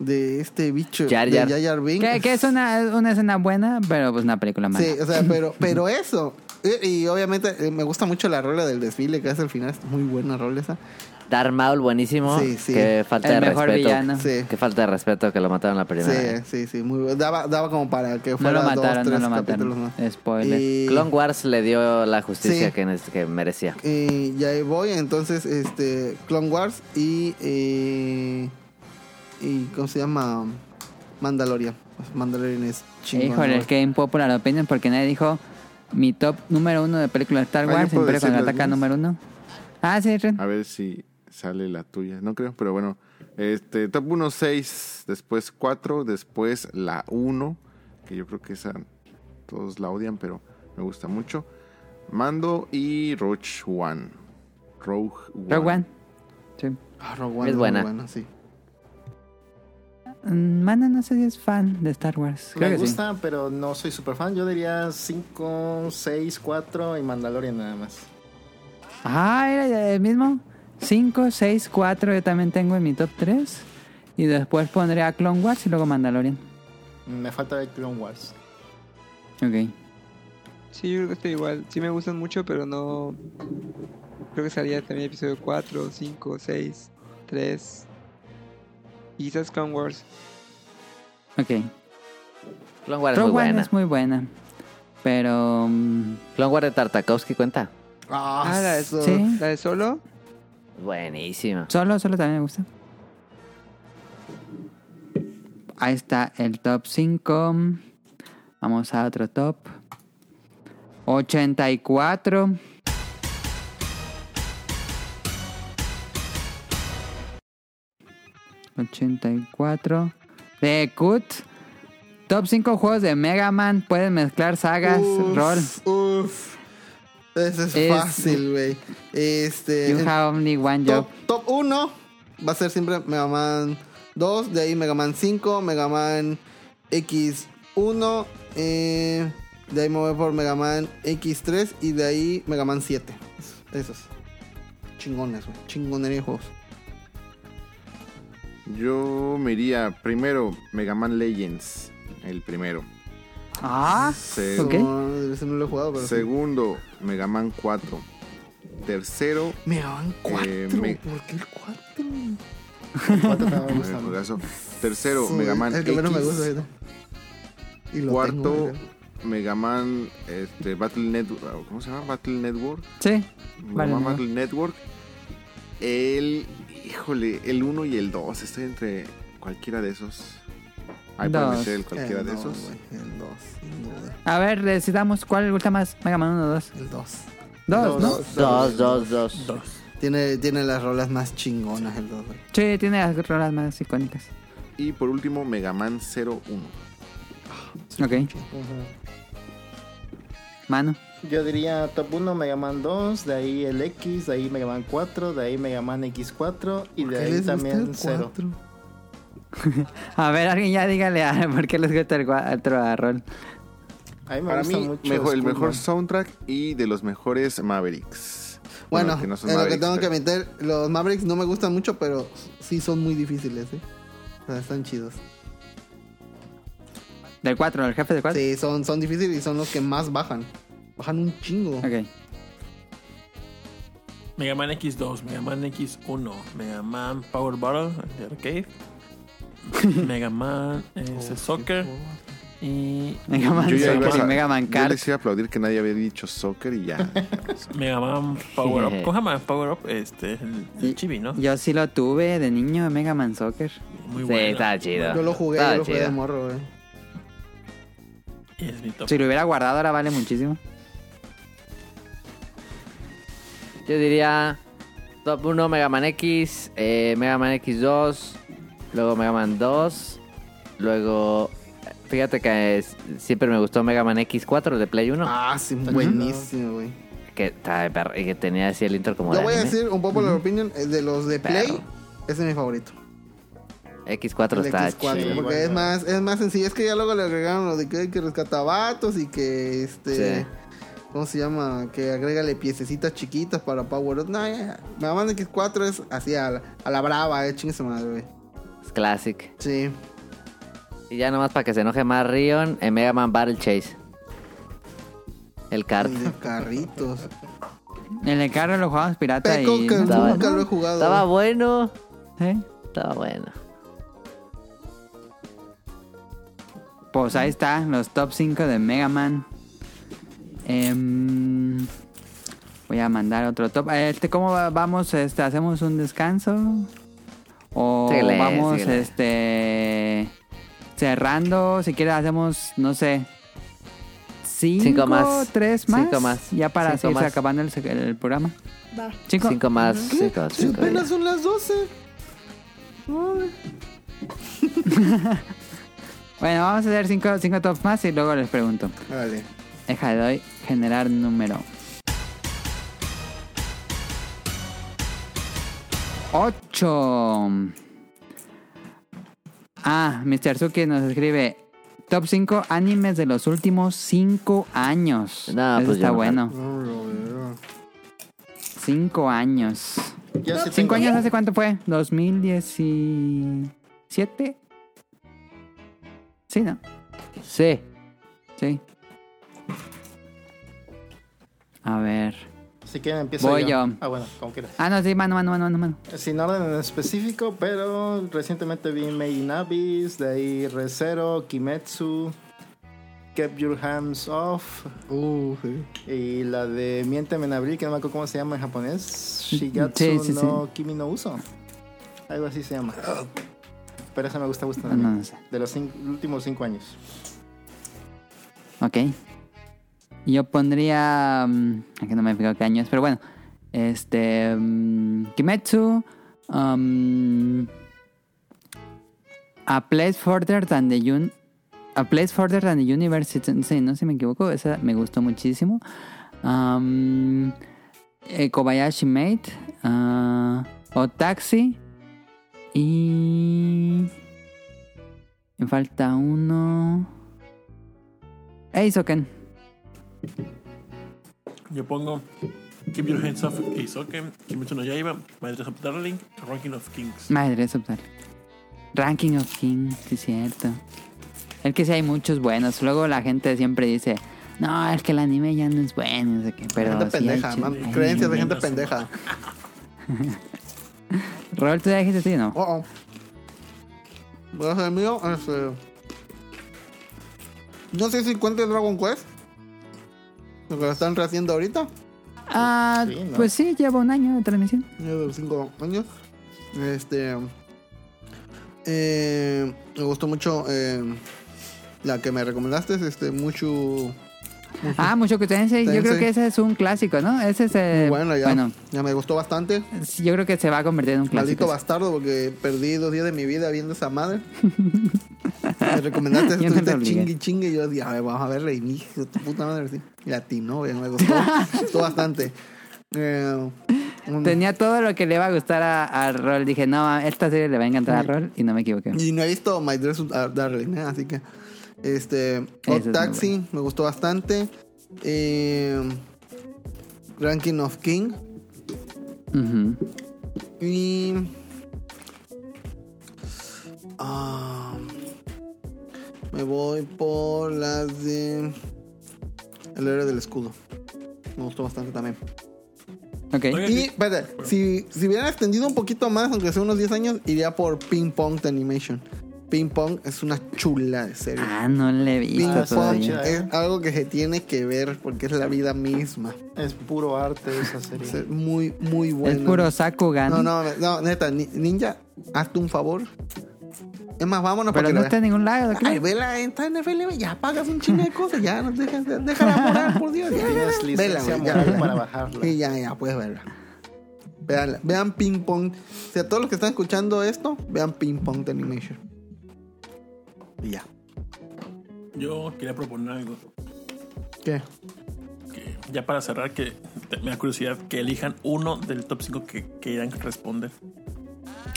de este bicho
Jar Jar.
de Jar Jar Binks.
Que, que es una, una escena buena, pero pues una película mala.
Sí, o sea, pero, pero eso. Y, y obviamente eh, me gusta mucho la rola del desfile que hace al final. Es muy buena rola esa.
Darth Maul, buenísimo.
Sí, sí.
Qué falta
El
de
mejor
respeto.
villano.
Sí.
Qué falta de respeto que lo mataron la primera.
Sí,
vez.
sí, sí, muy bu- daba, daba como para que
No
fuera
lo mataron, Eh.
dos,
no
tres
lo
capítulos
mataron.
más.
Spoiler.
Y-
Clone Wars le dio la justicia
Sí.
que, nes- que merecía.
Y ya ahí voy, entonces, este, Clone Wars y, eh, y ¿cómo se llama? Mandalorian. Mandalorian es chingón.
Híjole,
¿no?
es que impopular opinion porque nadie dijo mi top número uno de películas de
Ah,
Star
¿Alguien
Wars,
puede
Imperio
decir las
Contraataca
mías?
número uno. Ah, sí, Ren.
A ver si sale la tuya. No creo, pero bueno. Este, top 1, 6, después 4, después la 1, que yo creo que esa todos la odian, pero me gusta mucho. Mando y Roach One. Rogue One.
Rogue One. Sí.
Ah, Rogue One
Es
muy
buena.
buena, sí.
Mm, Mana no sé si es fan de Star Wars. Creo
Me
que sí.
gusta, pero no soy super fan. Yo diría 5, 6, 4 y Mandalorian nada más.
Ah, era el mismo. 5, 6, 4 yo también tengo en mi top 3. Y después pondré a Clone Wars y luego Mandalorian.
Me falta ver Clone Wars.
Ok.
Sí, yo creo que estoy igual. Sí me gustan mucho, pero no... Creo que salía también episodio 4, 5, 6, 3... Y quizás Clone Wars.
Ok.
Clone Wars es
Rogue
muy
One
buena.
es muy buena. Pero. mm,
Clone Wars de Tartakovsky cuenta.
Ah, la de,
eso.
Sí.
la de Solo.
Buenísima.
Solo, solo también me gusta. Ahí está el top 5. Vamos a otro top. 84. ...84... ...de Cut... ...top 5 juegos de Mega Man... ...pueden mezclar sagas,
Uf,
rol...
Uf. Eso es,
Es-
fácil, güey. Este.
...you
el
have only one job...
top, top 1 va a ser siempre Mega Man 2, de ahí Mega Man 5, Mega Man X1, eh, de ahí me voy por Mega Man X3 y de ahí Mega Man 7. Esos. Chingones, güey. Chingonería de juegos.
Yo me iría primero Mega Man Legends, el primero.
Ah,
Se-
ok.
No, ese no lo he jugado, pero. sí.
Segundo, Mega Man 4. Tercero,
Mega Man 4.
Eh, me-
¿Por qué el 4?
El 4 también me gusta.
juegazo. tercero Mega Man
El que menos me
X.
gusta ahorita. Y lo tengo,
Cuarto,
güey.
Mega Man este, Battle Network. ¿Cómo se llama? Battle Network.
Sí.
Mega
Vale,
Man
no.
Battle Network. El. Híjole, el 1 y el 2. Estoy entre cualquiera de esos. Ahí puede
Dos.
meter el cualquiera
El
de
dos, Eh,
esos.
güey, El 2, sin duda.
A ver, decidamos cuál le gusta más. Mega Man 1 o 2.
El 2.
2, ¿no?
Dos, dos, dos.
Dos.
Tiene, tiene las rolas más chingonas el 2, güey.
Sí, tiene las rolas más icónicas.
Y por último, Mega Man 01.
Ok.
Ujú.
Mano.
Yo diría top 1 Mega Man 2, de ahí el X, de ahí Mega Man 4, de ahí Mega Man X4 y de
¿Qué
ahí
les gusta
también
el
0.
4?
A ver, alguien ya dígale a por qué les gusta el 4 a Rol.
A mí me
Para
gusta
mí,
mucho.
mejor- el
Skullman.
mejor soundtrack y de los mejores Mavericks.
Bueno,
que no
es
son
lo que
Mavericks,
tengo que
pero-
meter. Los Mavericks no me gustan mucho, pero sí son muy difíciles, ¿eh? O sea, están chidos.
Del 4, el jefe del 4.
Sí, son, son difíciles y son los que más bajan. Bajan un chingo.
Ok.
Mega Man X2, Mega Man X1, Mega Man Power Battle de arcade, Mega Man ese
Oh,
Soccer y
Mega Man
Yo ya iba
Soccer y
a-
Mega Man
yo
Kart.
les iba a aplaudir que nadie había dicho soccer y ya.
Mega Man Power Up. ¿Cómo se llama Power Up? Este, el, el
Y-
chibi, ¿no?
Yo sí lo tuve de niño, Mega Man Soccer.
Muy
Sí,
bueno.
estaba chido.
Yo lo jugué,
Estaba
yo lo jugué
chido.
de morro, güey.
Y es mi top.
Si lo hubiera guardado ahora vale muchísimo.
Yo diría top 1 Mega Man X, eh, Mega Man X2, luego Mega Man 2, luego fíjate que es- siempre me gustó Mega Man X4 el de Play 1,
Ah, sí, buenísimo, güey.
que, estaba de perro y que tenía así el intro como
Yo
de
voy a
anime.
decir un popular opinion. eh, De los de Play,
Perro.
ese es mi favorito.
X4
El
está
X4,
chido.
porque
bueno.
es más, es más sencillo. Es que ya luego le agregaron lo de que hay que rescatar vatos y que este.
Sí.
¿Cómo se llama? Que agrégale piececitas chiquitas para Power Up. No, ya, ya. Mega Man X4 es así a la, a la brava, eh, chingue su madre, güey.
Es classic.
Sí.
Y ya nomás para que se enoje más Rion, en Mega Man Battle Chase. El kart.
El de carritos.
En el carro lo jugabas pirata
Peco
y...
que
no-
estaba-
nunca lo he jugado.
Estaba bueno.
¿eh?
Estaba bueno.
Pues ahí está, los top 5 de Mega Man. Em, voy a mandar otro top. Este, ¿Cómo va- vamos? Este, ¿Hacemos un descanso? ¿O
Síguele,
vamos
síguele.
este cerrando? Si quieres hacemos, no sé, cinco,
más.
tres más.
Cinco más.
Ya para
Cinco
seguir
más.
acabando el, sec- el programa.
Va.
Cinco.
Cinco más. Cinco,
Si
cinco.
apenas son las 12.
Bueno, vamos a hacer cinco, cinco tops más y luego les pregunto.
Órale.
Deja, le doy generar número. 8. Ah, Mr. Suki nos escribe Top 5 animes de los últimos 5 años.
No,
Eso
pues
está
yo no
bueno.
No lo veo.
5 años.
Yo sí
5
tengo-
años hace cuánto fue? 2017. Sí, ¿no?
Sí.
Sí. A ver.
Si quieren empiezo
Voy
yo.
yo.
Ah, bueno, como quieras.
Ah, no, sí, mano, mano, mano, mano, mano.
Sin orden en específico, pero recientemente vi Made in Abyss, de ahí ReZero, Kimetsu, Keep Your Hands Off
Uh, sí.
y la de Miénteme en Abril, que no me acuerdo cómo se llama en japonés, Shigatsu
Sí, sí,
no Kimi no Uso. Algo así se llama. Pero esa me gusta mucho
No, no,
también.
no sé.
De los cin- últimos cinco años.
Ok. Yo pondría. mm, Aquí no me fijo qué año es, pero bueno. Este. mm, Kimetsu. um, a Place Further Than the Un A Place Further Than the Universe. Sí, no sé si me equivoco. Esa me gustó muchísimo. Um, eh, Kobayashi Maid. ah, o Taxi. Y. Me falta uno. Eisoken.
Yo pongo Keep Your Hands Off Keisoken, Kimetsu no Yaiba, Maestros of Darling, Ranking of Kings.
Madre, eso tal. Ranking of Kings, sí, es cierto. Es que sí hay muchos buenos. Luego la gente siempre dice, no, es que el anime ya no es bueno, no sé qué, pero.
gente
sí hay
pendeja,
chido.
man,
chingos.
creencias de
Ay,
gente
no sé.
pendeja.
Robert, ¿tú ya dijiste sí o no?
Oh, oh. Voy a hacer el mío. Este... No sé si cuente Dragon Quest. Lo que lo están rehaciendo ahorita.
Ah,
sí, ¿no?
pues sí, lleva un año de transmisión.
Yo de los 5 años. Este. eh, me gustó mucho eh, la que me recomendaste. Este, mucho.
Ah, mucho que Tensei. Yo creo
Tensei.
que ese es un clásico, ¿no? Ese es. eh,
bueno, ya, ya me gustó bastante.
sí, yo creo que se va a convertir en un clásico.
Maldito bastardo, porque perdí dos días de mi vida viendo esa madre. Me recomendaste
Yo no te
estuviste
obligué.
chingue y chingue. Y yo dije, a ver, vamos a verla. Y mi hijo, tu puta madre. sí. Y a ti, ¿no? Me gustó, me gustó bastante. Eh, un-
Tenía todo lo que le iba a gustar a, a Roll. Dije, no, esta serie le va a encantar a Roll y no me equivoqué.
Y no he visto My Dress Are Darling, ¿eh? así que. Este. Hot
Ese es
Taxi
muy
me gustó bastante. Eh, Ranking of King.
Ujú.
Y. ah, me voy por las de. El héroe del escudo. Me gustó bastante también.
Ok.
Oye,
Y, espérate, si, si hubiera extendido un poquito más, aunque sea unos 10 años, iría por Ping Pong de Animation. Ping Pong es una chula de serie.
Ah, no le he visto
Ping Pong eh.
todavía.
es algo que se tiene que ver porque es la vida misma.
Es puro arte esa serie.
Es muy, muy
Es
buena.
puro Sakugan.
No, no, no, neta, ni- ninja, hazte un favor. Es más, vámonos para
Pero
que
no
la
está en
veas.
ningún lado, creo.
Ay, vela, está en FLM, ya pagas un chingo de cosas, ya, no, deja, déjala morar, por Dios. Ya,
Tienes
ya, vela,
licencia
güey, ya,
moral
vela.
para bajarla.
Sí, ya, ya, puedes verla. Vean, vean Ping Pong. O sea, todos los que están escuchando esto, vean Ping Pong de Animation. Y ya.
Yo quería proponer algo.
¿Qué?
que- ya para cerrar, que te- me da curiosidad que elijan uno del top 5 que quieran responder.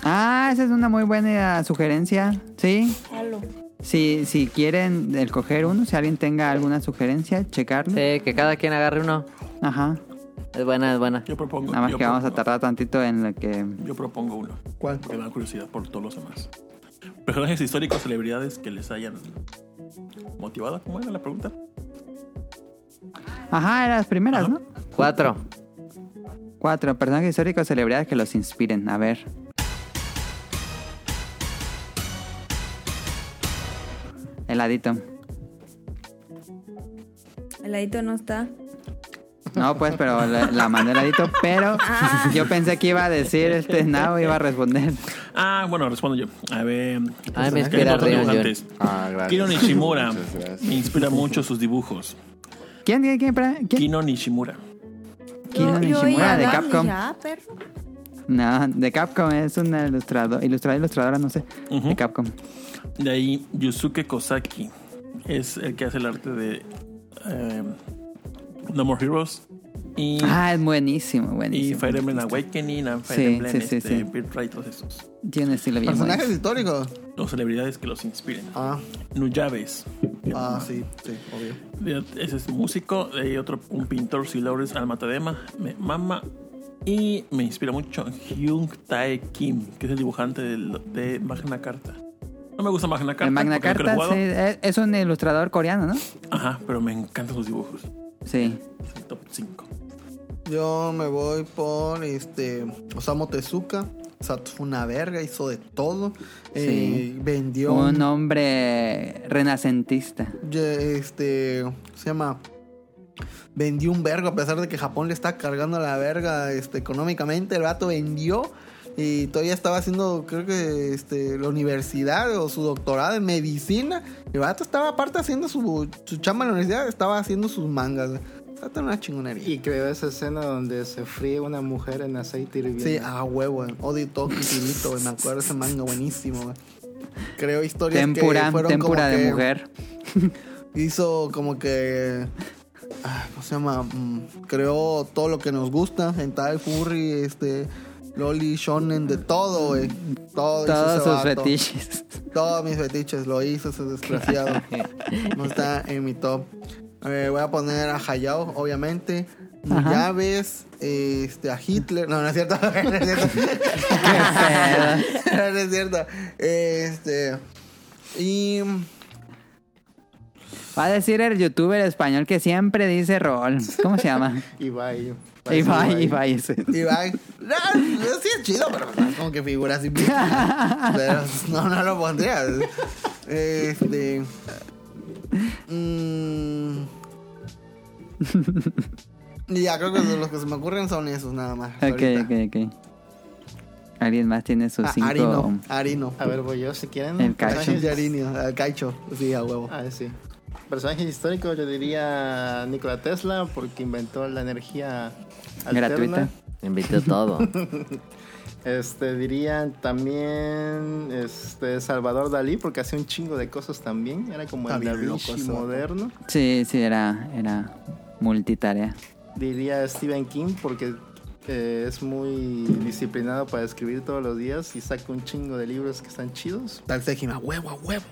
Ah, esa es una muy buena sugerencia. Sí. Si, si quieren escoger uno, si alguien tenga alguna sugerencia, checarlo.
Sí, que cada quien agarre uno.
Ajá.
Es buena, es buena.
Yo propongo.
Nada más
yo
que vamos a
propongo-
tardar tantito en lo que.
Yo propongo uno,
¿Cuál?
porque me da curiosidad por todos los demás. Personajes históricos, celebridades que les hayan motivado. ¿Cómo era la pregunta?
Ajá, eran las primeras, ¿no?
Cuatro.
Cuatro, personajes históricos, celebridades que los inspiren. A ver. Heladito.
El ladito no está.
No, pues, pero la, la mandé heladito, pero yo pensé que iba a decir este nabo, iba a responder.
Ah, bueno, respondo yo. A ver.
Ay, me
¿qué
espera
otros
Rion John.
dibujantes?
Ah, gracias.
Kino Nishimura.
Muchas gracias.
Me inspira mucho sus dibujos.
¿Quién? ¿Quién? ¿Quién? espera? ¿Quién?
Kino Nishimura.
Kino Nishimura de Capcom.
Ya, perro.
No, de Capcom es una ilustrador, ilustradora, ilustradora, no sé.
Ujú.
De Capcom.
De ahí, Yusuke Kosaki es el que hace el arte de eh, No More Heroes y,
Ah, es buenísimo,
y
buenísimo.
Fire Emblem Awakening, and Fire
Sí,
Emblem
sí, sí,
este,
sí.
Birthright, todos esos.
Tiene un estilo bien bueno.
Personajes históricos.
Los celebridades que los inspiren.
Ah,
Nuyaves.
ah, sí, sí, obvio.
De- Ese es músico. De ahí otro, un pintor, Silores Almatadema. Me mama. Y me inspira mucho Hyung Tae Kim, que es el dibujante del- de, Magna Carta. No me gusta Magna Carta.
El Magna
porque nunca lo
Carta
he jugado.
sí, es, es un ilustrador coreano, ¿no?
Ajá, pero me encantan sus dibujos.
Sí.
Es el top 5.
Yo me voy por este Osamu Tezuka. O sea, fue una verga, hizo de todo. Eh, vendió
Un hombre renacentista.
ye- este se llama vendió un vergo a pesar de que Japón le está cargando la verga este económicamente, el vato vendió y todavía estaba haciendo creo que este la universidad o su doctorado en medicina. El vato estaba aparte haciendo su su chamba en la universidad, estaba haciendo sus mangas. Está una chingonería.
Y creó esa escena donde se fríe una mujer en aceite hirviendo.
Sí, a huevo, güey. Odio todo infinito, güey. Me acuerdo de ese manga buenísimo, güey. Creo historias que
Tempura,
fueron
tempura
como
de
que
mujer.
Hizo como que. ah, ¿Cómo se llama? Mm, Creó todo lo que nos gusta: hentai, furry, este. Loli, shonen, de todo, güey. Todo hizo
Todos
ese
sus
vato.
fetiches.
Todos mis fetiches lo hizo ese desgraciado. No está en mi top. Eh, voy a poner a Hayao, obviamente.
Ajá.
Llaves, este, a Hitler. No, no es cierto. No es cierto. no, no es cierto. Este. Y.
Va a decir el youtuber español que siempre dice rol. ¿Cómo se llama?
Ibai.
Ibai, Ibai. ese.
Ibai. No, no, sí es chido, pero pues, no es como que figura así. Pero no, no lo pondría. Este. mm, y ya creo que los que se me ocurren son esos nada más.
Ok,
ahorita.
ok, ok. Alguien más tiene sus
Ah,
cinco.
Arino, Arino.
A ver, voy yo si quieren.
El cacho.
Personajes de Arino, al Caicho, sí, a huevo.
Ah, sí. Personaje histórico, yo diría Nikola Tesla, porque inventó la energía alterna.
Gratuita.
Invitó todo.
Este, diría también este, Salvador Dalí, porque hacía un chingo de cosas también. Era como el Da
También
Vinci
loco, eso.
moderno.
Sí, sí, era, era multitarea.
Diría Stephen King, porque eh, es muy disciplinado para escribir todos los días y saca un chingo de libros que están chidos.
Tal Sejima, a huevo, a huevo.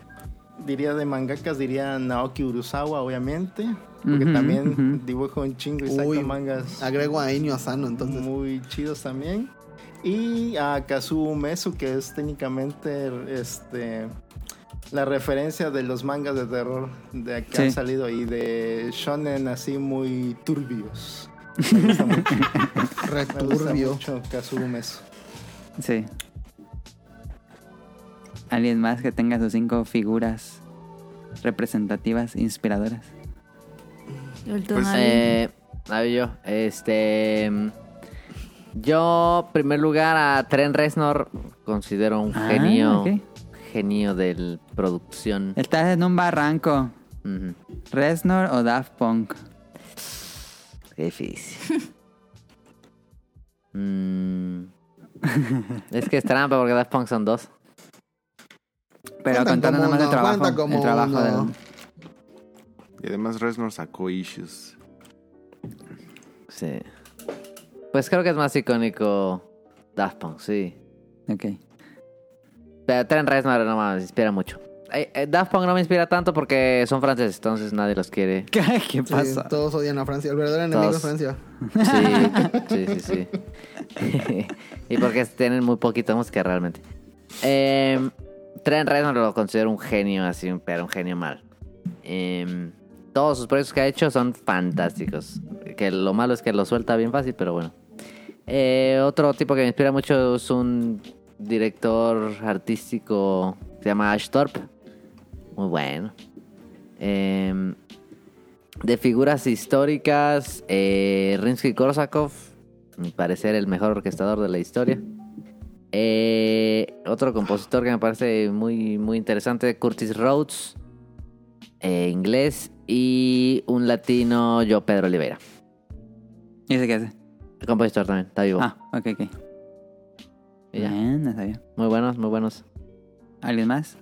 Diría de mangakas, diría Naoki Urusawa, obviamente, porque
Ujú,
también
ujú.
dibuja un chingo y saca
Uy,
mangas.
Agrego a Inio Asano, entonces.
muy chidos también. Y a Kazuo Umezu, que es técnicamente este, la referencia de los mangas de terror de que
Sí.
han salido y de shonen así muy turbios. Me gusta mucho, me gusta
Returbio.
mucho Kazuo Umezu.
Sí. Alguien más que tenga sus cinco figuras representativas, inspiradoras.
El
Pues,
tonal.
Eh, a ver yo, este... Yo, en primer lugar, a Tren Reznor considero un
Ah,
genio.
ok.
Genio de producción.
Estás en un barranco.
Ujú.
Reznor o Daft Punk.
Qué difícil. Mm. es que es trampa porque Daft Punk son dos.
Pero
Cuentan
contando nada
como
más el
uno,
trabajo.
cuentan como
el trabajo
uno.
del-
Y además Reznor sacó issues.
Sí. Pues creo que es más icónico Daft Punk, sí.
Ok.
Pero Tren Reznor no me inspira mucho. Eh, eh, Daft Punk no me inspira tanto porque son franceses, entonces nadie los quiere.
¿Qué, qué
Sí,
pasa?
todos odian a Francia. El verdadero enemigo
Todos.
es Francia.
Sí, sí, sí, sí. y porque tienen muy poquita música realmente. Eh, Trent Reznor lo considero un genio así, un- pero un genio mal. Em, todos sus proyectos que ha hecho son fantásticos. Que lo malo es que lo suelta bien fácil, pero bueno. Eh, otro tipo que me inspira mucho es un director artístico que se llama Ash Thorpe. Muy bueno. Em, de figuras históricas, eh, Rinsky-Korsakov, a mi parecer el mejor orquestador de la historia. Eh, otro compositor que me parece muy, muy interesante, Curtis Rhodes, eh, inglés, y un latino, yo, Pedro Oliveira.
¿Y ese qué hace?
Compositor también, está vivo.
Ah, ok, ok.
Y ya.
Bien, está bien.
Muy buenos, muy buenos.
¿Alguien más?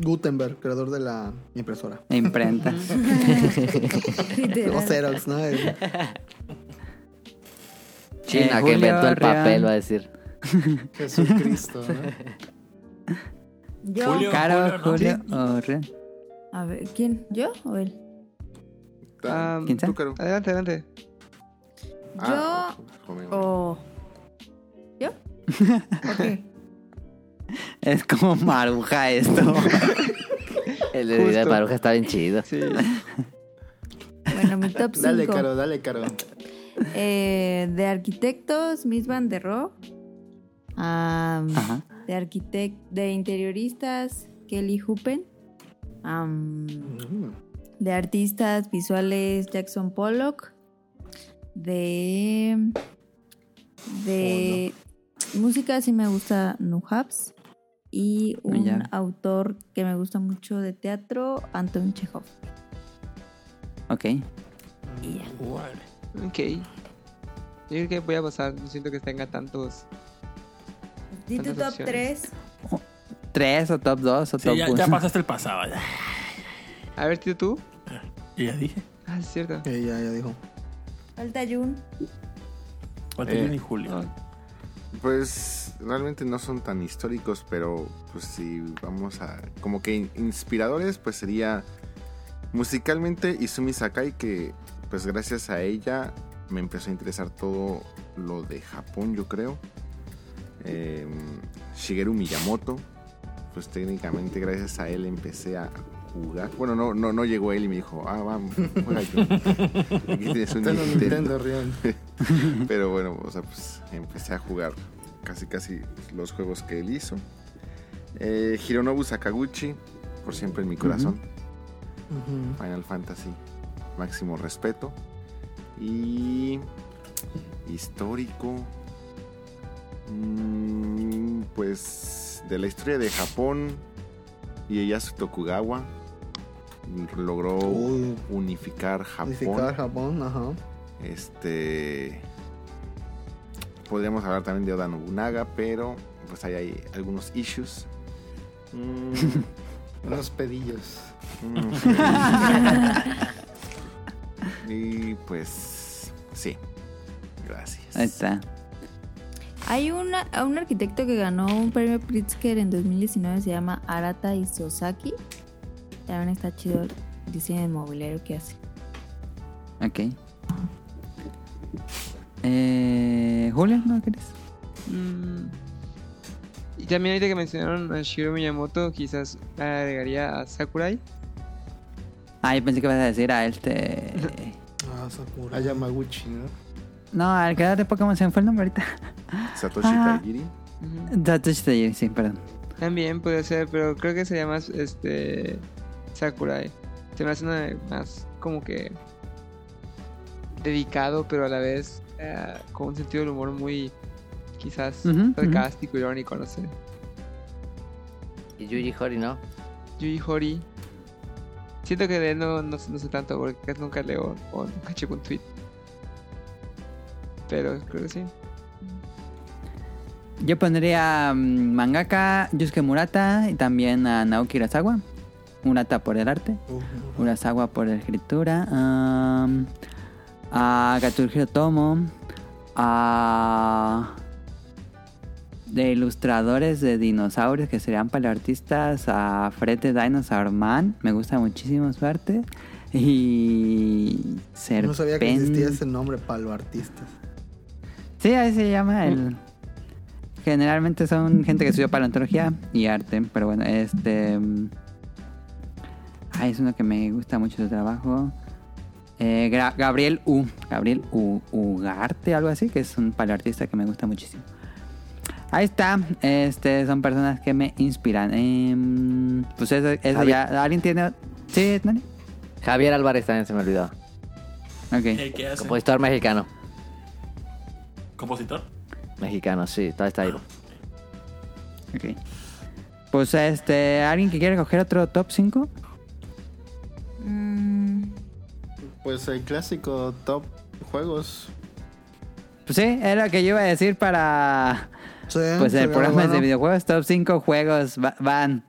Gutenberg, creador de la impresora.
Imprenta.
Los
Literal.
Xerox, ¿no? El-
China,
Eh,
que inventó
Julio
el
Real.
papel, va a decir.
Jesucristo, ¿no?
Yo.
Julio.
Caro,
Julio,
Julio, Orreal.
A ver, ¿quién? ¿Yo o él?
Ah,
¿Quién sabe?
Tú, Caro.
Adelante, adelante.
Ah, joven,
¿Yo
güey.
o yo? Ok.
Es como maruja esto.
El de Vidal
Justo.
Baruja está bien chido.
Sí.
Bueno, mi top 5.
Dale, Caro, dale, Caro.
Eh, de arquitectos, Miss Van der Rohe. Am,
Ajá.
de arquitect de interioristas, Kelly Hoopen. Am,
Mm.
de artistas visuales, Jackson Pollock. De. De música, sí me gusta Nuhabs. Y un
Ya.
autor que me gusta mucho de teatro, Anton Chekhov.
Ok.
Y ya.
Ok. Yo creo que voy a pasar. No siento que tenga tantos.
Di tu
Tantas
top 3.
opciones.
¿Tres o top dos o
Sí,
top
ya,
uno?
ya pasaste el pasado. Ya,
A ver, tío, tú.
Y ya dije.
Ah, es cierto.
Eh, ya, ya dijo.
Falta Jun.
Falta
Eh,
Jun y Julio.
Pues realmente no son tan históricos, pero pues si vamos a... Como que in- inspiradores, pues sería musicalmente Izumi Sakai, que pues gracias a ella me empezó a interesar todo lo de Japón, yo creo. Eh, Shigeru Miyamoto, pues técnicamente gracias a él empecé a jugar. Bueno, no, no, no llegó él y me dijo, ah, vamos, juega yo. Aquí tienes un
Está en el
Nintendo.
Nintendo, Rion.
Pero bueno, o sea, pues empecé a jugar casi casi los juegos que él hizo. Eh, Hironobu Sakaguchi, por siempre en mi corazón. Final Fantasy, máximo respeto. Y histórico. mm, Pues de la historia de Japón, Ieyasu Tokugawa logró
Oh,
Uy,
unificar Japón.
unificar Japón, ajá.
Este. Podríamos hablar también de Oda Nobunaga, pero pues ahí hay algunos issues. Mm,
Unos pedillos.
mm, y pues. Sí. Gracias.
Ahí está.
Hay una, a un arquitecto que ganó un premio Pritzker en 2019, se llama Arata Isozaki. También está chido el diseño del mobiliario que hace.
Ok. Eh, Julio, ¿no quieres?
Mm. Y también ahorita que mencionaron a Shiro Miyamoto, quizás agregaría a Sakurai.
Ah, yo pensé que ibas a decir a este.
Ah, Sakura.
A Yamaguchi, ¿no?
No, al creador de Pokémon se me fue el nombre ahorita.
Satoshi
Ah.
Tajiri.
Ujú.
Satoshi Tajiri, sí, perdón.
También puede ser, pero creo que sería más este Sakurai. Se me hace una de- más como que dedicado, pero a la vez eh, con un sentido del humor muy quizás
Ujú, ujú.
sarcástico, irónico, no sé.
Y Yuji Hori, ¿no?
Yui Hori. Siento que de él no, no, sé- no sé tanto porque casi nunca leo o nunca checo un tweet. Pero creo que sí.
Yo pondría mm, mangaka Yusuke Murata y también a Naoki Urasawa. Murata por el arte, Urasawa por la escritura, am, a Gaturgiro Tomo, a. de ilustradores de dinosaurios que serían paleoartistas, a Fred de Dinosaur Man, me gusta muchísimo su arte, y. Serpent...
No sabía que existía ese nombre, palo artistas.
Sí, ahí se llama el. Generalmente son gente que estudió paleontología y arte, pero bueno, este... mm, Ay, es uno que me gusta mucho su trabajo. Eh, Gra- Gabriel U. Gabriel U- Ugarte, algo así, que es un paleoartista que me gusta muchísimo. Ahí está, este, son personas que me inspiran. Em, pues eso, eso
Javi-
ya, ¿alguien tiene? ¿Sí, Nani?
Javier Álvarez también se me olvidó.
Ok.
El que hace.
Compositor mexicano.
Compositor.
Mexicano, sí, todavía está ahí.
Ok. Pues este, ¿alguien que quiera coger otro top 5?
Mm,
Pues el clásico top juegos.
Pues sí, era lo que yo iba a decir para...
Ah,
Sí,
Pues
sería
el programa
bueno.
de videojuegos, top 5 juegos va- van.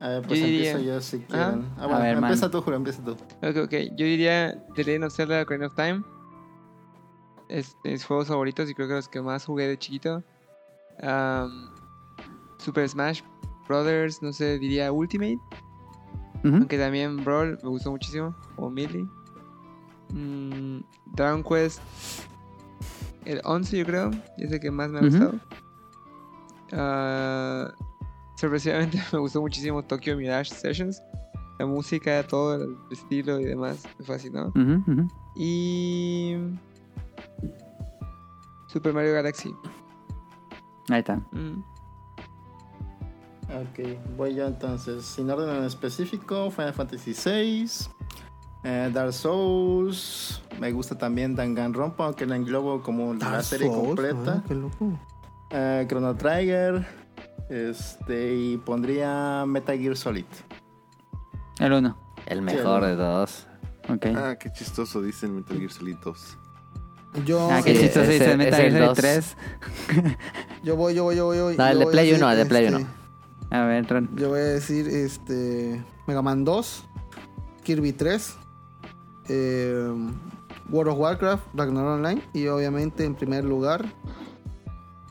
A ver, pues
Yo diría-
empiezo yo si
Ajá.
quieren. Ah,
A
bueno,
ver, man.
empieza tú, Julio, empieza tú.
Ok, ok. Yo diría The Legend of Zelda Ocarina of Time. Es de mis juegos favoritos y creo que los que más jugué de chiquito. Am, Super Smash Brothers, no sé, diría Ultimate.
Ujú.
Aunque también Brawl me gustó muchísimo. O Melee. Mm, Dragon Quest. El 11 yo creo. Es el que más me ha
Ujú.
gustado. Ah, sorpresivamente me gustó muchísimo Tokyo Mirage Sessions. La música, todo el estilo y demás. Me fascinó.
Ujú, ujú.
Y... Super Mario Galaxy.
Ahí está.
Mm.
Ok, voy yo entonces. Sin orden en específico, Final Fantasy VI, eh, Dark Souls. Me gusta también Danganronpa, aunque la englobo como la
Dark
serie
Souls,
completa.
ah, qué loco.
Eh, Chrono Trigger. Este, y pondría Metal Gear Solid.
El 1.
El mejor de todos.
Ok.
Ah, qué chistoso dicen Metal Gear Solid 2.
Yo, eh,
Ah, qué
sí,
chistoso
ese-
dice Metal
ese es
Gear
el
Solid
dos.
3.
yo voy, yo voy, yo voy. yo voy,
No, el
yo
de
voy a
Play
decir,
uno, el de Play
este,
uno.
A ver, Ron.
Yo voy a decir este Mega Man 2, Kirby 3, eh, World of Warcraft, Ragnarok Online y obviamente en primer lugar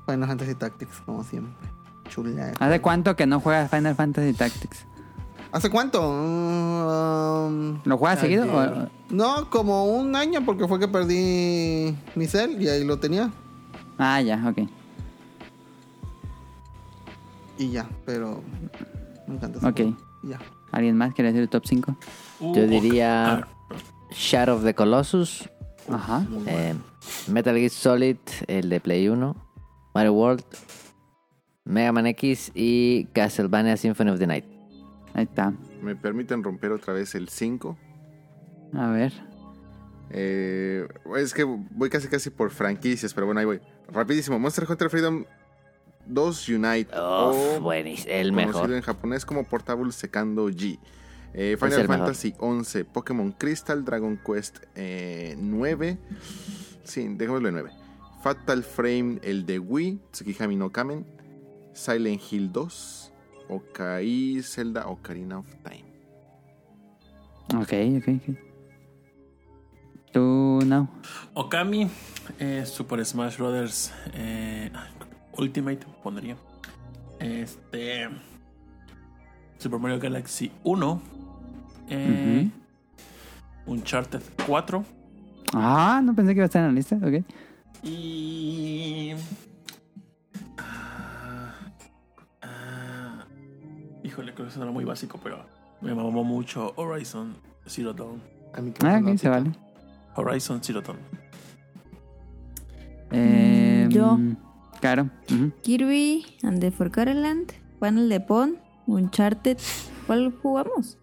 Final Fantasy Tactics, como siempre. Chula.
¿Hace cuánto que no juegas Final Fantasy Tactics?
¿Hace cuánto? Mm, um,
¿Lo
Ah,
juegas
Ayer.
seguido? o-
no, como un año porque fue que perdí mi cel y ahí lo tenía
Ah, ya, ok.
y ya, pero me encanta. ese
Ok.
juego. Y Ya.
¿Alguien más quiere decir el top 5?
Uh,
Yo
ok.
diría
Ah,
Shadow of the Colossus,
Ajá.
eh, Metal Gear Solid, el de Play 1, Mario World, Mega Man X y Castlevania Symphony of the Night.
Ahí está.
¿Me permiten romper otra vez el 5?
A ver.
Eh, es que voy casi casi por franquicias, pero bueno, ahí voy. Rapidísimo, Monster Hunter Freedom 2 Unite. Oh,
Uf,
o
buenísimo, el
conocido
mejor.
en japonés como Portable Secando G. Eh,
Es
Final
el mejor.
Fantasy 11, Pokémon Crystal, Dragon Quest eh, 9. Sí, dejémoslo en 9. Fatal Frame, el de Wii, Tsukihami no Kamen, Silent Hill 2, Okai, Zelda, Ocarina of Time.
Ok, ok, ok. Tú no.
Okami, eh, Super Smash Brothers eh, Ultimate, pondría. Este. Super Mario Galaxy 1. Eh, Uncharted 4.
Ah, no pensé que iba a estar en la lista. Ok.
Y. Ah, ah. híjole, creo que eso era muy básico, pero me mamó mucho Horizon Zero Dawn.
A mi
Ah,
no
ok, se
aplica.
vale.
Horizon Zero Dawn.
Eh,
yo.
Claro. Ujú.
Kirby and the Forgotten Land, Panel de Pon, Uncharted. ¿Cuál jugamos?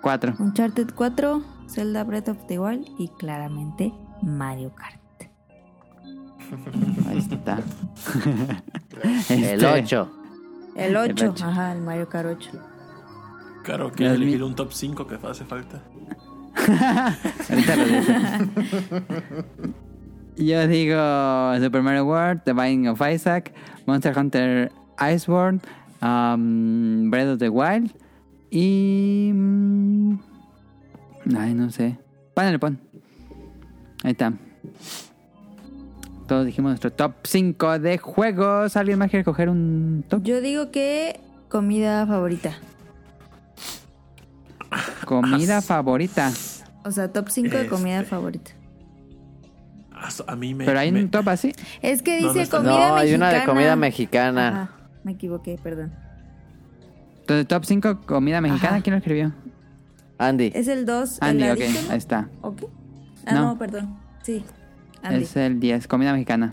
Cuatro.
Uncharted 4, Zelda Breath of the Wild y claramente Mario Kart.
Ahí está.
El
Este,
8.
El 8,
ocho.
ajá, el Mario Kart 8.
Claro que
Ya es mi-
elegir un top 5 que hace falta.
Ahorita lo digo. Yo digo Super Mario World, The Binding of Isaac, Monster Hunter Iceborne, um, Breath of the Wild y... mm, Ay, no sé. Pánale, pon. Ahí está. Todos dijimos nuestro top 5 de juegos. ¿Alguien más quiere coger un top?
Yo digo que comida favorita.
Ah,
Comida favorita.
O sea, top 5 de comida
Este.
favorita.
A, Ah, a mí me.
Pero hay un
me-
top así.
Es que
No, no
dice
está-
comida mexicana.
no, hay una de comida mexicana.
Ajá, me equivoqué, perdón.
Entonces, top 5 comida mexicana,
Ajá.
¿quién lo escribió?
Andy.
Es el 2.
Andy,
el
ok,
adicto, ¿no?
ahí está.
¿O qué? Ah,
No.
no, perdón. Sí, Andy.
Es el 10, comida mexicana.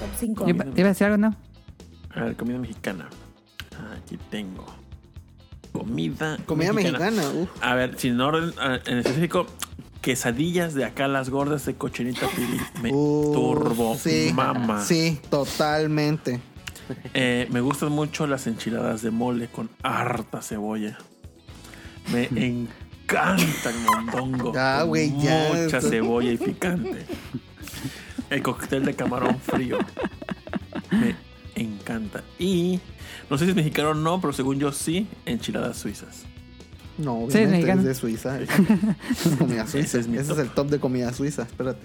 Top 5.
Yo iba te iba a decir algo, ¿no?
A ver, comida mexicana. Aquí tengo. Comida.
Comida mexicana, uf.
A ver, sin orden ah, en específico, quesadillas de acá las gordas de cochinita pibil. Me
Uf,
turbo mama.
Sí, totalmente.
Eh, me gustan mucho las enchiladas de mole con harta cebolla. Me encanta el mondongo.
Ya,
con
Ah, güey, ya.
Mucha cebolla y picante. El cóctel de camarón frío. Me encanta. Y no sé si es mexicano o no, pero según yo sí, enchiladas suizas.
No,
Sí, es
obviamente
mexicana.
es de Suiza. Es comida
Ese
suiza.
es mi
Ese
top.
es el top de comida suiza, espérate.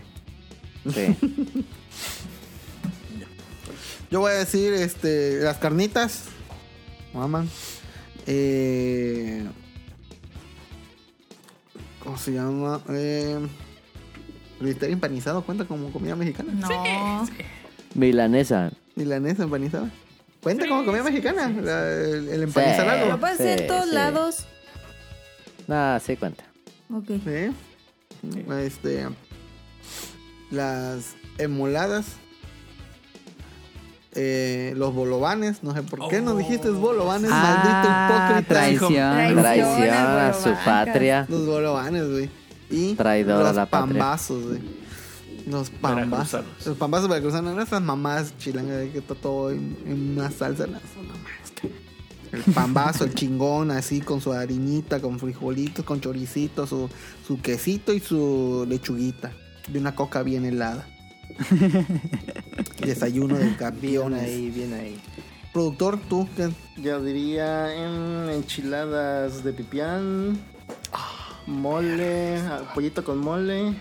Sí.
Yo voy a decir, este, las carnitas. Maman. Eh, ¿Cómo se llama? Eh, bistec empanizado cuenta como comida mexicana.
No.
Milanesa.
Milanesa empanizada. Cuenta como comida mexicana. La- el, el empanizado.
Lo puedes hacer
Sí,
en todos
sí.
lados.
Ah, sí cuenta.
Ok.
¿Eh? Este, las emuladas. Eh, los bolovanes, no sé por qué nos dijiste bolovanes, maldito
Ah,
hipócrita.
traición.
Traición.
Traición
a
a su
Bolobancas.
patria.
Los golobanes, güey. Y
Traidor a
los
la patria.
pambazos, güey. Los pambazos.
Veracruzanos.
Los pambazos veracruzanos. Esas mamás chilangas de que está todo en, en una salsa. no, son mamás, cabrón. El pambazo, el chingón, así con su harinita, con frijolitos, con choricitos, su, su quesito y su lechuguita. De una coca bien helada. Desayuno de
Bien
campeones.
ahí, bien ahí.
Productor, tú, ¿qué?
Yo diría mm, enchiladas de pipián, mole, ah, pollito con mole,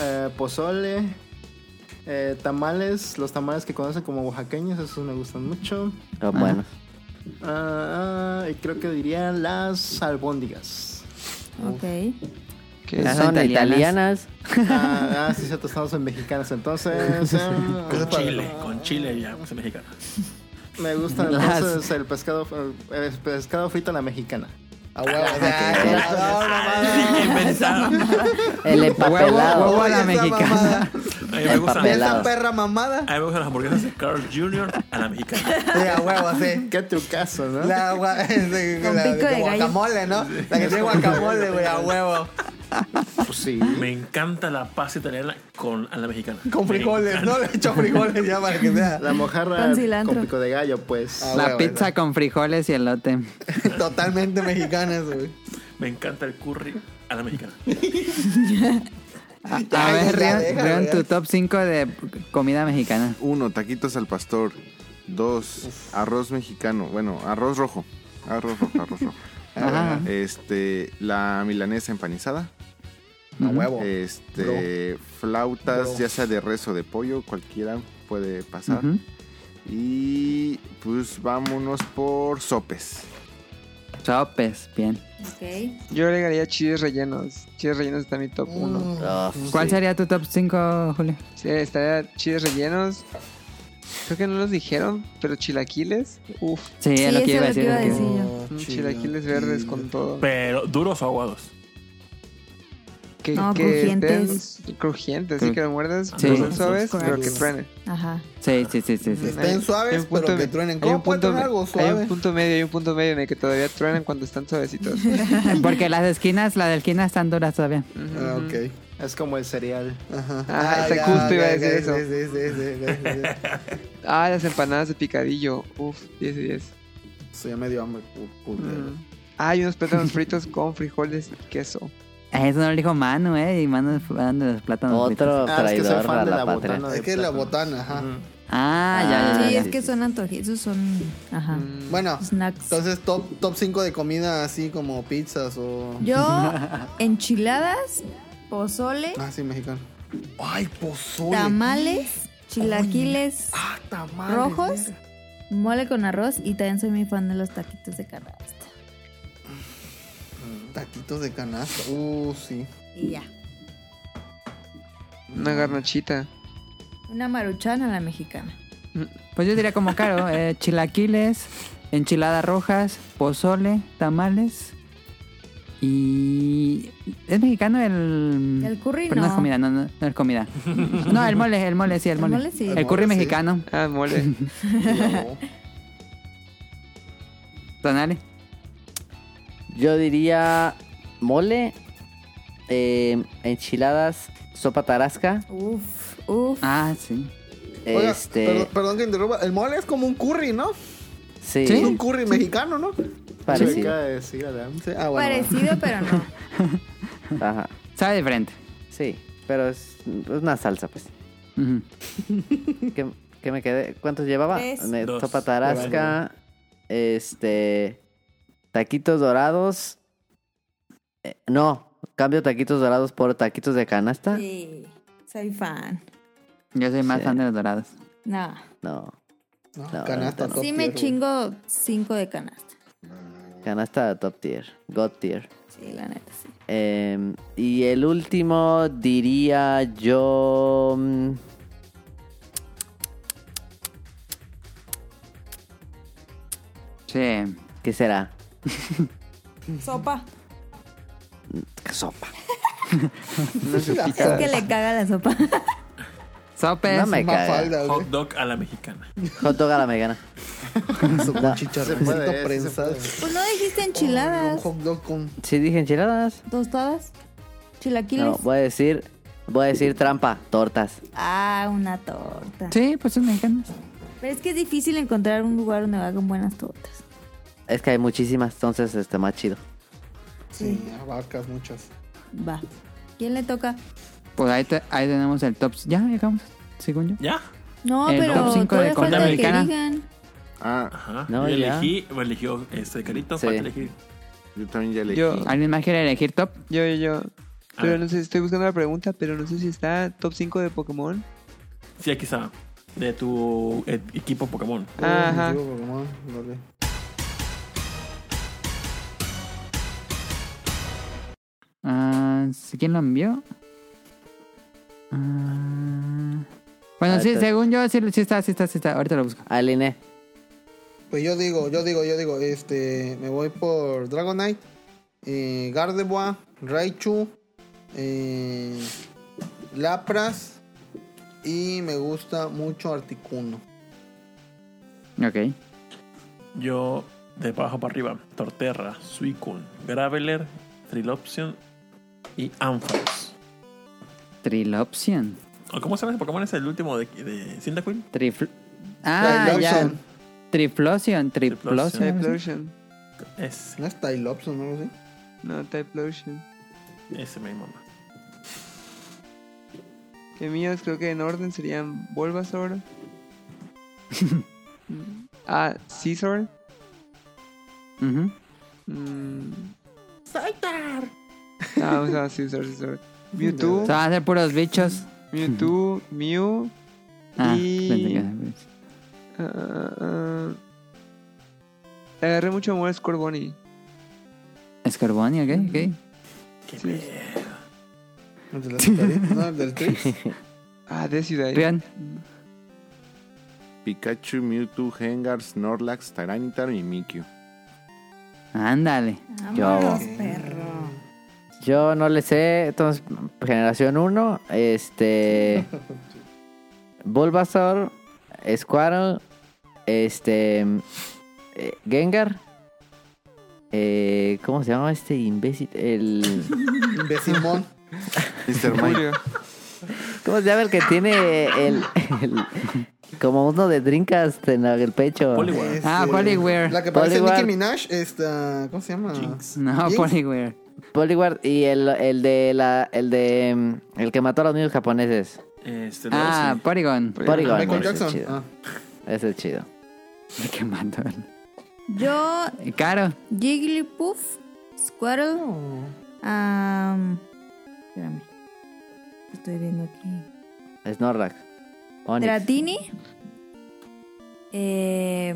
eh, pozole, eh, tamales, los tamales que conocen como oaxaqueños, esos me gustan mucho.
Pero bueno.
Ah, ah, y creo que diría las albóndigas.
Ok.
Las
Son
italianas.
italianas.
Ah, ah, sí, cierto, estamos en mexicanos entonces. eh,
Ah,
Con chile, con chile ya, pues mexicano.
Me gusta
Las-
entonces el pescado, eh, el pescado frito a la mexicana.
A huevo, ya,
Ay, qué inventado.
El
Huevo,
empapelado.
huevo a la
Esa mamada.
mexicana.
A mí me gustan-
Empapelado.
Esa
Pelado.
perra mamada.
a mí me gustan las hamburguesas de Carl Jr. a la mexicana.
Sí, a huevo, sí.
Qué trucazo, ¿no?
La, agua, de,
Con
la de
pico de gallo.
guacamole, ¿no? La que tiene guacamole, güey, a huevo.
Pues sí.
Me encanta la pasta italiana con a la mexicana.
Con
Me
frijoles,
encanta.
¿no? Le echo frijoles ya para que sea
La mojarra
Con
con,
cilantro.
pico de gallo, pues.
Ah,
La
huevo,
pizza con frijoles y elote.
totalmente mexicana, güey.
Me encanta el curry a la mexicana.
A,
Ya,
a ver,
ya,
Rion,
déjalo,
Rion,
ya.
tu top 5 de comida mexicana.
Uno, taquitos al pastor. Dos, arroz mexicano. Bueno, arroz rojo. Arroz rojo, arroz rojo.
Ajá.
Este, la milanesa empanizada.
A huevo.
Este, flautas,
Bro.
ya sea de res o de pollo, cualquiera puede
Ah.
pasar.
Ujú.
Y pues vámonos por sopes.
Sopes, bien.
Ok.
Yo agregaría chiles rellenos. Chiles rellenos está en mi top 1.
Mm. Ah,
Uf,
¿Cuál sería tu top 5, Julio?
Sí, estaría chiles rellenos. Creo que no los dijeron, pero chilaquiles. Uf,
Sí,
Sí,
es lo que
eso
iba a
es lo que
decir.
iba a
lo que-
decir.
Ah,
mm, chilaquiles verdes con todo.
Pero, ¿duros o aguados?
Que,
No,
que
crujientes.
estén crujientes, así
Cru-
que lo muerdas,
Sí.
pero son suaves,
Correcto.
pero que truenen.
Ajá.
Sí, sí, sí, sí. sí.
Estén
Hay
suaves,
un punto
pero que
me-
truenen.
hay
¿Cómo
un
puede
punto
truenar
me-
algo
Hay un
suave?
punto medio, hay un punto medio en el que todavía truenan cuando están suavecitos.
Porque las de esquinas, las de esquina están duras todavía.
Ah, ok.
Es como el cereal.
Ajá.
Ah, está justo iba a decir eso.
Sí, sí, sí, sí, sí, sí.
Ah, las empanadas de picadillo. Uf, 10 de 10.
Sí, ya me dio hambre. cu- culero.
Mm. Ah, hay unos plátanos fritos con frijoles y queso.
Eso no lo dijo Manu, ¿eh? Y Manu es fan de los plátanos. fritos.
Otro
Ah, es que soy
traidor
fan
a
de
la
la
patria.
botana.
Es que es la botana, ajá.
Ah, ya, ya,
sí,
ya.
es que son antojitos. Esos son. Ajá.
Mm.
Bueno,
Snacks.
entonces top top 5 de comida así como pizzas o...
Yo, enchiladas, pozole,
Ah, sí, mexicano.
Ay, pozole.
tamales, chilaquiles
Ah, tamales.
rojos, mole con arroz y también soy muy fan de los taquitos de canasta.
taquitos de canasta. Uh, sí.
Y ya.
Una garnachita.
Una maruchana a la mexicana.
Pues yo diría como caro, eh, chilaquiles, enchiladas rojas, pozole, tamales. Y es mexicano el
El curry
Mm. pero no. es
no.
comida, no, no, no es comida. No, el mole, el mole sí, el
El
mole.
mole sí.
El
El
curry
mole sí.
mexicano,
Ah, mole.
tonale.
Yo diría mole, eh, enchiladas, sopa tarasca.
Uf, uf.
Ah, sí.
Oiga,
este,
perdón, perdón que interrumpa. El mole es como un curry, ¿no?
sí,
Es un curry mexicano, ¿no?
Se
parecido.
acaba de decir, ¿verdad?
Sí, ah, bueno.
Parecido, pero no.
Ajá,
Sabe diferente.
sí, pero es, es una salsa, pues.
Ujú.
¿Qué, qué me quedé? ¿Cuántos llevaba?
Tres.
Ne-
Dos.
Sopa tarasca, este, taquitos dorados. Eh, no, cambio taquitos dorados por taquitos de canasta.
Sí, soy fan.
Yo soy más
Sí.
fan de los dorados.
No.
No,
No,
No,
canasta,
no.
top
Sí me
tier, güey.
chingo cinco de canasta.
canasta top tier, god tier.
Sí, la neta, sí.
Eh, y el último diría yo... mm,
Sí.
¿Qué será?
Sopa.
Sopa.
Es que le caga la sopa. Pues
Sopes.
No me cae.
Mafalda,
Hot
güey.
dog a la mexicana.
Hot dog a la mexicana.
Eso con
No.
Se
chicharroncito
puede, sí se
prensado.
puede.
Pues no dijiste
Oh, Un
enchiladas,
hot dog con...
¿Sí dije enchiladas?
tostadas, chilaquiles.
No, voy a decir... Voy a decir trampa, tortas.
Ah, una torta.
Sí, pues son mexicanos.
Pero es que es difícil encontrar un lugar donde hagan buenas tortas.
Es que hay muchísimas, entonces este más chido.
Sí, abarcas muchas.
Va. ¿Quién le toca?
Pues ahí, te- ahí tenemos el top. Ya llegamos, según yo.
¿Ya?
No,
El
pero
top cinco
todavía falta
de
que
comida
mexicana.
digan.
Ah,
Ajá.
No,
yo
ya.
elegí, me eligió este Carito,
Sí.
falta elegir.
yo también ya leí.
Yo,
¿Alguien más quiere elegir top?
yo, yo, yo.
A
Pero
ver.
no sé, estoy buscando la pregunta, pero no sé si está top 5 de Pokémon.
Sí, aquí está. De tu eh, equipo Pokémon.
Ajá.
Digo, Pokémon, dale.
Ah, ¿Quién lo envió? Ah, bueno,
Ah,
sí,
está.
según yo, sí, sí está, sí está, sí está. Ahorita lo busco.
Aliné.
Pues yo digo, yo digo, yo digo, este, me voy por Dragonite, eh, Gardevoir, Raichu, eh, Lapras y me gusta mucho Articuno.
Ok.
Yo, de abajo para arriba, Torterra, Suicune, Graveler, Triloption y Ampharos.
Triloption.
¿O ¿Cómo se llama ese Pokémon? ¿Es el último de, de Cyndaquil?
Trifl ah, ya.
Triloption.
Triplosion, triplosion. algo así.
Typlosion.
Ese,
No es Tylopson, no lo sé.
No, Typlosion.
ese me mamá.
Que míos creo que en orden serían Bulbasaur. Mm, ah, Caesar.
Ujú.
Mm. ¡Saltar! Ah, vamos a Caesar, Caesar. Mewtwo,
O sea, van a ser puros bichos.
Mewtwo, Mew.
Ah,
Y-
pensé que era-
ah, ah, ah. Le agarré mucho amor a Scorbunny.
Escarboni, ok, ok.
Qué
Sí.
pedo.
El de la ciudad, no, el del Trix.
Ah, de ciudad.
Rian.
Pikachu, Mewtwo, Hengar, Snorlax, Tyranitar y Mimikyu.
Ándale.
Yo.
Vámonos, perro.
Yo no le sé, entonces generación 1, este Bulbasaur, Squirtle, este eh, Gengar. eh, ¿cómo se llama este imbécil? El
Imbecimón.
Mr. Mike.
Julio.
¿Cómo se llama el que tiene el, el- como uno de Dreamcast en el pecho?
Poliwag.
Ah,
Este,
Poliware.
La que parece
Poliwag.
Nicki Minaj, esta, ¿cómo se llama?
No,
Jinx.
Poliware.
Poliwag y el, el de la el de mm, el que mató a los niños japoneses.
Este, luego
Ah,
sí.
Porygon.
Porygon.
Michael
ese es
Jackson.
chido.
Ah,
Ese es chido.
Me quemando.
Yo,
Caro.
Jigglypuff, Squirtle. am, espérame. Estoy viendo aquí.
Snorlax. Onix.
Dratini. Eh,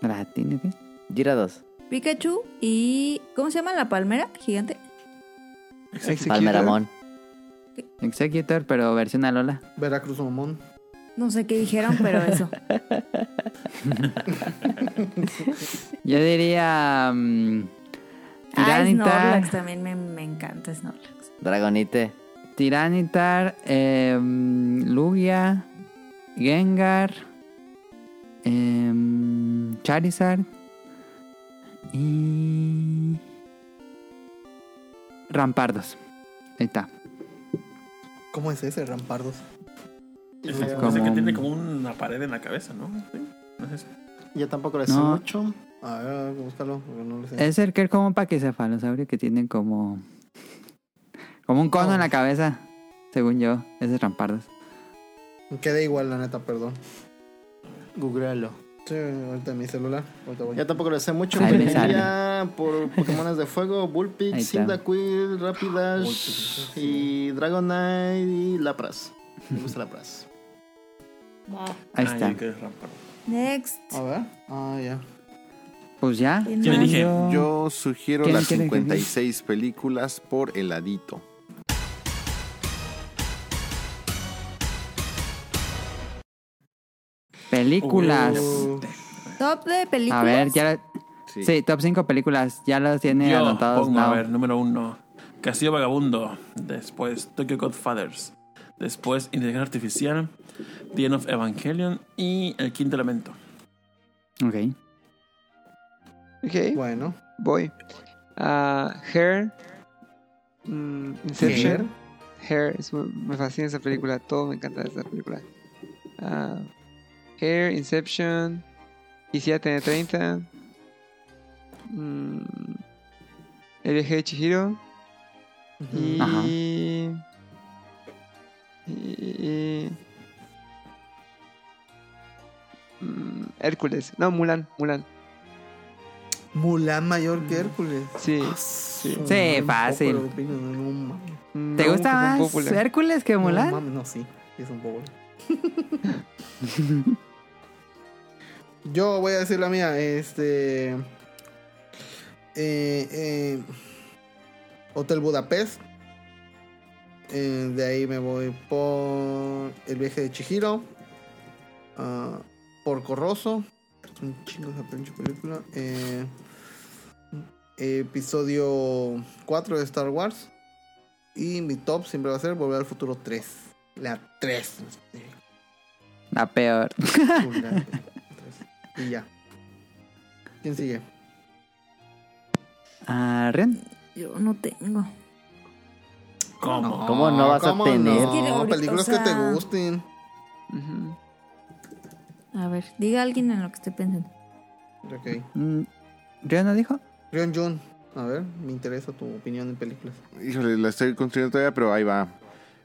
Gratín, ok.
Girados.
Pikachu y. ¿Cómo se llama la palmera gigante?
Executor.
¿eh?
Palmeramón.
Executor, pero versión Alola.
Veracruz Momón.
No sé qué dijeron, pero eso.
Yo diría. mm,
Ah,
Tiranitar.
Snorlax también me, me encanta Snorlax.
Dragonite.
Tiranitar. em, Lugia. Gengar. em, Charizard. Y. Rampardos. Ahí está.
¿Cómo es ese, Rampardos?
Es,
Es
es el
como
que
un-
tiene como una pared en la cabeza, ¿no? Sí, ¿No es ese?
Yo tampoco lo sé
No.
mucho.
A ver, a ver, búscalo, porque no lo sé.
Es el que es como un paquicefalosaurio que tiene como. Como un cono en la cabeza. Según yo. Ese es Rampardos.
Queda igual, la neta, perdón.
Googlealo.
Sí, ahorita en mi celular. Ahorita voy.
Yo tampoco lo sé mucho.
Ahí
pero
me sale.
diría por Pokémones de fuego,
Ahí
Bullpix,
está.
Cyndaquil, Rapidash y Dragonite y Lapras. Me gusta Lapras.
Ahí
Ah,
está.
yo que es Rampardo.
Next.
A ver. Ah, ya.
Pues ya.
¿Quién
Yo le
más?
dije,
Yo sugiero
¿Quién
las
quiere que
56 películas por heladito.
Películas.
Uh,
Top de películas.
A ver, ya.
Sí.
Sí, top 5 películas. Ya los tiene
Yo
anotados.
pongo, a
Nao.
ver, número uno. Castillo Vagabundo. Después Tokyo Godfathers. Después Inteligencia Artificial. The End of Evangelion. Y El Quinto Elemento.
Ok.
Ok,
Bueno.
voy. Ah, Hair. Mm, Inception. Hair. es muy- me fascina esa película. Todo me encanta de esa película. Ah, Hair, Inception. Quisiera tener 30. Mm, el viaje de Chihiro. Y...
Ajá.
y- Mm, Hércules. No, Mulan. Mulan.
Mulan mayor que Hércules.
Sí.
Ah,
Sí,
fácil. ¿Te
Mm, No,
gusta
que son
más
popular.
Hércules que
Mulan? No,
Mulan?
mames, no, sí. sí Es un poco. Yo voy a decir la mía. Este. eh, eh, Hotel Budapest. Eh, de ahí me voy por El viaje de Chihiro. ah, por Corroso. Es un chingo esa pinche película. eh, episodio 4 de Star Wars. Y mi top siempre va a ser Volver al Futuro 3. La 3.
La peor.
y ya. ¿Quién sigue?
Ah, Rion.
Yo no tengo.
¿Cómo?
¿Cómo no vas a
¿cómo
tener?
no?
Es que ahorita,
películas
o sea-
que te gusten.
Ujú.
A ver, diga alguien en lo que estoy pensando.
Ok.
Mm, ¿Rion no dijo?
Rion Jun. A ver, me interesa tu opinión en películas.
Híjole, la estoy construyendo todavía, pero ahí va.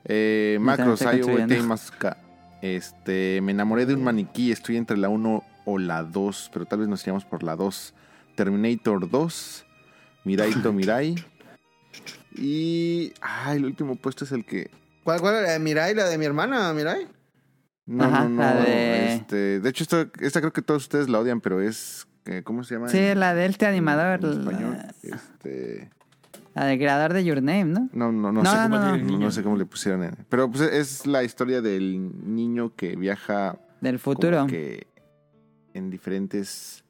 Eh,
Yo
macros,
también estoy
IoT,
construyendo.
Masca. Este, me enamoré de un maniquí. Estoy entre la 1 o la 2, pero tal vez nos iremos por la 2. Terminator 2, Mirai to Mirai. Y. Ah, el último puesto es el que.
¿Cuál, cuál? era? Mirai, la de mi hermana, Mirai.
No,
Ajá,
no, no.
la de-
Este, de hecho, esta, esta creo que todos ustedes la odian, pero es. eh, ¿Cómo se llama?
Sí,
en-
la del este animador.
en español.
La,
Este.
la del creador de Your Name, ¿no?
No, no, no,
No,
sé,
no,
cómo,
no,
no.
no sé cómo le pusieron. en- Pero pues es la historia del niño que viaja
Del
como
futuro.
que en diferentes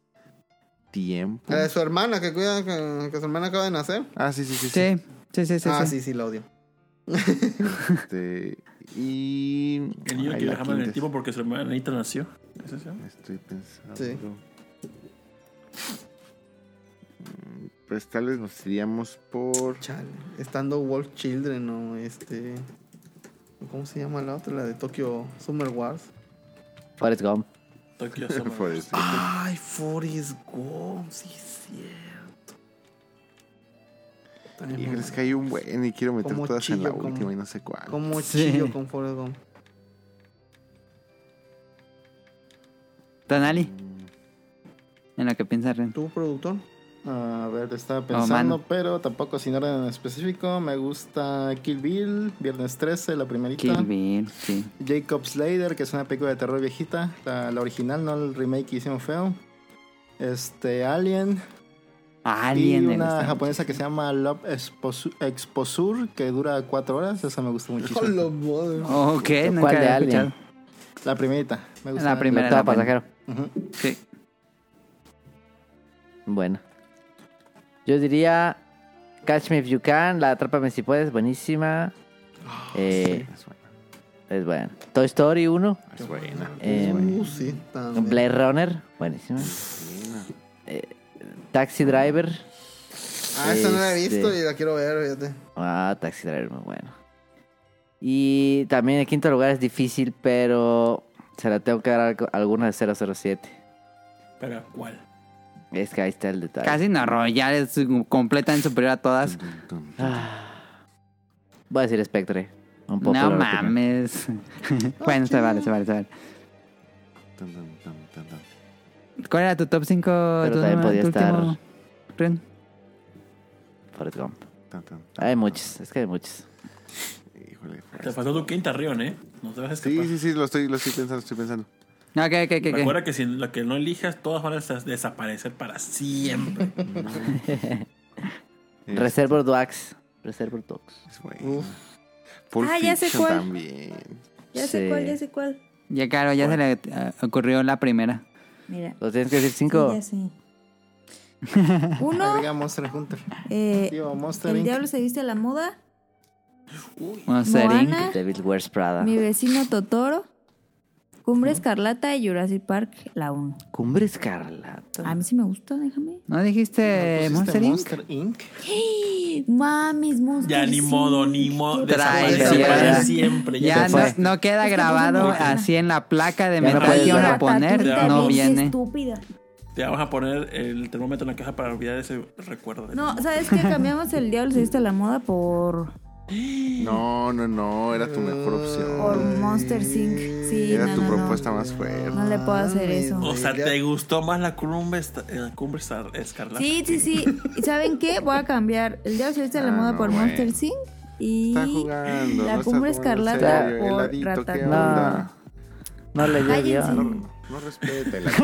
tiempos.
Ah.
La de su hermana, que cuida que, que su hermana acaba de nacer.
Ah, sí, sí, sí. sí.
Sí, sí, sí, sí.
ah,
sí.
sí, sí, la odio.
Este, y.
El niño
Ay,
que
la
viajaba en el
quinta
tiempo porque su hermanita nació. ¿Es ese?
es- Estoy pensando.
Sí.
Mm, Pues tal vez nos iríamos por.
Chale. Estando Wolf Children o este. ¿Cómo se llama la otra? La de Tokyo Summer Wars.
Forrest Gump.
Tokio Summer.
por este.
ah,
Ay, Forrest Gump, sí es cierto. También
Híjole,
me
es que hay un buen y quiero meter
Como
todas en la
chillo, como-
última y no sé cuál.
Como
Sí.
chillo con Forrest Gump.
Tonali. En lo que piensa Rion.
¿Tú, productor?
A ver, estaba pensando, pero tampoco sin orden en específico. Me gusta Kill Bill, Viernes 13, la primerita.
Kill Bill, sí.
Jacob Slater, que es una película de terror viejita, la, la original, no el remake que hicieron feo. Este, Alien,
Alien
y
me
una
gusta
japonesa que se llama Love Exposu- Exposure, que dura cuatro horas. Esa me gustó muchísimo.
Hola, madre.
Ok, nunca
¿Cuál de
había
Alien?
escuchado.
La primerita. Me gustó.
La primera.
Todo
la buena.
pasajero.
Ujú.
Sí.
Bueno. Yo diría Catch Me If You Can, La Atrápame Si Puedes, buenísima.
Ah,
Eh, es bueno. Toy Story 1.
Ah,
Es buena.
Em,
eh,
Uh, sí, también.
Blade Runner, buenísima. Eh, Taxi Driver.
Ah, esa no la he visto
Este.
y la quiero ver, fíjate.
Ah, Taxi Driver, muy bueno. Y también en quinto lugar es difícil, pero se la tengo que dar a alguna de 007.
Pero ¿cuál?
Es que ahí está el detalle.
Casino Royale es completamente superior a todas.
Ah. Voy a decir Spectre. Un poco
No
la última.
mames. bueno, se vale, se vale, se vale. ¿Cuál era tu top 5?
Pero también podía estar- Forrest Gump. Hay muchos, es que hay muchos.
Híjole.
Te faltó tu quinta, Rion, ¿eh? No te vas a escapar.
Sí, sí, sí, lo estoy, lo estoy pensando, estoy pensando.
No, ok, ok, ok, ok.
Recuerda que si la que no elijas, todas van a des- desaparecer para siempre.
Es-
Reservoir Dogs. Reservoir Dogs.
Este, Es buena. Pulp
Ah, ya sé
Fiction
cuál.
también.
Ya sé
Sí.
cuál, ya sé cuál.
Ya, claro, ya se le eh, ocurrió la primera.
Mira.
¿Los tienes que decir
Sí,
cinco?
ya sé. Uno,
Agrega Monster Hunter.
eh,
Digo, Monster
El
Inc.
Diablo se viste a la moda.
Monster Inc.
Moana.
Devil Wears Prada.
Mi vecino Totoro, Cumbre Escarlata y Jurassic Park, la 1.
Cumbre Escarlata.
A mí sí me gusta, déjame.
¿No dijiste
Pusiste
Monster Inc?
Monster Inc.
Mames, monstruos.
ya ni modo, ni modo.
Trae,
Desaparece
ya.
para siempre. Ya,
Ya
se
no,
fue.
no queda
Es que
grabado
no se
así en la placa de
Ya no
metal
puedes
que iban a
ver.
pues, poner,
Ratatouille
no
es
viene.
estúpida.
te vamos a poner el termómetro en la caja para olvidar ese recuerdo.
No, ¿sabes qué? Cambiamos el Diablo se viste a la moda por,
No, no, no, era tu mejor
por
opción.
Monster Inc. Sí,
Era
no,
tu
no, no.
propuesta más fuerte.
No le puedo hacer
Mames,
eso.
O sea,
ya-
¿te gustó más la cumbre, esta- eh, la cumbre estar- escarlata?
Sí, sí, sí. ¿Y saben qué? Voy a cambiar el Diablo se viste a la
Ah,
moda
no,
por
güey.
Monster Inc. Y
Está jugando.
La
no está
Cumbre
tomando en
Escarlata
serio,
por
el adicto, ¿qué
Ratatouille.
onda?
No leí el
Cállense.
guión.
Ah, No, no respeta el adicto.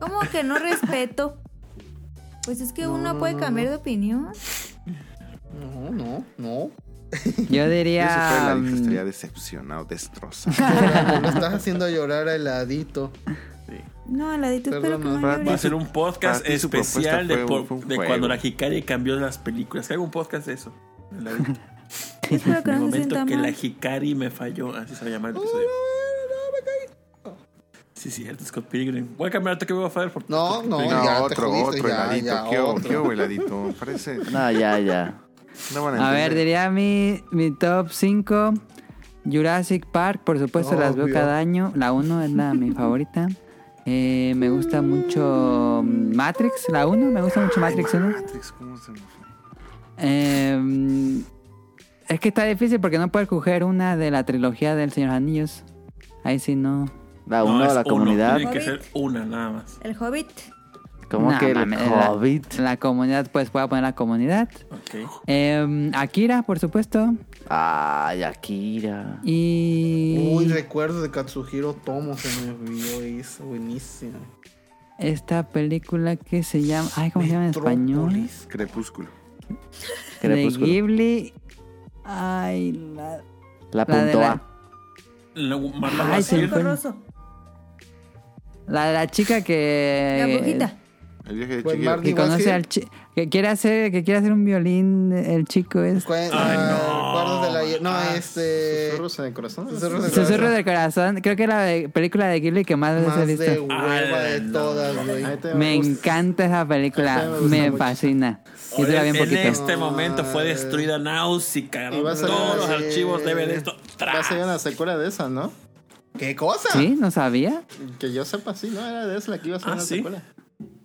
¿Cómo que no respeto? Pues es que uno puede cambiar de opinión.
No, no, no.
Yo
Yo si fuera el
diría...
adicto
mm,
estaría decepcionado, destrozado.
Lo estás haciendo llorar al ladito.
No, Aladito, espero
Perdón,
que no
Fran,
llores.
Va a ser un podcast
Para ti su
especial
propuesta
de,
fue un-
por-
fue un
de
juego.
cuando la Hikari cambió las películas. Que haga un podcast de eso. En la- en
Espero que
el
no se sienta
momento que la
mal.
Hikari me falló. Así se va a llamar el episodio. Sí, cierto, Scott Pilgrim. Voy a cambiar ahorita que voy a hacer por
No, no,
No,
ya te
otro,
jodiste,
otro
ya,
heladito.
ya,
¿Qué hubo,
otro.
qué hubo, heladito? Parece.
No, ya, ya.
No van a
A ver,
entender.
diría mi, mi top 5. Jurassic Park, por supuesto, las veo
Obvio.
cada año. La 1 es la mi favorita. Eh, me gusta mucho mm, Matrix, la 1. Me gusta mucho Matrix 1.
Matrix, ¿cómo se me fue?
Eh, es que está difícil porque no puedes coger una de la trilogía del Señor Anillos. Ahí sí no.
La uno,
es
la comunidad.
Tiene que ser una nada más.
El Hobbit.
¿Cómo
No,
que el
mames, la-
COVID?
La comunidad, pues voy a poner la comunidad.
Ok.
Eh, Akira, por supuesto.
Ay, Akira.
Y.
Uy, recuerdos de Katsuhiro Tomo se me olvidó eso, buenísimo.
Esta película que se llama. Ay, ¿cómo se llama en español?
Metrópolis.
Crepúsculo.
De
Crepúsculo.
Ghibli. Ay, la.
La
la de
punto
la-
A.
Luego, Marla
Ay,
va a
se me
ser
fue.
Horroroso.
La de la chica que.
Eh,
La brujita.
El viaje de
Pues
Chihiro.
Mardi-
Que
Igual
conoce
que-
al chico. Que quiere hacer, que quiere hacer un violín, el chico es.
Cua- ah, Cuerdos de la... No, este...
Susurros en el corazón.
Susurros en el
Susurro del corazón. Creo que es la de- película de Ghibli que más
Más
veces he
de
visto.
hueva de
Ah,
todas, güey.
Ahí te va a
Me
gustar.
encanta esa
Esta
película.
me gusta
Me
mucho.
fascina. Y
Ahora,
dura bien
en
poquito.
este momento fue destruida Náusica.
Y va a
Todos
salir-
los archivos deben de esto.
Va a
¡Tras!
ser una secuela de esa, ¿no?
¿Qué cosa?
¿Sí? ¿No sabía?
Que yo sepa, sí, ¿no? Era de esa la que iba a ser
Ah,
una
¿sí?
secuela.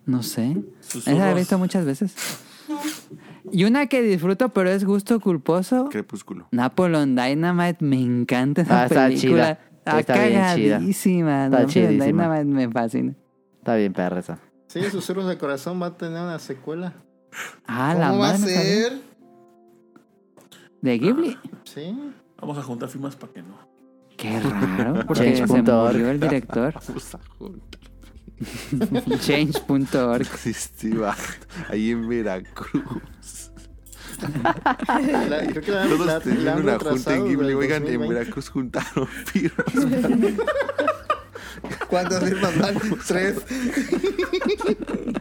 No sé.
Sus
Esa la he
ojos.
visto muchas veces. Y una que disfruto, pero es gusto culposo.
Crepúsculo.
Napoleon Dynamite, me encanta esa
Ah, está
película.
chida.
Está,
Está bien chida.
cagadísima.
Está
Napoleon
chidísima.
Dynamite me fascina.
Está bien, perra esa.
Sí, Susurros de Corazón va a tener una secuela.
Ah, la
¿Cómo va a
madre. no sabía.
ser?
De Ghibli.
Sí.
Vamos a juntar firmas para que no.
Qué raro, porque se
Change.org.
murió el director. Change.org.
Existiba ahí en Veracruz.
La- creo
Ah,
que la,
Todos
la-
tenían
la han
una
retrasado
junta en
desde
Ghibli.
el
Oigan, en
2020.
Veracruz juntaron firmas.
¿Cuántas firmas van? Tres.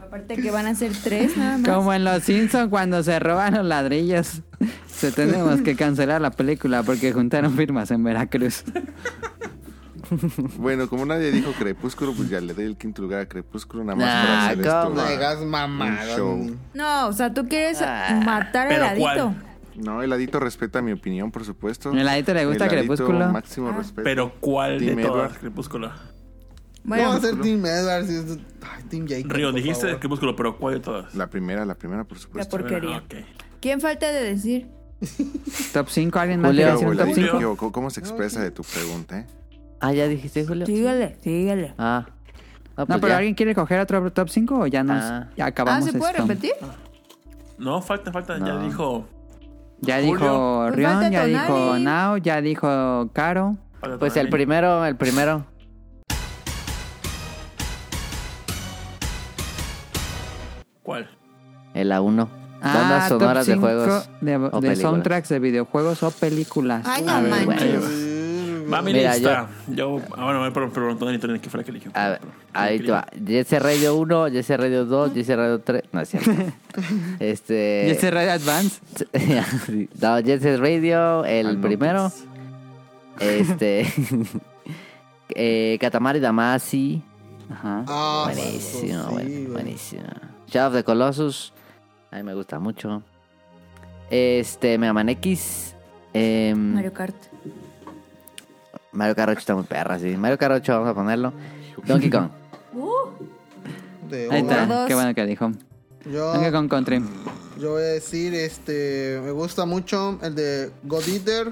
Aparte que van a ser tres nada más.
Como en Los Simpsons cuando se roban los ladrillos. Se tenemos que cancelar la película porque juntaron firmas en Veracruz.
Bueno, como nadie dijo Crepúsculo, pues ya le doy el quinto lugar a Crepúsculo nada más para
Nah,
hacer
¿cómo?
No
esto.
digas mamadas.
show.
ni-
No, o sea, tú quieres
Ah,
matar al
¿pero
ladito.
cuál?
No, el ladito respeta mi opinión, por supuesto.
¿El ladito le gusta
Heladito,
Crepúsculo?
Ah.
Máximo respeto.
Pero ¿cuál de
Team
todas?
Edward.
Crepúsculo.
Bueno,
Vamos a ser Team Edwards. y es- Ay, Team Jacob.
Río,
por
dijiste
favor.
Crepúsculo, pero ¿cuál de todas?
La primera, la primera, por
la
supuesto.
porquería.
Ok.
¿Quién falta de decir?
Top 5, alguien más
Julio,
quiere decir
Pero,
un top
Heladito,
5.
¿qué- ¿Cómo cómo se expresa de tu pregunta, eh?
Ah, ya dijiste, Julio.
Síguele, síguele.
Ah. Ah,
No,
pues
pero
ya.
¿alguien quiere coger otro top 5 o ya nos
Ah.
ya
Ah,
acabamos
¿se puede
esto?
repetir?
No, falta, falta. Ya
No.
dijo.
Ya
Julio.
dijo
Pues
Rion,
falta
ya dijo
Tonali.
Nao, ya dijo Caro.
falta
Pues el
Tonali.
primero, el primero.
¿Cuál?
El A1.
Ah,
Bandas
top
sonoras de
cinco
juegos.
de- de
películas. Ah,
soundtracks de videojuegos o películas.
Ay,
A
no
ver,
manches.
bueno.
Va mi
Mira,
lista. Yo... Ah, bueno, a ver, pero, pero Tonali, Tonali, ¿qué fue la que eligió?
A ver,
Pero-
ahí te va. Jesse Radio 1, Jesse Radio 2, Jesse Radio 3. No, es cierto. este.
¿Y ese Radio Advance?
no, Jet Set Radio, el
Ah, no,
primero. Este. eh, Katamari Damasi.
Ajá.
Ah,
buenísimo,
sí,
buen-
güey.
buenísimo. Shadow of the Colossus. A mí me gusta mucho. Este, Mega Man X. em,
Mario Kart.
Mario Kart 8 está muy perra, sí. Mario Kart 8, vamos a ponerlo. Donkey Kong.
De
Ahí
una.
está,
Dos.
qué bueno que dijo.
Yo,
Venga con Country.
yo voy a decir, este, me gusta mucho el de God Eater,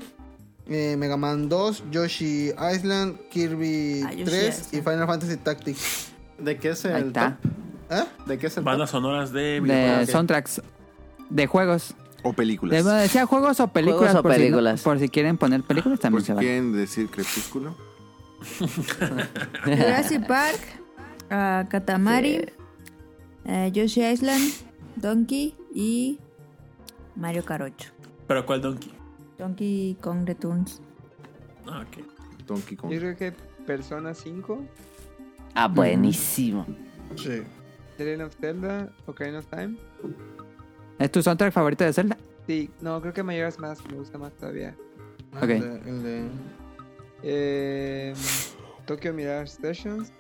eh, Mega Man 2, Yoshi Island, Kirby
Ah, Yoshi
3 y
Island.
Final Fantasy Tactics.
¿De qué es
Ahí
el
está.
top?
¿Eh?
¿Ah?
¿De qué es el
Bandas
top?
sonoras de
De
videojuegos.
soundtracks de juegos.
O películas.
Les decía juegos o películas.
Juegos o
por, si no-
películas.
por si quieren poner películas
¿Por
también
si
se vale.
quieren decir Crepúsculo?
Jurassic Park, ah, Katamari, eh, Yoshi Island, Donkey y Mario Kart 8.
¿Pero cuál Donkey?
Donkey Kong Returns.
Ah, ok.
Donkey Kong.
Yo creo que Persona 5,
Ah, buenísimo.
Sí.
The Legend of Zelda, Ocarina of Time.
¿Es tu soundtrack favorito de Zelda?
Sí, no, creo que Mayoras más, me gusta más todavía.
Ah,
Ok.
El de, el de-
Eh, Tokyo Mirage Sessions.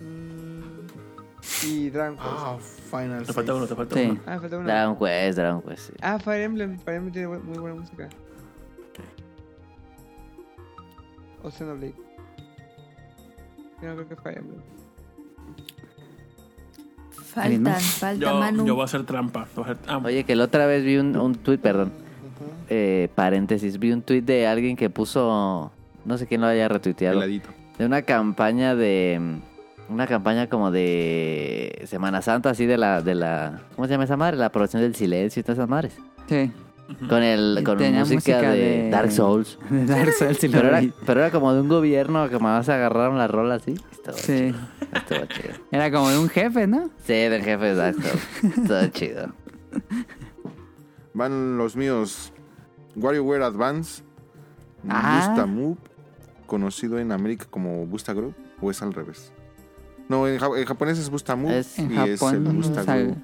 Mm, y Dragon Quest.
Ah, Final
Te falta
Seis.
uno, te falta
Sí.
uno.
Ah, falta una.
Dragon Quest, Dragon Quest. sí.
Ah, Fire Emblem. Fire Emblem tiene bu- muy buena música. O Xenoblade. Yo no creo que Fire Emblem.
¿Alguien
Faltan,
más?
falta
Yo,
Manu.
yo voy a hacer trampa. Voy a hacer- ah,
Oye, que la otra vez vi un, un tweet, perdón. Eh, paréntesis, vi un tweet de alguien que puso. No sé quién lo haya retuiteado.
Heladito.
De una campaña de. Una campaña como de Semana Santa, así de la. de la ¿Cómo se llama esa madre? La aprobación del silencio y todas esas madres.
Sí.
Con, el, con
Tenía
música,
música
de,
de-
Dark Souls.
De Dark Souls y lo
Pero era,
vi.
pero era como de un gobierno que más agarraron la rola así. Estuvo
Sí.
chido, estuvo chido.
Era como de un jefe, ¿no?
Sí, del jefe de Dark Souls. Estuvo chido.
Van los míos. WarioWare Advance.
Ah.
Busta Move. Conocido en América como Busta Group. ¿O es al revés? No, en, ja- en japonés es Busta Move.
Es-
En
y es el
Japón. Ah.
Busta
sal-
Group.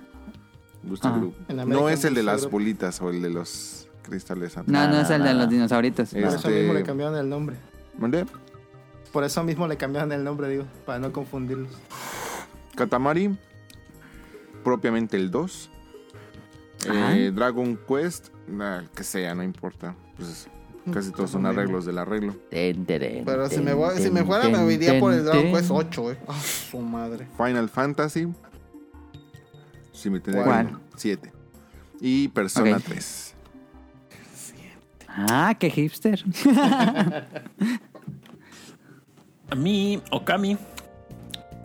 Busta
Ajá.
Group.
En América
No es el de
Busta
las
Group.
bolitas o el de los cristales. antes.
No, no,
No,
es
no,
el de
no,
los
no.
dinosauritos.
Por eso
Este-
mismo le cambiaron el nombre.
¿Mandé?
Por eso mismo le cambiaron el nombre, digo, para no confundirlos.
Katamari. Propiamente el 2.
Ajá.
Eh, Dragon Quest. nah, el que sea, no importa. Pues casi
Mm,
todos son arreglos del arreglo.
Ten, teren,
Pero si me,
ten,
voy- si
ten,
me fuera,
ten,
me iría por el
ten,
Dragon
ten.
Quest 8, eh. Ah, su madre.
Final Fantasy. Si me tendría
¿Cuál?
7. Y Persona
Ok.
3.
Ah, qué hipster.
A mí, Okami,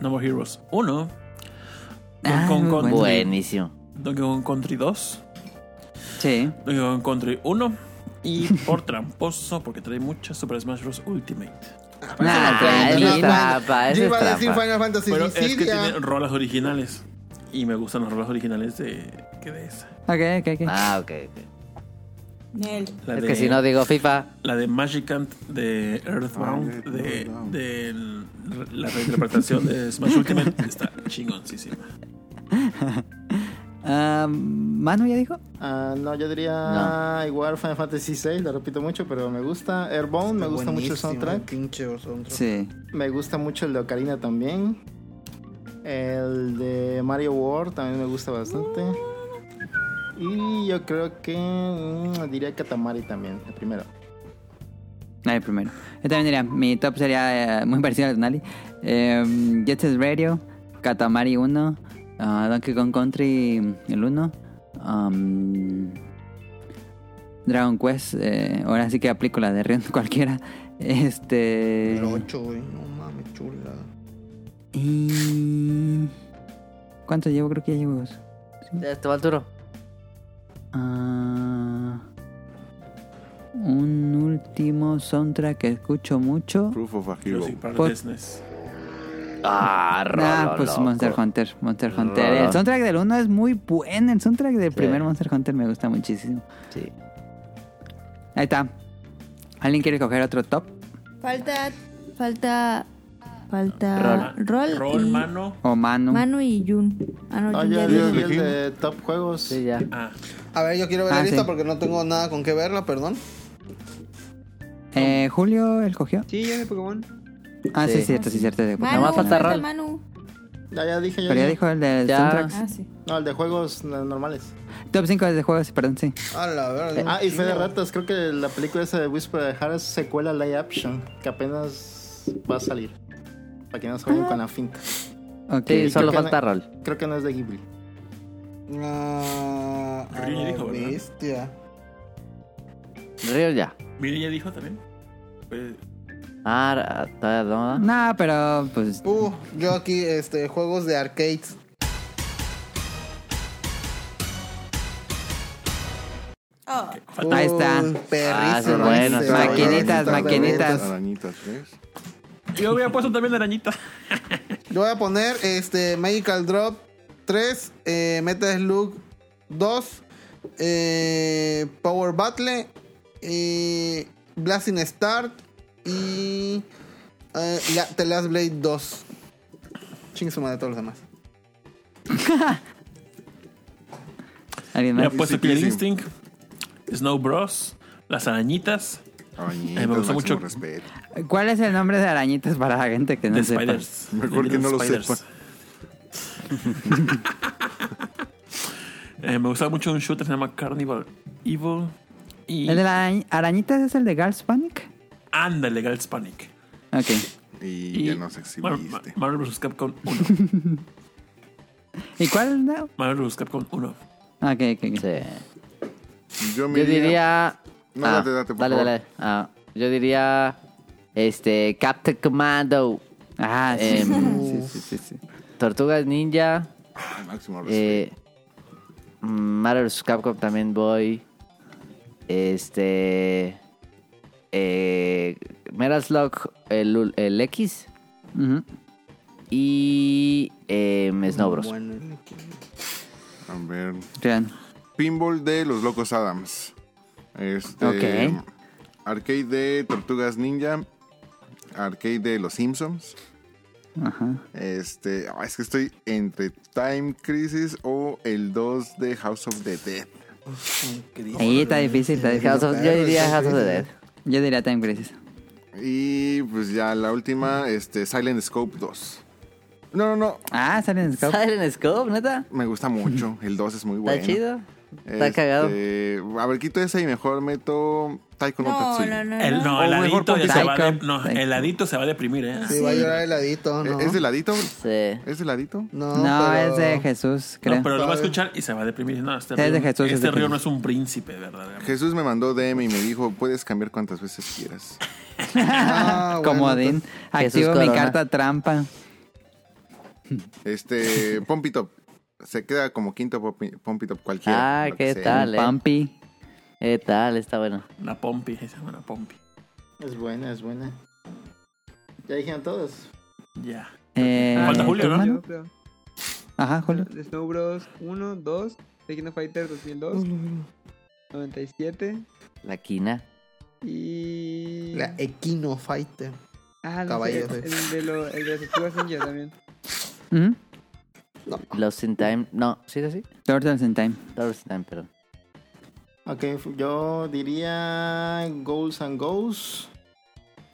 No More Heroes 1,
Ah,
Donkey Kong
muy
Country,
Buenísimo.
Donkey Kong Country 2,
Sí.
Donkey Kong Country 1 y por tramposo, porque trae muchas Super Smash Bros. Ultimate.
trampa. eso no
Nah,
es
claro,
trampa.
es
Ah,
trampa, eso es
No, no, Yo iba a decir
trampa.
Final Fantasy
Pero es que
Dissidia.
tiene rolas originales. Y me gustan las rolas originales de. ¿Qué de esa?
Ok, ok, ok.
Ah, ok. ok.
Nel.
La
Es
de,
que si no digo FIFA.
La de Magicant de Earthbound,
Ah,
de,
Earthbound.
de el- la reinterpretación de Smash Ultimate, está chingoncísima.
Ah, ¿Manu ya dijo?
Ah, no, yo diría igual Final Fantasy VI, lo repito mucho, pero me gusta. Airborne, me gusta mucho
Buenísimo,
el soundtrack.
eh.
Pinche soundtrack.
Sí.
Me gusta mucho el de Ocarina también. El de Mario World también me gusta bastante. Y yo creo que mm, diría Katamari también, el primero.
Ah, el primero. Yo también diría, mi top sería eh, muy parecido al de Nali. Eh, Jet Set Radio, Katamari 1, ah, Donkey Kong Country mm, el 1, um, Dragon Quest, eh, ahora sí que aplico la de Rion cualquiera. Este...
El 8, güey. No mames, chula.
Y... ¿Cuánto llevo? Creo que ya llevo dos.
Ya estuvo Arturo.
Ah, un último soundtrack que escucho mucho.
Proof of a Hero.
Music Park
Por-
Business.
Ah,
Ah,
Rolo,
pues
loco.
Monster Hunter, Monster Hunter.
Rolo.
El soundtrack del 1 es muy bueno. El soundtrack del
Sí.
primer Monster Hunter me gusta muchísimo.
Sí.
Ahí está. ¿Alguien quiere coger otro top?
Falta. Falta. Falta.
Rol.
Rol.
Rol,
ah, y-
Ah, mano.
O Manu.
Manu y Jun. Ah, no,
No,
Jun
yo
ya
diría
dijo.
el de Top Juegos.
Sí, ya.
Ah,
A ver, yo quiero ver
Ah,
la lista
sí.
porque no tengo nada con qué verla, perdón.
Eh, Julio, ¿él cogió?
Sí, ya de Pokémon.
Ah, sí,
Sí.
cierto, sí, cierto. de-
Manu,
Nomás falta
falta
Rol.
Manu.
Ya, ya dije, ya
Pero ya
dije.
dijo el del
Ya.
soundtrack.
Ah, sí.
No, el de juegos eh, normales.
Top 5 de juegos, perdón, sí.
A la
Eh,
verdad.
Ah, y fe de ratas, creo que la película esa de Whisper de Harris secuela live action, que apenas va a salir. Para que no se vayan con la finta.
Ok.
Sí,
creo
solo
que no-
falta Rol.
Creo que no es de Ghibli.
Ah, a
Río
la
dijo, ¿verdad?
bestia.
Río ya.
Miri ya dijo también. Pues,
Ah, todavía no.
No, pero pues.
Uh, yo aquí, este, juegos de arcades.
falta
Ahí está.
Uy,
Ah,
Perrísimo.
son buenos,
dice.
Maquinitas,
son
Arañitas,
maquinitas.
arañitas.
Arañitas, ¿ves?
Yo hubiera puesto también la arañita.
Yo voy a poner este Magical Drop 3, eh, Meta Slug 2, eh, Power Battle, y Blasting Start y eh, la, The Last Blade 2. Ching suma de todos los demás.
¿Alguien
Hubiera
más?
puesto Killer Instinct, Snow Bros, las arañitas,
Arañitas,
Eh, me gustó
máximo
mucho.
respeto.
¿Cuál es el nombre de arañitas para la gente que no
The
sepa?
Spiders.
Mejor
The
que no lo
Spiders.
sepa.
Eh, me gustaba mucho un shooter que se llama Carnival Evil. Y
¿El de la arañ- arañitas es el de Girls Panic?
ándale, Gals Panic.
Ok.
Y, ya nos
Mar-
exhibiste.
Mar- Marvel vs. Capcom 1.
¿Y cuál? no?
Marvel vs. Capcom 1.
Ok, ok, ok.
Sí.
Yo, me
Yo diría.
No,
Ah,
date, date, por
dale,
favor.
dale. Ah, yo diría. Este. Captain Commando.
Ah, sí.
Em.
sí, sí, sí, sí.
Tortugas Ninja.
al máximo respeto.
Eh, Matters Capcom también voy. Este. Eh, Metal Slug, el, ul- el X.
Ujú.
Y. Eh, Snow Bros.
Bueno,
eh,
A ver.
Bien.
Pinball de los Locos Adams. Este,
Ok.
Arcade de Tortugas Ninja. Arcade de Los Simpsons.
Ajá.
Este, ah, es que estoy entre Time Crisis o el 2 de House of the Dead.
Ahí está difícil, está
House
difícil.
of- yo diría House of the Dead.
Yo diría Time Crisis.
Y pues ya la última, este, Silent Scope 2. No, no, no.
Ah, sale en Scout.
Silent Scope, neta.
Me gusta mucho. El 2 es muy
Está
bueno.
chido. Está cagado.
cagado. A ver, quito ese y mejor meto Taiko no,
No,
Tatsumi.
no, no.
El,
no.
no, el
O mejor
adicto ya se va de,
Psycho.
no,
Psycho.
el adicto se va a deprimir, eh.
sí, va a llorar heladito, ¿no?
¿E- ¿Es de ladito?
Sí.
¿Es de ladito?
No,
No,
pero-
es de Jesús, creo.
No, pero lo va a
Sabe.
escuchar y se va a deprimir. No, este
Es de
río,
Jesús, es
este
de
río
Jesús.
no es un príncipe, ¿verdad?
Jesús me mandó DM y me dijo, puedes cambiar cuantas veces quieras.
Ah, bueno,
Comodín.
entonces-
Jesús
Activo mi
Corona.
carta trampa.
Este, Pompitop. Se queda como quinto Pompi- Pompitop cualquiera.
Ah,
lo que
¿qué
sea.
tal? eh?
Pampi.
¿Qué tal? Está bueno.
La Pompi, ahí se llama la Pompi.
Es buena, es buena. Ya dijeron todos.
Ya.
Eh,
Falta Julio,
¿tú,
¿no?
mano? Ajá, Julio.
De Snow Bros 1, 2, The King of Fighters 2002, 97
La quina.
y...
La E, Equino Fighter.
ah, no sé,
Caballeros.
el de, lo, el de las tortugas ninja también.
¿Mm?
Lost in Time. No, ¿sí era así?
Turtles in Time.
Lost in Time, perdón.
Ok, yo diría Goals and Goals.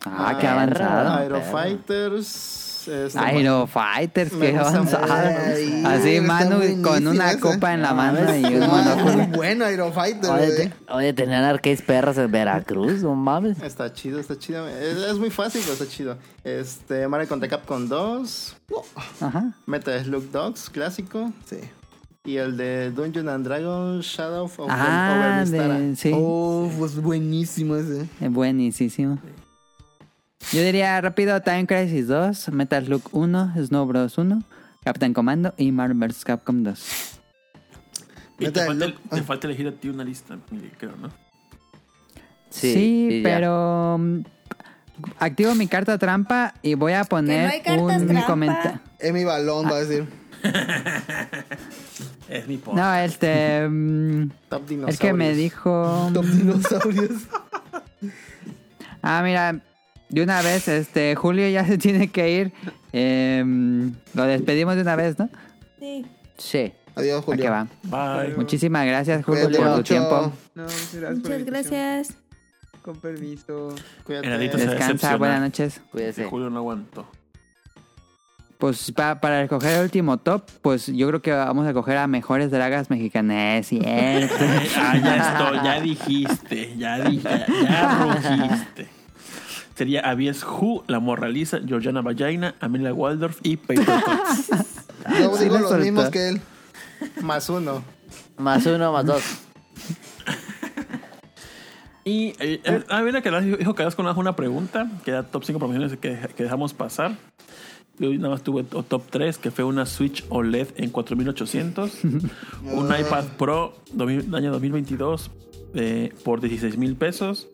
Ah,
Ah,
qué avanzado.
Aero
perro.
Fighters. este,
Aero Fighters,
Me
qué
gusta
avanzado.
mucho.
Ay,
Así
está
Manu con
buenísima
una
esa.
copa en la mano y un
Ah, muy
monóculo.
bueno Aero Fighter,
Oye,
güey.
te- oye, tenían arcades perras en Veracruz, no mames.
Está chido, está chido. Es, es muy fácil, pero está chido. Este, Mario contra Capcom 2.
Ajá.
Meta Slug Dogs, clásico.
Sí.
Y el de Dungeon and Dragon Shadow of
Ah,
Over Mistara.
de, sí.
Oh, pues buenísimo ese.
Es buenísimo. Yo diría rápido Time Crisis 2, Metal Slug 1, Snow Bros 1, Captain Commando y Marvel vs. Capcom 2.
Y te
Neta,
falta,
no-
te falta elegir a ti una lista, Miguel, creo, ¿no?
Sí,
Sí,
y ya.
pero mm, activo mi carta trampa y voy a
hay
poner
cartas
un
trampa.
comentario.
Es mi balón, va a decir.
Es mi post.
No, este mm,
Top Dinosaurios.
es que me dijo
Top dinosaurios.
Ah, mira, de una vez, este, Julio ya se tiene que ir. Em, lo despedimos de una vez, ¿no?
Sí.
Sí.
Adiós,
¿A qué
Julio.
va?
Bye.
Muchísimas gracias, Julio,
Cuídate
por tu
mucho.
tiempo.
No, muchas gracias. por la
Muchas
invitación.
gracias.
Con permiso.
Enanitos.
Cuídate.
Entonces,
Descansa,
Pues, excepcional.
buenas noches. eh.
Cuídese.
Julio no aguantó.
Pues pa- para escoger el último top, pues yo creo que vamos a coger a mejores dragas mexicanas. Es cierto.
Eh, ah, ya estoy, ya dijiste, ya dije, ya rugiste. Sería Avies Hu, La Morra Lisa, Georgiana Vallaina, Amelia Waldorf y Peter Cox.
Yo
Sí
digo
la
los
soltó.
mismos que él.
Más uno.
Más uno, más dos.
Y eh, eh, ah, mira que Dallas dijo- dijo que Dallas con una pregunta, que era top 5 promociones que, que dejamos pasar. Yo nada más tuve to- top 3, que fue una Switch OLED en 4800, un iPad Pro 2000 año 2022 eh, por 16 mil pesos,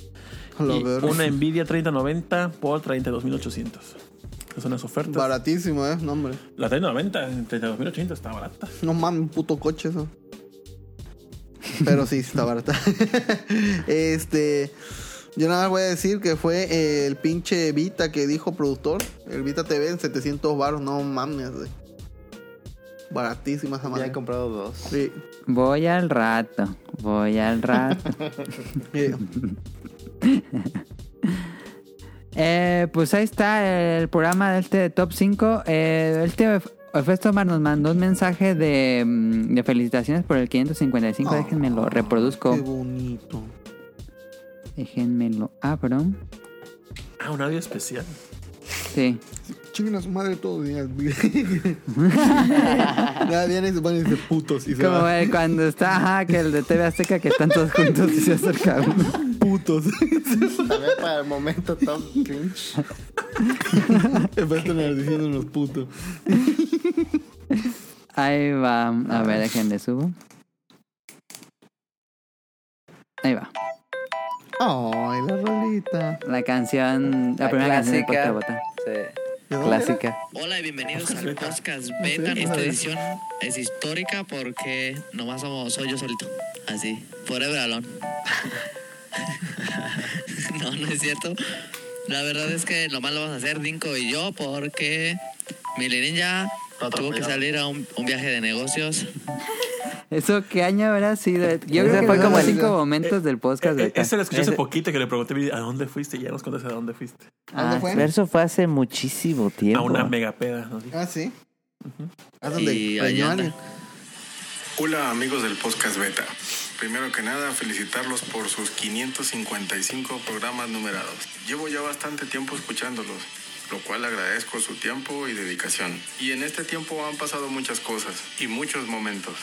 A la
y
verga.
una Nvidia 3090 por 32,800. Esas son las ofertas.
Baratísimo, eh. No, hombre.
La 3090 en 32,800 está barata.
No mames, un puto coche eso. Pero sí, está barata. este. Yo nada más voy a decir que fue eh, el pinche Vita que dijo productor. El Vita TV en 700 baros. No mames, güey. Baratísima esa
Ya he
madre.
comprado dos.
Sí,
Voy al rato, voy al rato.
sí.
Eh, pues ahí está el programa de este Top 5. Eh, este Festomar nos mandó un mensaje de, mm, de felicitaciones por el 555. Déjenme lo reproduzco.
Qué bonito.
Déjenmelo abro.
Ah, un audio especial.
Sí.
Chinguen a su madre todos los días. Nada, viene y se ponen de putos y se
Como
van.
el- cuando está, ajá, que el de TV Azteca, que están todos juntos y se acerca uno.
putos.
También para el momento top cringe.
Empiezan a diciendo unos putos.
Ahí va. A ver, déjenle subo. Ahí va.
Ay, la rolita.
La canción, la,
La
primera canción de Puerto
clásica.
Botán.
Sí.
¿De dónde era?
Clásica.
Hola y bienvenidos al podcast
sé,
Beta.
no
Esta
sabía.
edición es histórica porque nomás somos, soy yo solito. Así, forever alone. no, no es cierto. La verdad es que nomás lo vamos a hacer Dinko y yo porque mi ya tuvo que salir a un, un viaje de negocios.
¿Eso qué año habrá sido? Yo
Eh, Ese
creo que
fue
fue
como
como
el-
cinco momentos del podcast.
Eh, eh,
Beta.
ese lo escuché hace
Ese-
poquito que le pregunté a dónde fuiste y ya nos contaste a dónde fuiste.
Ah,
¿Dónde fue?
Pero eso fue hace muchísimo
A
tiempo.
una megapeda. nos dijo.
Ah, sí. ¿A
Y
dónde?
allá
Reñones.
Hola amigos del podcast Beta. Primero que nada, felicitarlos por sus 555 programas numerados. Llevo ya bastante tiempo escuchándolos, lo cual agradezco su tiempo y dedicación. Y en este tiempo han pasado muchas cosas y muchos momentos.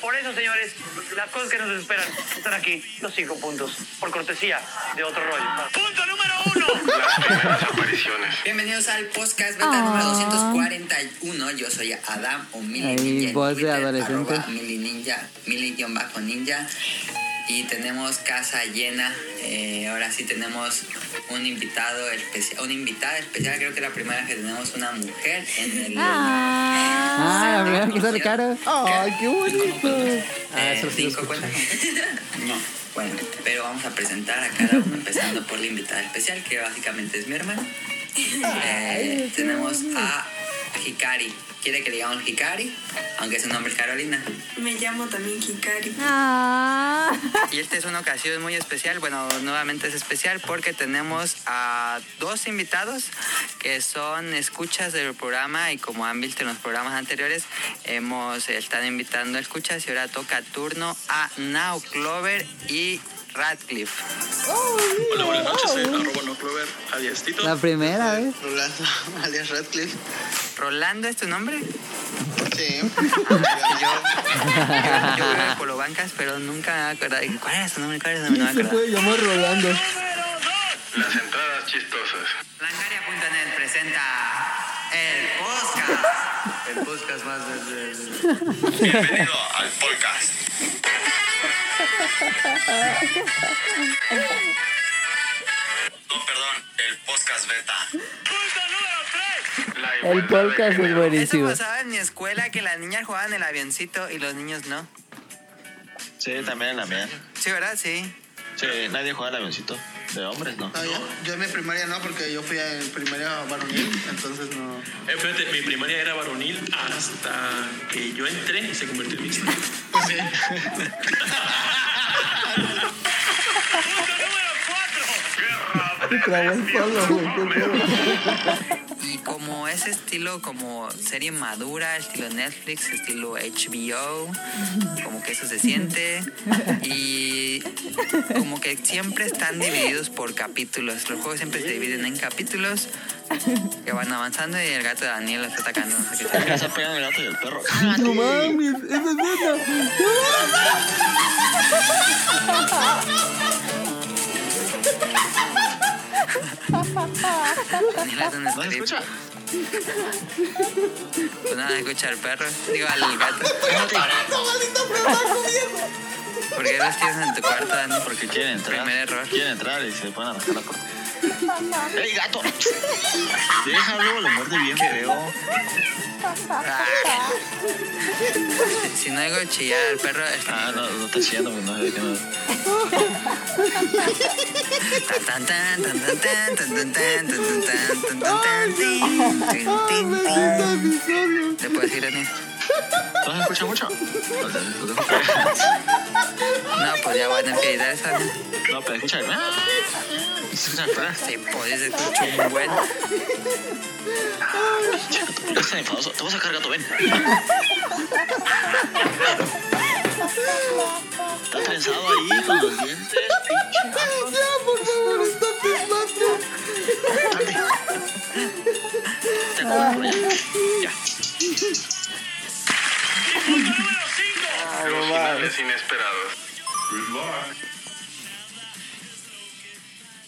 Por eso, señores, las cosas que nos esperan están aquí, los cinco puntos, por cortesía de otro rollo. ¡Punto número uno!
Las primeras apariciones.
Bienvenidos al podcast
Ah.
Beta número 241. Yo soy Adam o Mili
Ahí,
Ninja. en
voz de
Twitter,
adolescente.
arroba Mili Ninja, Mili-Ninja.
y tenemos casa llena. Eh, ahora sí tenemos un invitado especial, una invitada especial, creo que la primera vez que tenemos una mujer en el
Ah, la primera que sale caro.
¡Ay, qué bonito!
Ah, eso No. Bueno, pero vamos a presentar a cada uno, empezando por la invitada especial, que básicamente es mi hermana. Eh, tenemos a Hikari. ¿Quiere que le digamos Hikari? Aunque su nombre es Carolina.
Me llamo también Hikari.
Ah.
Y esta es una ocasión muy especial. Bueno, nuevamente es especial porque tenemos a dos invitados que son escuchas del programa y como han visto en los programas anteriores, hemos están invitando a escuchas y ahora toca turno a Now Clover y Radcliffe.
Hola, buenas noches, soy arroba no clover, alias Tito.
La primera ¿eh? vez.
Rolando, alias Radcliffe.
¿Rolando es tu nombre? Sí. yo, yo vivo en Colobancas, pero nunca me acuerdo. ¿Cuál era su nombre? ¿Cuál era su nombre? No me
Se
acuerdo.
puede llamar Rolando.
Las entradas chistosas.
Langaria.net presenta el podcast. El podcast más
Bienvenido al podcast. No, perdón, el podcast beta.
El podcast es buenísimo.
Eso pasaba en mi escuela que las niñas jugaban el avioncito y los niños no.
Sí, también en la mía.
Sí, ¿verdad? Sí.
Sí, nadie juega al avioncito. De hombres, ¿no?
No, yo, yo en mi primaria no, porque yo fui en primaria varonil, entonces no.
Eh, fíjate, mi primaria era varonil hasta que yo entré y se convirtió en mixta.
Pues sí.
Y como ese estilo, como serie madura, estilo Netflix, estilo HBO, como que eso se siente. Y como que siempre están divididos por capítulos. Los juegos siempre se dividen en capítulos que van avanzando y el gato de Daniel los está atacando. No sé qué tal.
Está pegando el gato y el perro.
No mames, esa es
Daniela es un strip. Pues nada, escucha al perro. Digo, al gato. ¿Por qué los tienes en tu cuarto, Dani?
Porque quieren entrar.
Primer error.
Quieren entrar y se pueden arrancar la puerta. ¡Ey, gato! Déjalo, lo muerde bien feo.
Si no hago chillar al perro, es
Ah, no, no está chillando, no sé de qué no.
tan, tan, tan, tan, tan, tan, tan, tan, tan, tan, tan, tan, tan, tan, tin, tin, tin, tin. ¿Te puedes ir, Dani?
¿No se escucha mucho?
No, pues ya van a editar eso.
No, pero escucha. Escucha,
Sí, pues se escucha un buen.
Está enfadoso. Te voy a sacar gato, ven. Está trenzado ahí con los dientes.
Ya, por favor, stop this madness.
Los finales inesperados. Goodbye.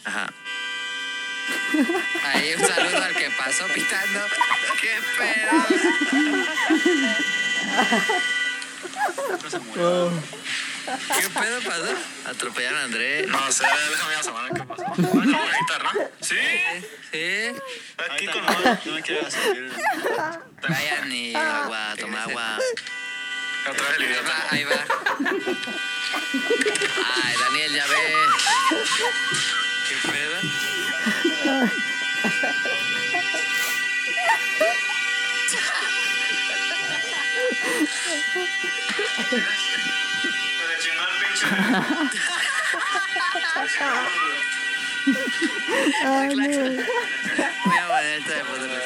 Ajá. Ahí un saludo al que pasó pitando. ¡Qué pedo! ¿Qué pedo pasó? Atropellaron a Andrés.
No sé, déjame asomar a ver qué pasó. Bueno, la guitarra. ¿Sí?
Sí.
Aquí con la no me quiero salir.
Traigan y agua, toma agua.
Otra vez el idiota.
Ahí va. Ay, Daniel, ya ve. ¿Qué pedo?
Me chingó el pinche.
Ay, no. Voy a poner esto de fondo en las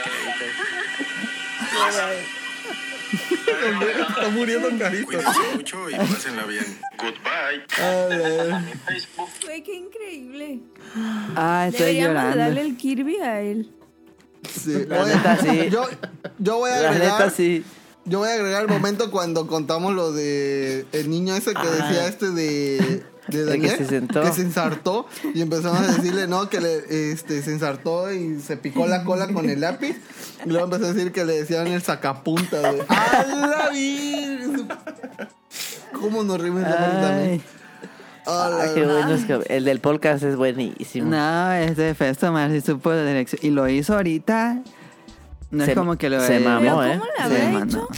caritas.
Está muriendo en
Cuídense mucho y pásenla bien. Goodbye.
Güey, qué increíble.
Ah, estoy
Deberíamos de
llorando.
darle el Kirby a él.
Sí,
La
oye,
neta, sí.
Yo, yo voy a
La
agregar.
neta, sí.
Yo voy a agregar el momento cuando contamos lo de el niño ese que decía este de, de
El que
Daniel,
se sentó.
que se ensartó y empezamos a decirle no que le, este se ensartó y se picó la cola con el lápiz y luego empezó a decir que le decían el sacapunta de ¡A la vir-! ¿Cómo nos rimos
Ay.
Ah, qué bueno es que- el del podcast es buenísimo.
No, este Festo Mar sí supo la dirección. Y lo hizo ahorita. No
Se-
es como que lo
se mamó, ¿Pero
¿eh?
cómo la habrá
hecho?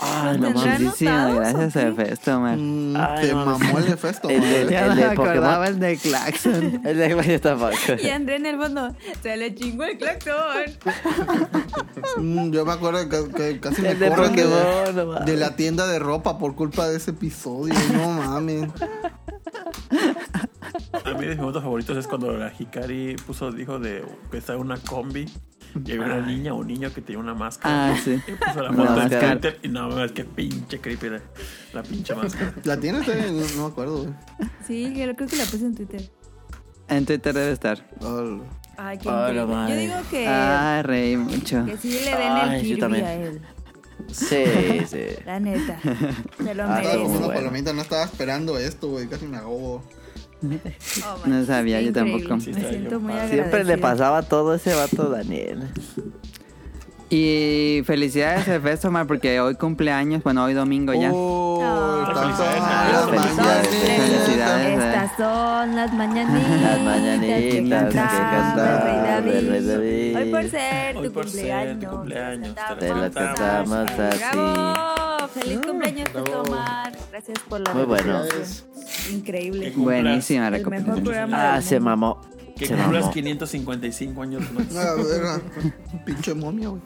Ay, Pues no
¿Lo tendrá
mames. Muchísimas gracias a Festo Mar.
mm,
Ay, no mames. El de, el
Ya no
de
me acordaba
Pokémon.
el de Claxon.
El de Yo tampoco.
Y André en el fondo, se le chingó el claxon.
Mm, yo me acuerdo que, que casi me
El de
corren de,
Pokémon, no mames.
de la tienda de ropa por culpa de ese episodio. No mames.
A mí de mis momentos favoritos es cuando la Hikari puso, dijo de que estaba en una combi y había una niña o un niño que tenía una máscara.
Ah, sí.
Y puso la
Una
foto en
máscara.
Twitter y no, es que pinche creepy la, la pinche máscara.
¿La tienes? eh? No, no me acuerdo. güey.
Sí, yo creo que la puse en Twitter.
En Twitter debe estar.
Ay, qué
Hola,
increíble.
madre.
Yo digo
Eh,
que,
Ah, reí mucho.
que sí le den
Ay,
el
yo
Kirby
también.
a él.
Sí, sí.
La neta. Se lo
Ah,
merece.
como una
bueno.
palomita, no estaba esperando esto, güey. Casi me ahogo.
Oh,
No sabía, yo tampoco.
Me siento muy
Siempre le
agradecida.
pasaba todo a ese vato Daniel.
Y felicidades a Festo Mar porque hoy cumpleaños. Bueno, hoy domingo ya.
Oh,
Oh,
felicidades. Felicidades. eh.
Estas son las mañanitas.
Las mañanitas que cantaba
cantaba
el
el
rey David.
Hoy por ser
Hoy
tu
por ser tu
cumpleaños.
cumpleaños.
Te la cantamos así.
¡Bravo! ¡Feliz cumpleaños, Festo Omar! Gracias por la
Muy bueno.
recomendación. Increíble.
Que cumplas-
Buenísima
El mejor programa
Ah,
del
se
mundo.
mamó.
Que
Se
cumplas
mamó.
555 años más.
Ah, verga. Pinche momia, güey.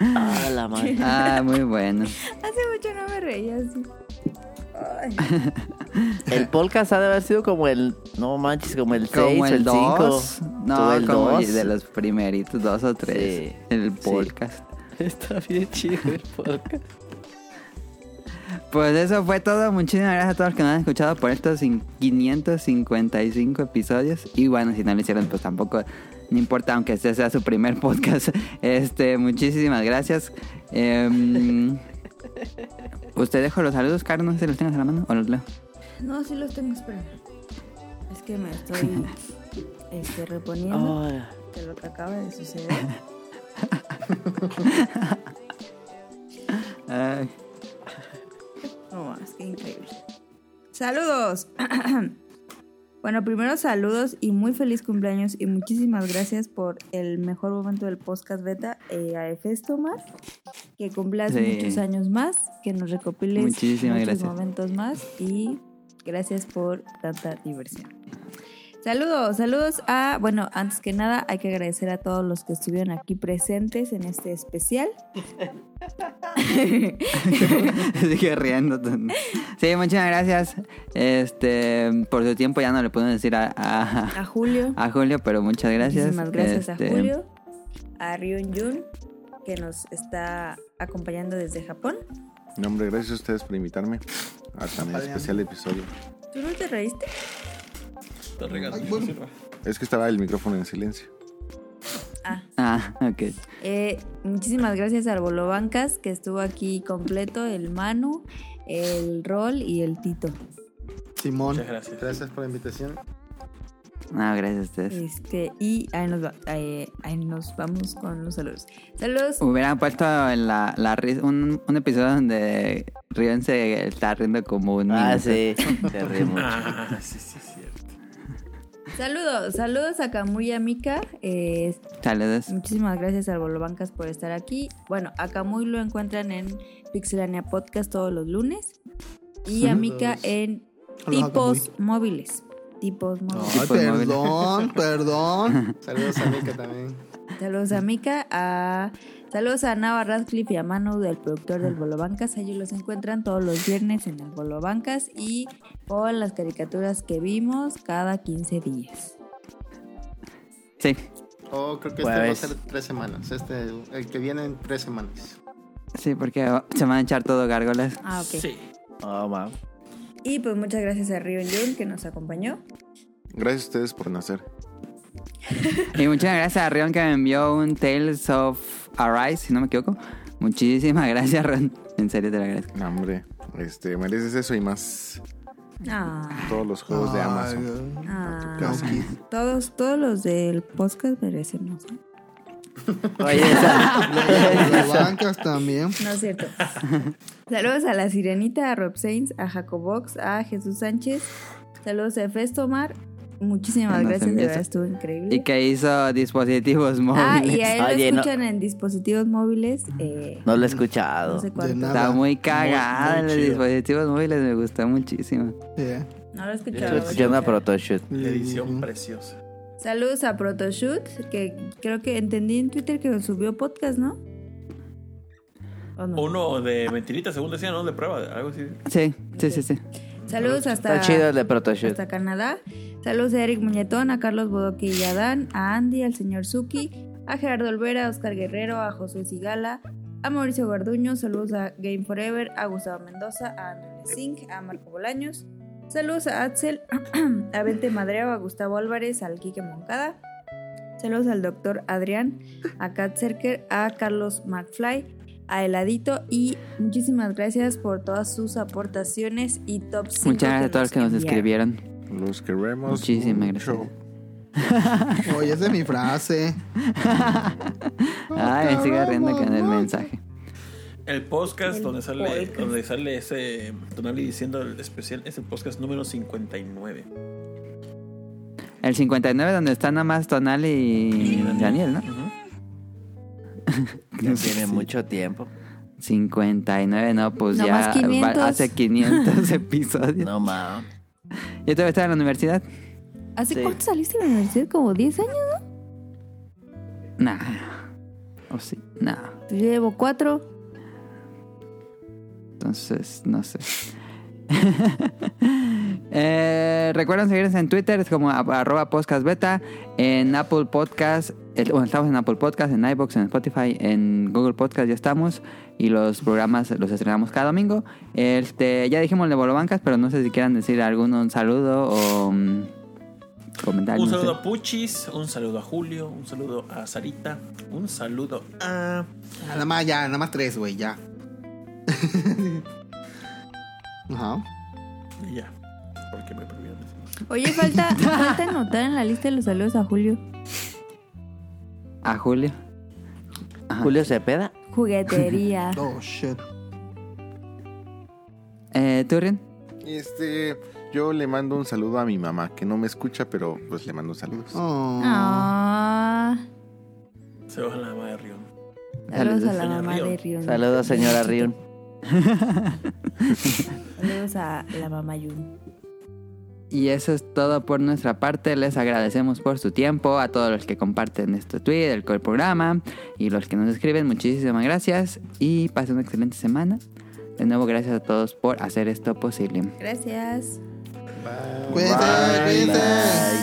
Ah, la madre.
Ah, muy bueno.
Hace mucho no me reía así. Ay.
El podcast ha de haber sido como el. No manches, como el 6
Como
o el
el
5.
2. No,
el
como
2.
de los primeritos, dos o tres.
Sí.
El
Sí.
podcast.
Está bien chido el podcast.
Pues eso fue todo. Muchísimas gracias a todos los que nos han escuchado por estos cin- 555 episodios. Y bueno, si no lo hicieron, pues tampoco, no importa, aunque este sea su primer podcast. Este, muchísimas gracias. Em, ¿Usted dejo los saludos, Carlos? No sé si los tienes a la mano o los leo.
No, sí los tengo esperando. Es que me estoy este, reponiendo
Ay.
de lo que acaba de suceder.
Ay.
No, es que increíble. Saludos. Bueno, primero saludos y muy feliz cumpleaños y muchísimas gracias por el mejor momento del podcast beta eh, a Hefesto más. Que cumplas
Sí.
muchos años más, que nos recopiles
Muchísimas
muchos
gracias.
momentos más y gracias por tanta diversión. Saludos, saludos a, bueno, antes que nada hay que agradecer a todos los que estuvieron aquí presentes en este especial.
Sigue riendo. Sí, muchas gracias. Este, por su tiempo ya no le puedo decir a, a-
A Julio.
a Julio, pero muchas Ah, gracias.
Muchísimas gracias
Este,
a Julio, a Ryun Jun, que nos está acompañando desde Japón.
No, hombre, gracias a ustedes por invitarme a tan especial episodio.
¿Tú no te reíste?
Te regalo.
Es que estaba el micrófono en silencio.
Ah, ok.
Eh, muchísimas gracias al Bolobancas, que estuvo aquí completo, el Manu, el Rol y el Tito.
Simón.
Muchas gracias.
Gracias por la invitación.
No, gracias a ustedes.
Este, y ahí nos, va- ahí- ahí nos vamos con los saludos. Saludos.
Hubieran puesto la, la ris- un, un episodio donde Rion se está riendo como un
Ah,
minuto.
sí. Se ríe mucho.
Ah, sí, sí, cierto.
Saludos, saludos a Kamuya Mika. eh,
Saludos.
Muchísimas gracias al Bolobancas por estar aquí. Bueno, a Camuy lo encuentran en Pixelania Podcast todos los lunes y a
Ujú.
Mika en
Hola,
Tipos Móviles. Tipos Móviles.
Ay,
Tipo de
perdón, perdón.
Pues, Saludos a Mika también.
Saludos a Mika, a... saludos a Nava Radcliffe y a Manu del productor del Bolobancas. Ellos los encuentran todos los viernes en el Bolobancas y con las caricaturas que vimos cada 15 días.
Sí,
Oh, creo que este va a
Jueves.
ser tres semanas. Este, el que viene en tres semanas.
sí, porque se van a echar todo gárgolas.
Ah, ok.
Sí.
Oh, mam.
Y pues muchas gracias a Rion Jun que nos acompañó.
Gracias a ustedes por nacer.
Y muchas gracias a Rion que me envió un Tales of Arise, si no me equivoco. Muchísimas gracias, Rion. En serio te lo agradezco.
No, hombre, este, mereces eso y más.
Ah,
Todos los juegos de Amazon.
ah.
Gracias.
Todos, todos los del podcast merecen, ¿no?
Oye,
Las bancas también.
No es cierto. Saludos a la Sirenita, a Rob Sainz, a Jacobox, a Jesús Sánchez. Saludos a Festomar. Muchísimas
Nos
gracias, de
envías-
verdad estuvo increíble.
Y que hizo dispositivos
Ah,
móviles.
y a él
Oye,
lo
no-
escuchan en dispositivos móviles. eh,
No lo he escuchado.
No sé cuánto. De nada.
Está muy
Muy-
cagada
muy
los
chido.
dispositivos móviles, me gusta muchísimo.
no lo he escuchado.
Estoy escuchando a Protoshoot.
Edición preciosa.
Saludos a Protoshoot, que creo que entendí en Twitter que nos subió podcast, ¿no?
Uno de mentirita, según decían, ¿no? De prueba, algo así.
Sí, sí, sí, sí.
Saludos hasta,
Está chido el de Protoshoot.
hasta Canadá. Saludos a Eric Muñetón, a Carlos Bodoque y a Dan, a Andy, al señor Suki, a Gerardo Olvera, a Oscar Guerrero, a Josué Sigala, a Mauricio Garduño. Saludos a Game Forever, a Gustavo Mendoza, a Andrés Singh, a Marco Bolaños. Saludos a Axel, a Vente Madreo, a Gustavo Álvarez, al Quique Moncada. Saludos al doctor Adrián, a Kat Serker, a Carlos McFly, a Heladito y muchísimas gracias por todas sus aportaciones y top 5.
Muchas gracias a todos los que nos escribieron.
Los queremos.
Muchísimas gracias.
Oye, esa es mi frase.
Ay, me sigue riendo con el mensaje.
El podcast donde sale donde sale ese Tonali diciendo el especial es el podcast número 59.
El 59 donde están nada más Tonal y Daniel, ¿no?
Ya tiene mucho tiempo.
59, no, pues
No,
ya
más 500.
va- hace 500 episodios.
No mames.
Yo todavía estaba en la universidad.
¿Hace
Sí.
cuánto saliste de la universidad? ¿Como 10 años, no?
Nah. O sí, nah.
Yo llevo 4.
Entonces, no sé. Eh, recuerden seguirnos en Twitter es como a- arroba podcastbeta, en Apple Podcast, el- bueno, estamos en Apple Podcast, en iBox, en Spotify, en Google Podcast ya estamos y los programas los estrenamos cada domingo. Este, ya dijimos el de Bolobancas, pero no sé si quieran decir algún un saludo o mm, comentario.
un
Ah, no sé.
saludo a Puchis, un saludo a Julio, un saludo a Sarita, un saludo a
Nada más ya, nada más tres, güey, ya. Ajá.
y ya. Porque me prohibieron decir.
Oye, falta, falta anotar en la lista de los saludos a Julio.
A Julio.
Julio Cepeda.
Juguetería.
Oh, shit.
Eh, Turin.
Este, yo le mando un saludo a mi mamá, que no me escucha, pero pues le mando saludos.
Ah.
Saludos a la mamá de Rion.
Saludos a la
Doña
mamá
Rion.
de Rion.
Saludos, señora Rion.
Saludos a la mamá Yun.
Y eso es todo por nuestra parte. Les agradecemos por su tiempo a todos los que comparten este tweet, el, el programa y los que nos escriben. Muchísimas gracias y pasen una excelente semana. De nuevo, gracias a todos por hacer esto posible.
Gracias.
Cuídense, cuídense.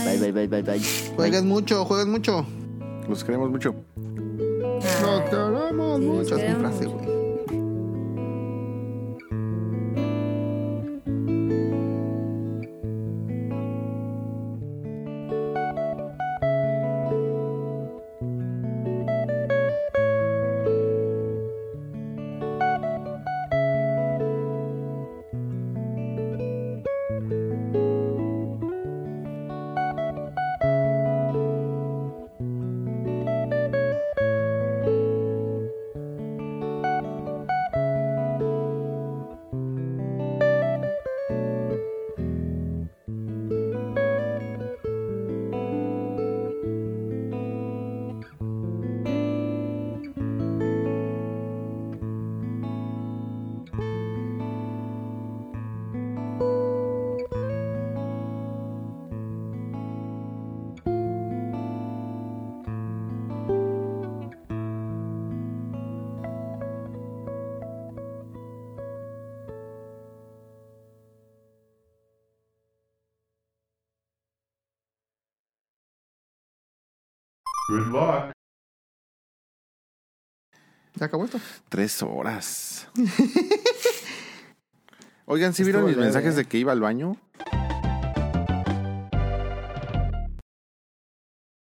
Bye, bye, bye, bye, bye.
Jueguen mucho, jueguen mucho.
Los queremos mucho.
Nos queremos mucho. Es mi
queremos
frase, güey. ¿Se acabó esto?
Tres horas. Oigan, ¿sí vieron
Estuvo
mis
leve,
mensajes
eh.
de que iba al baño?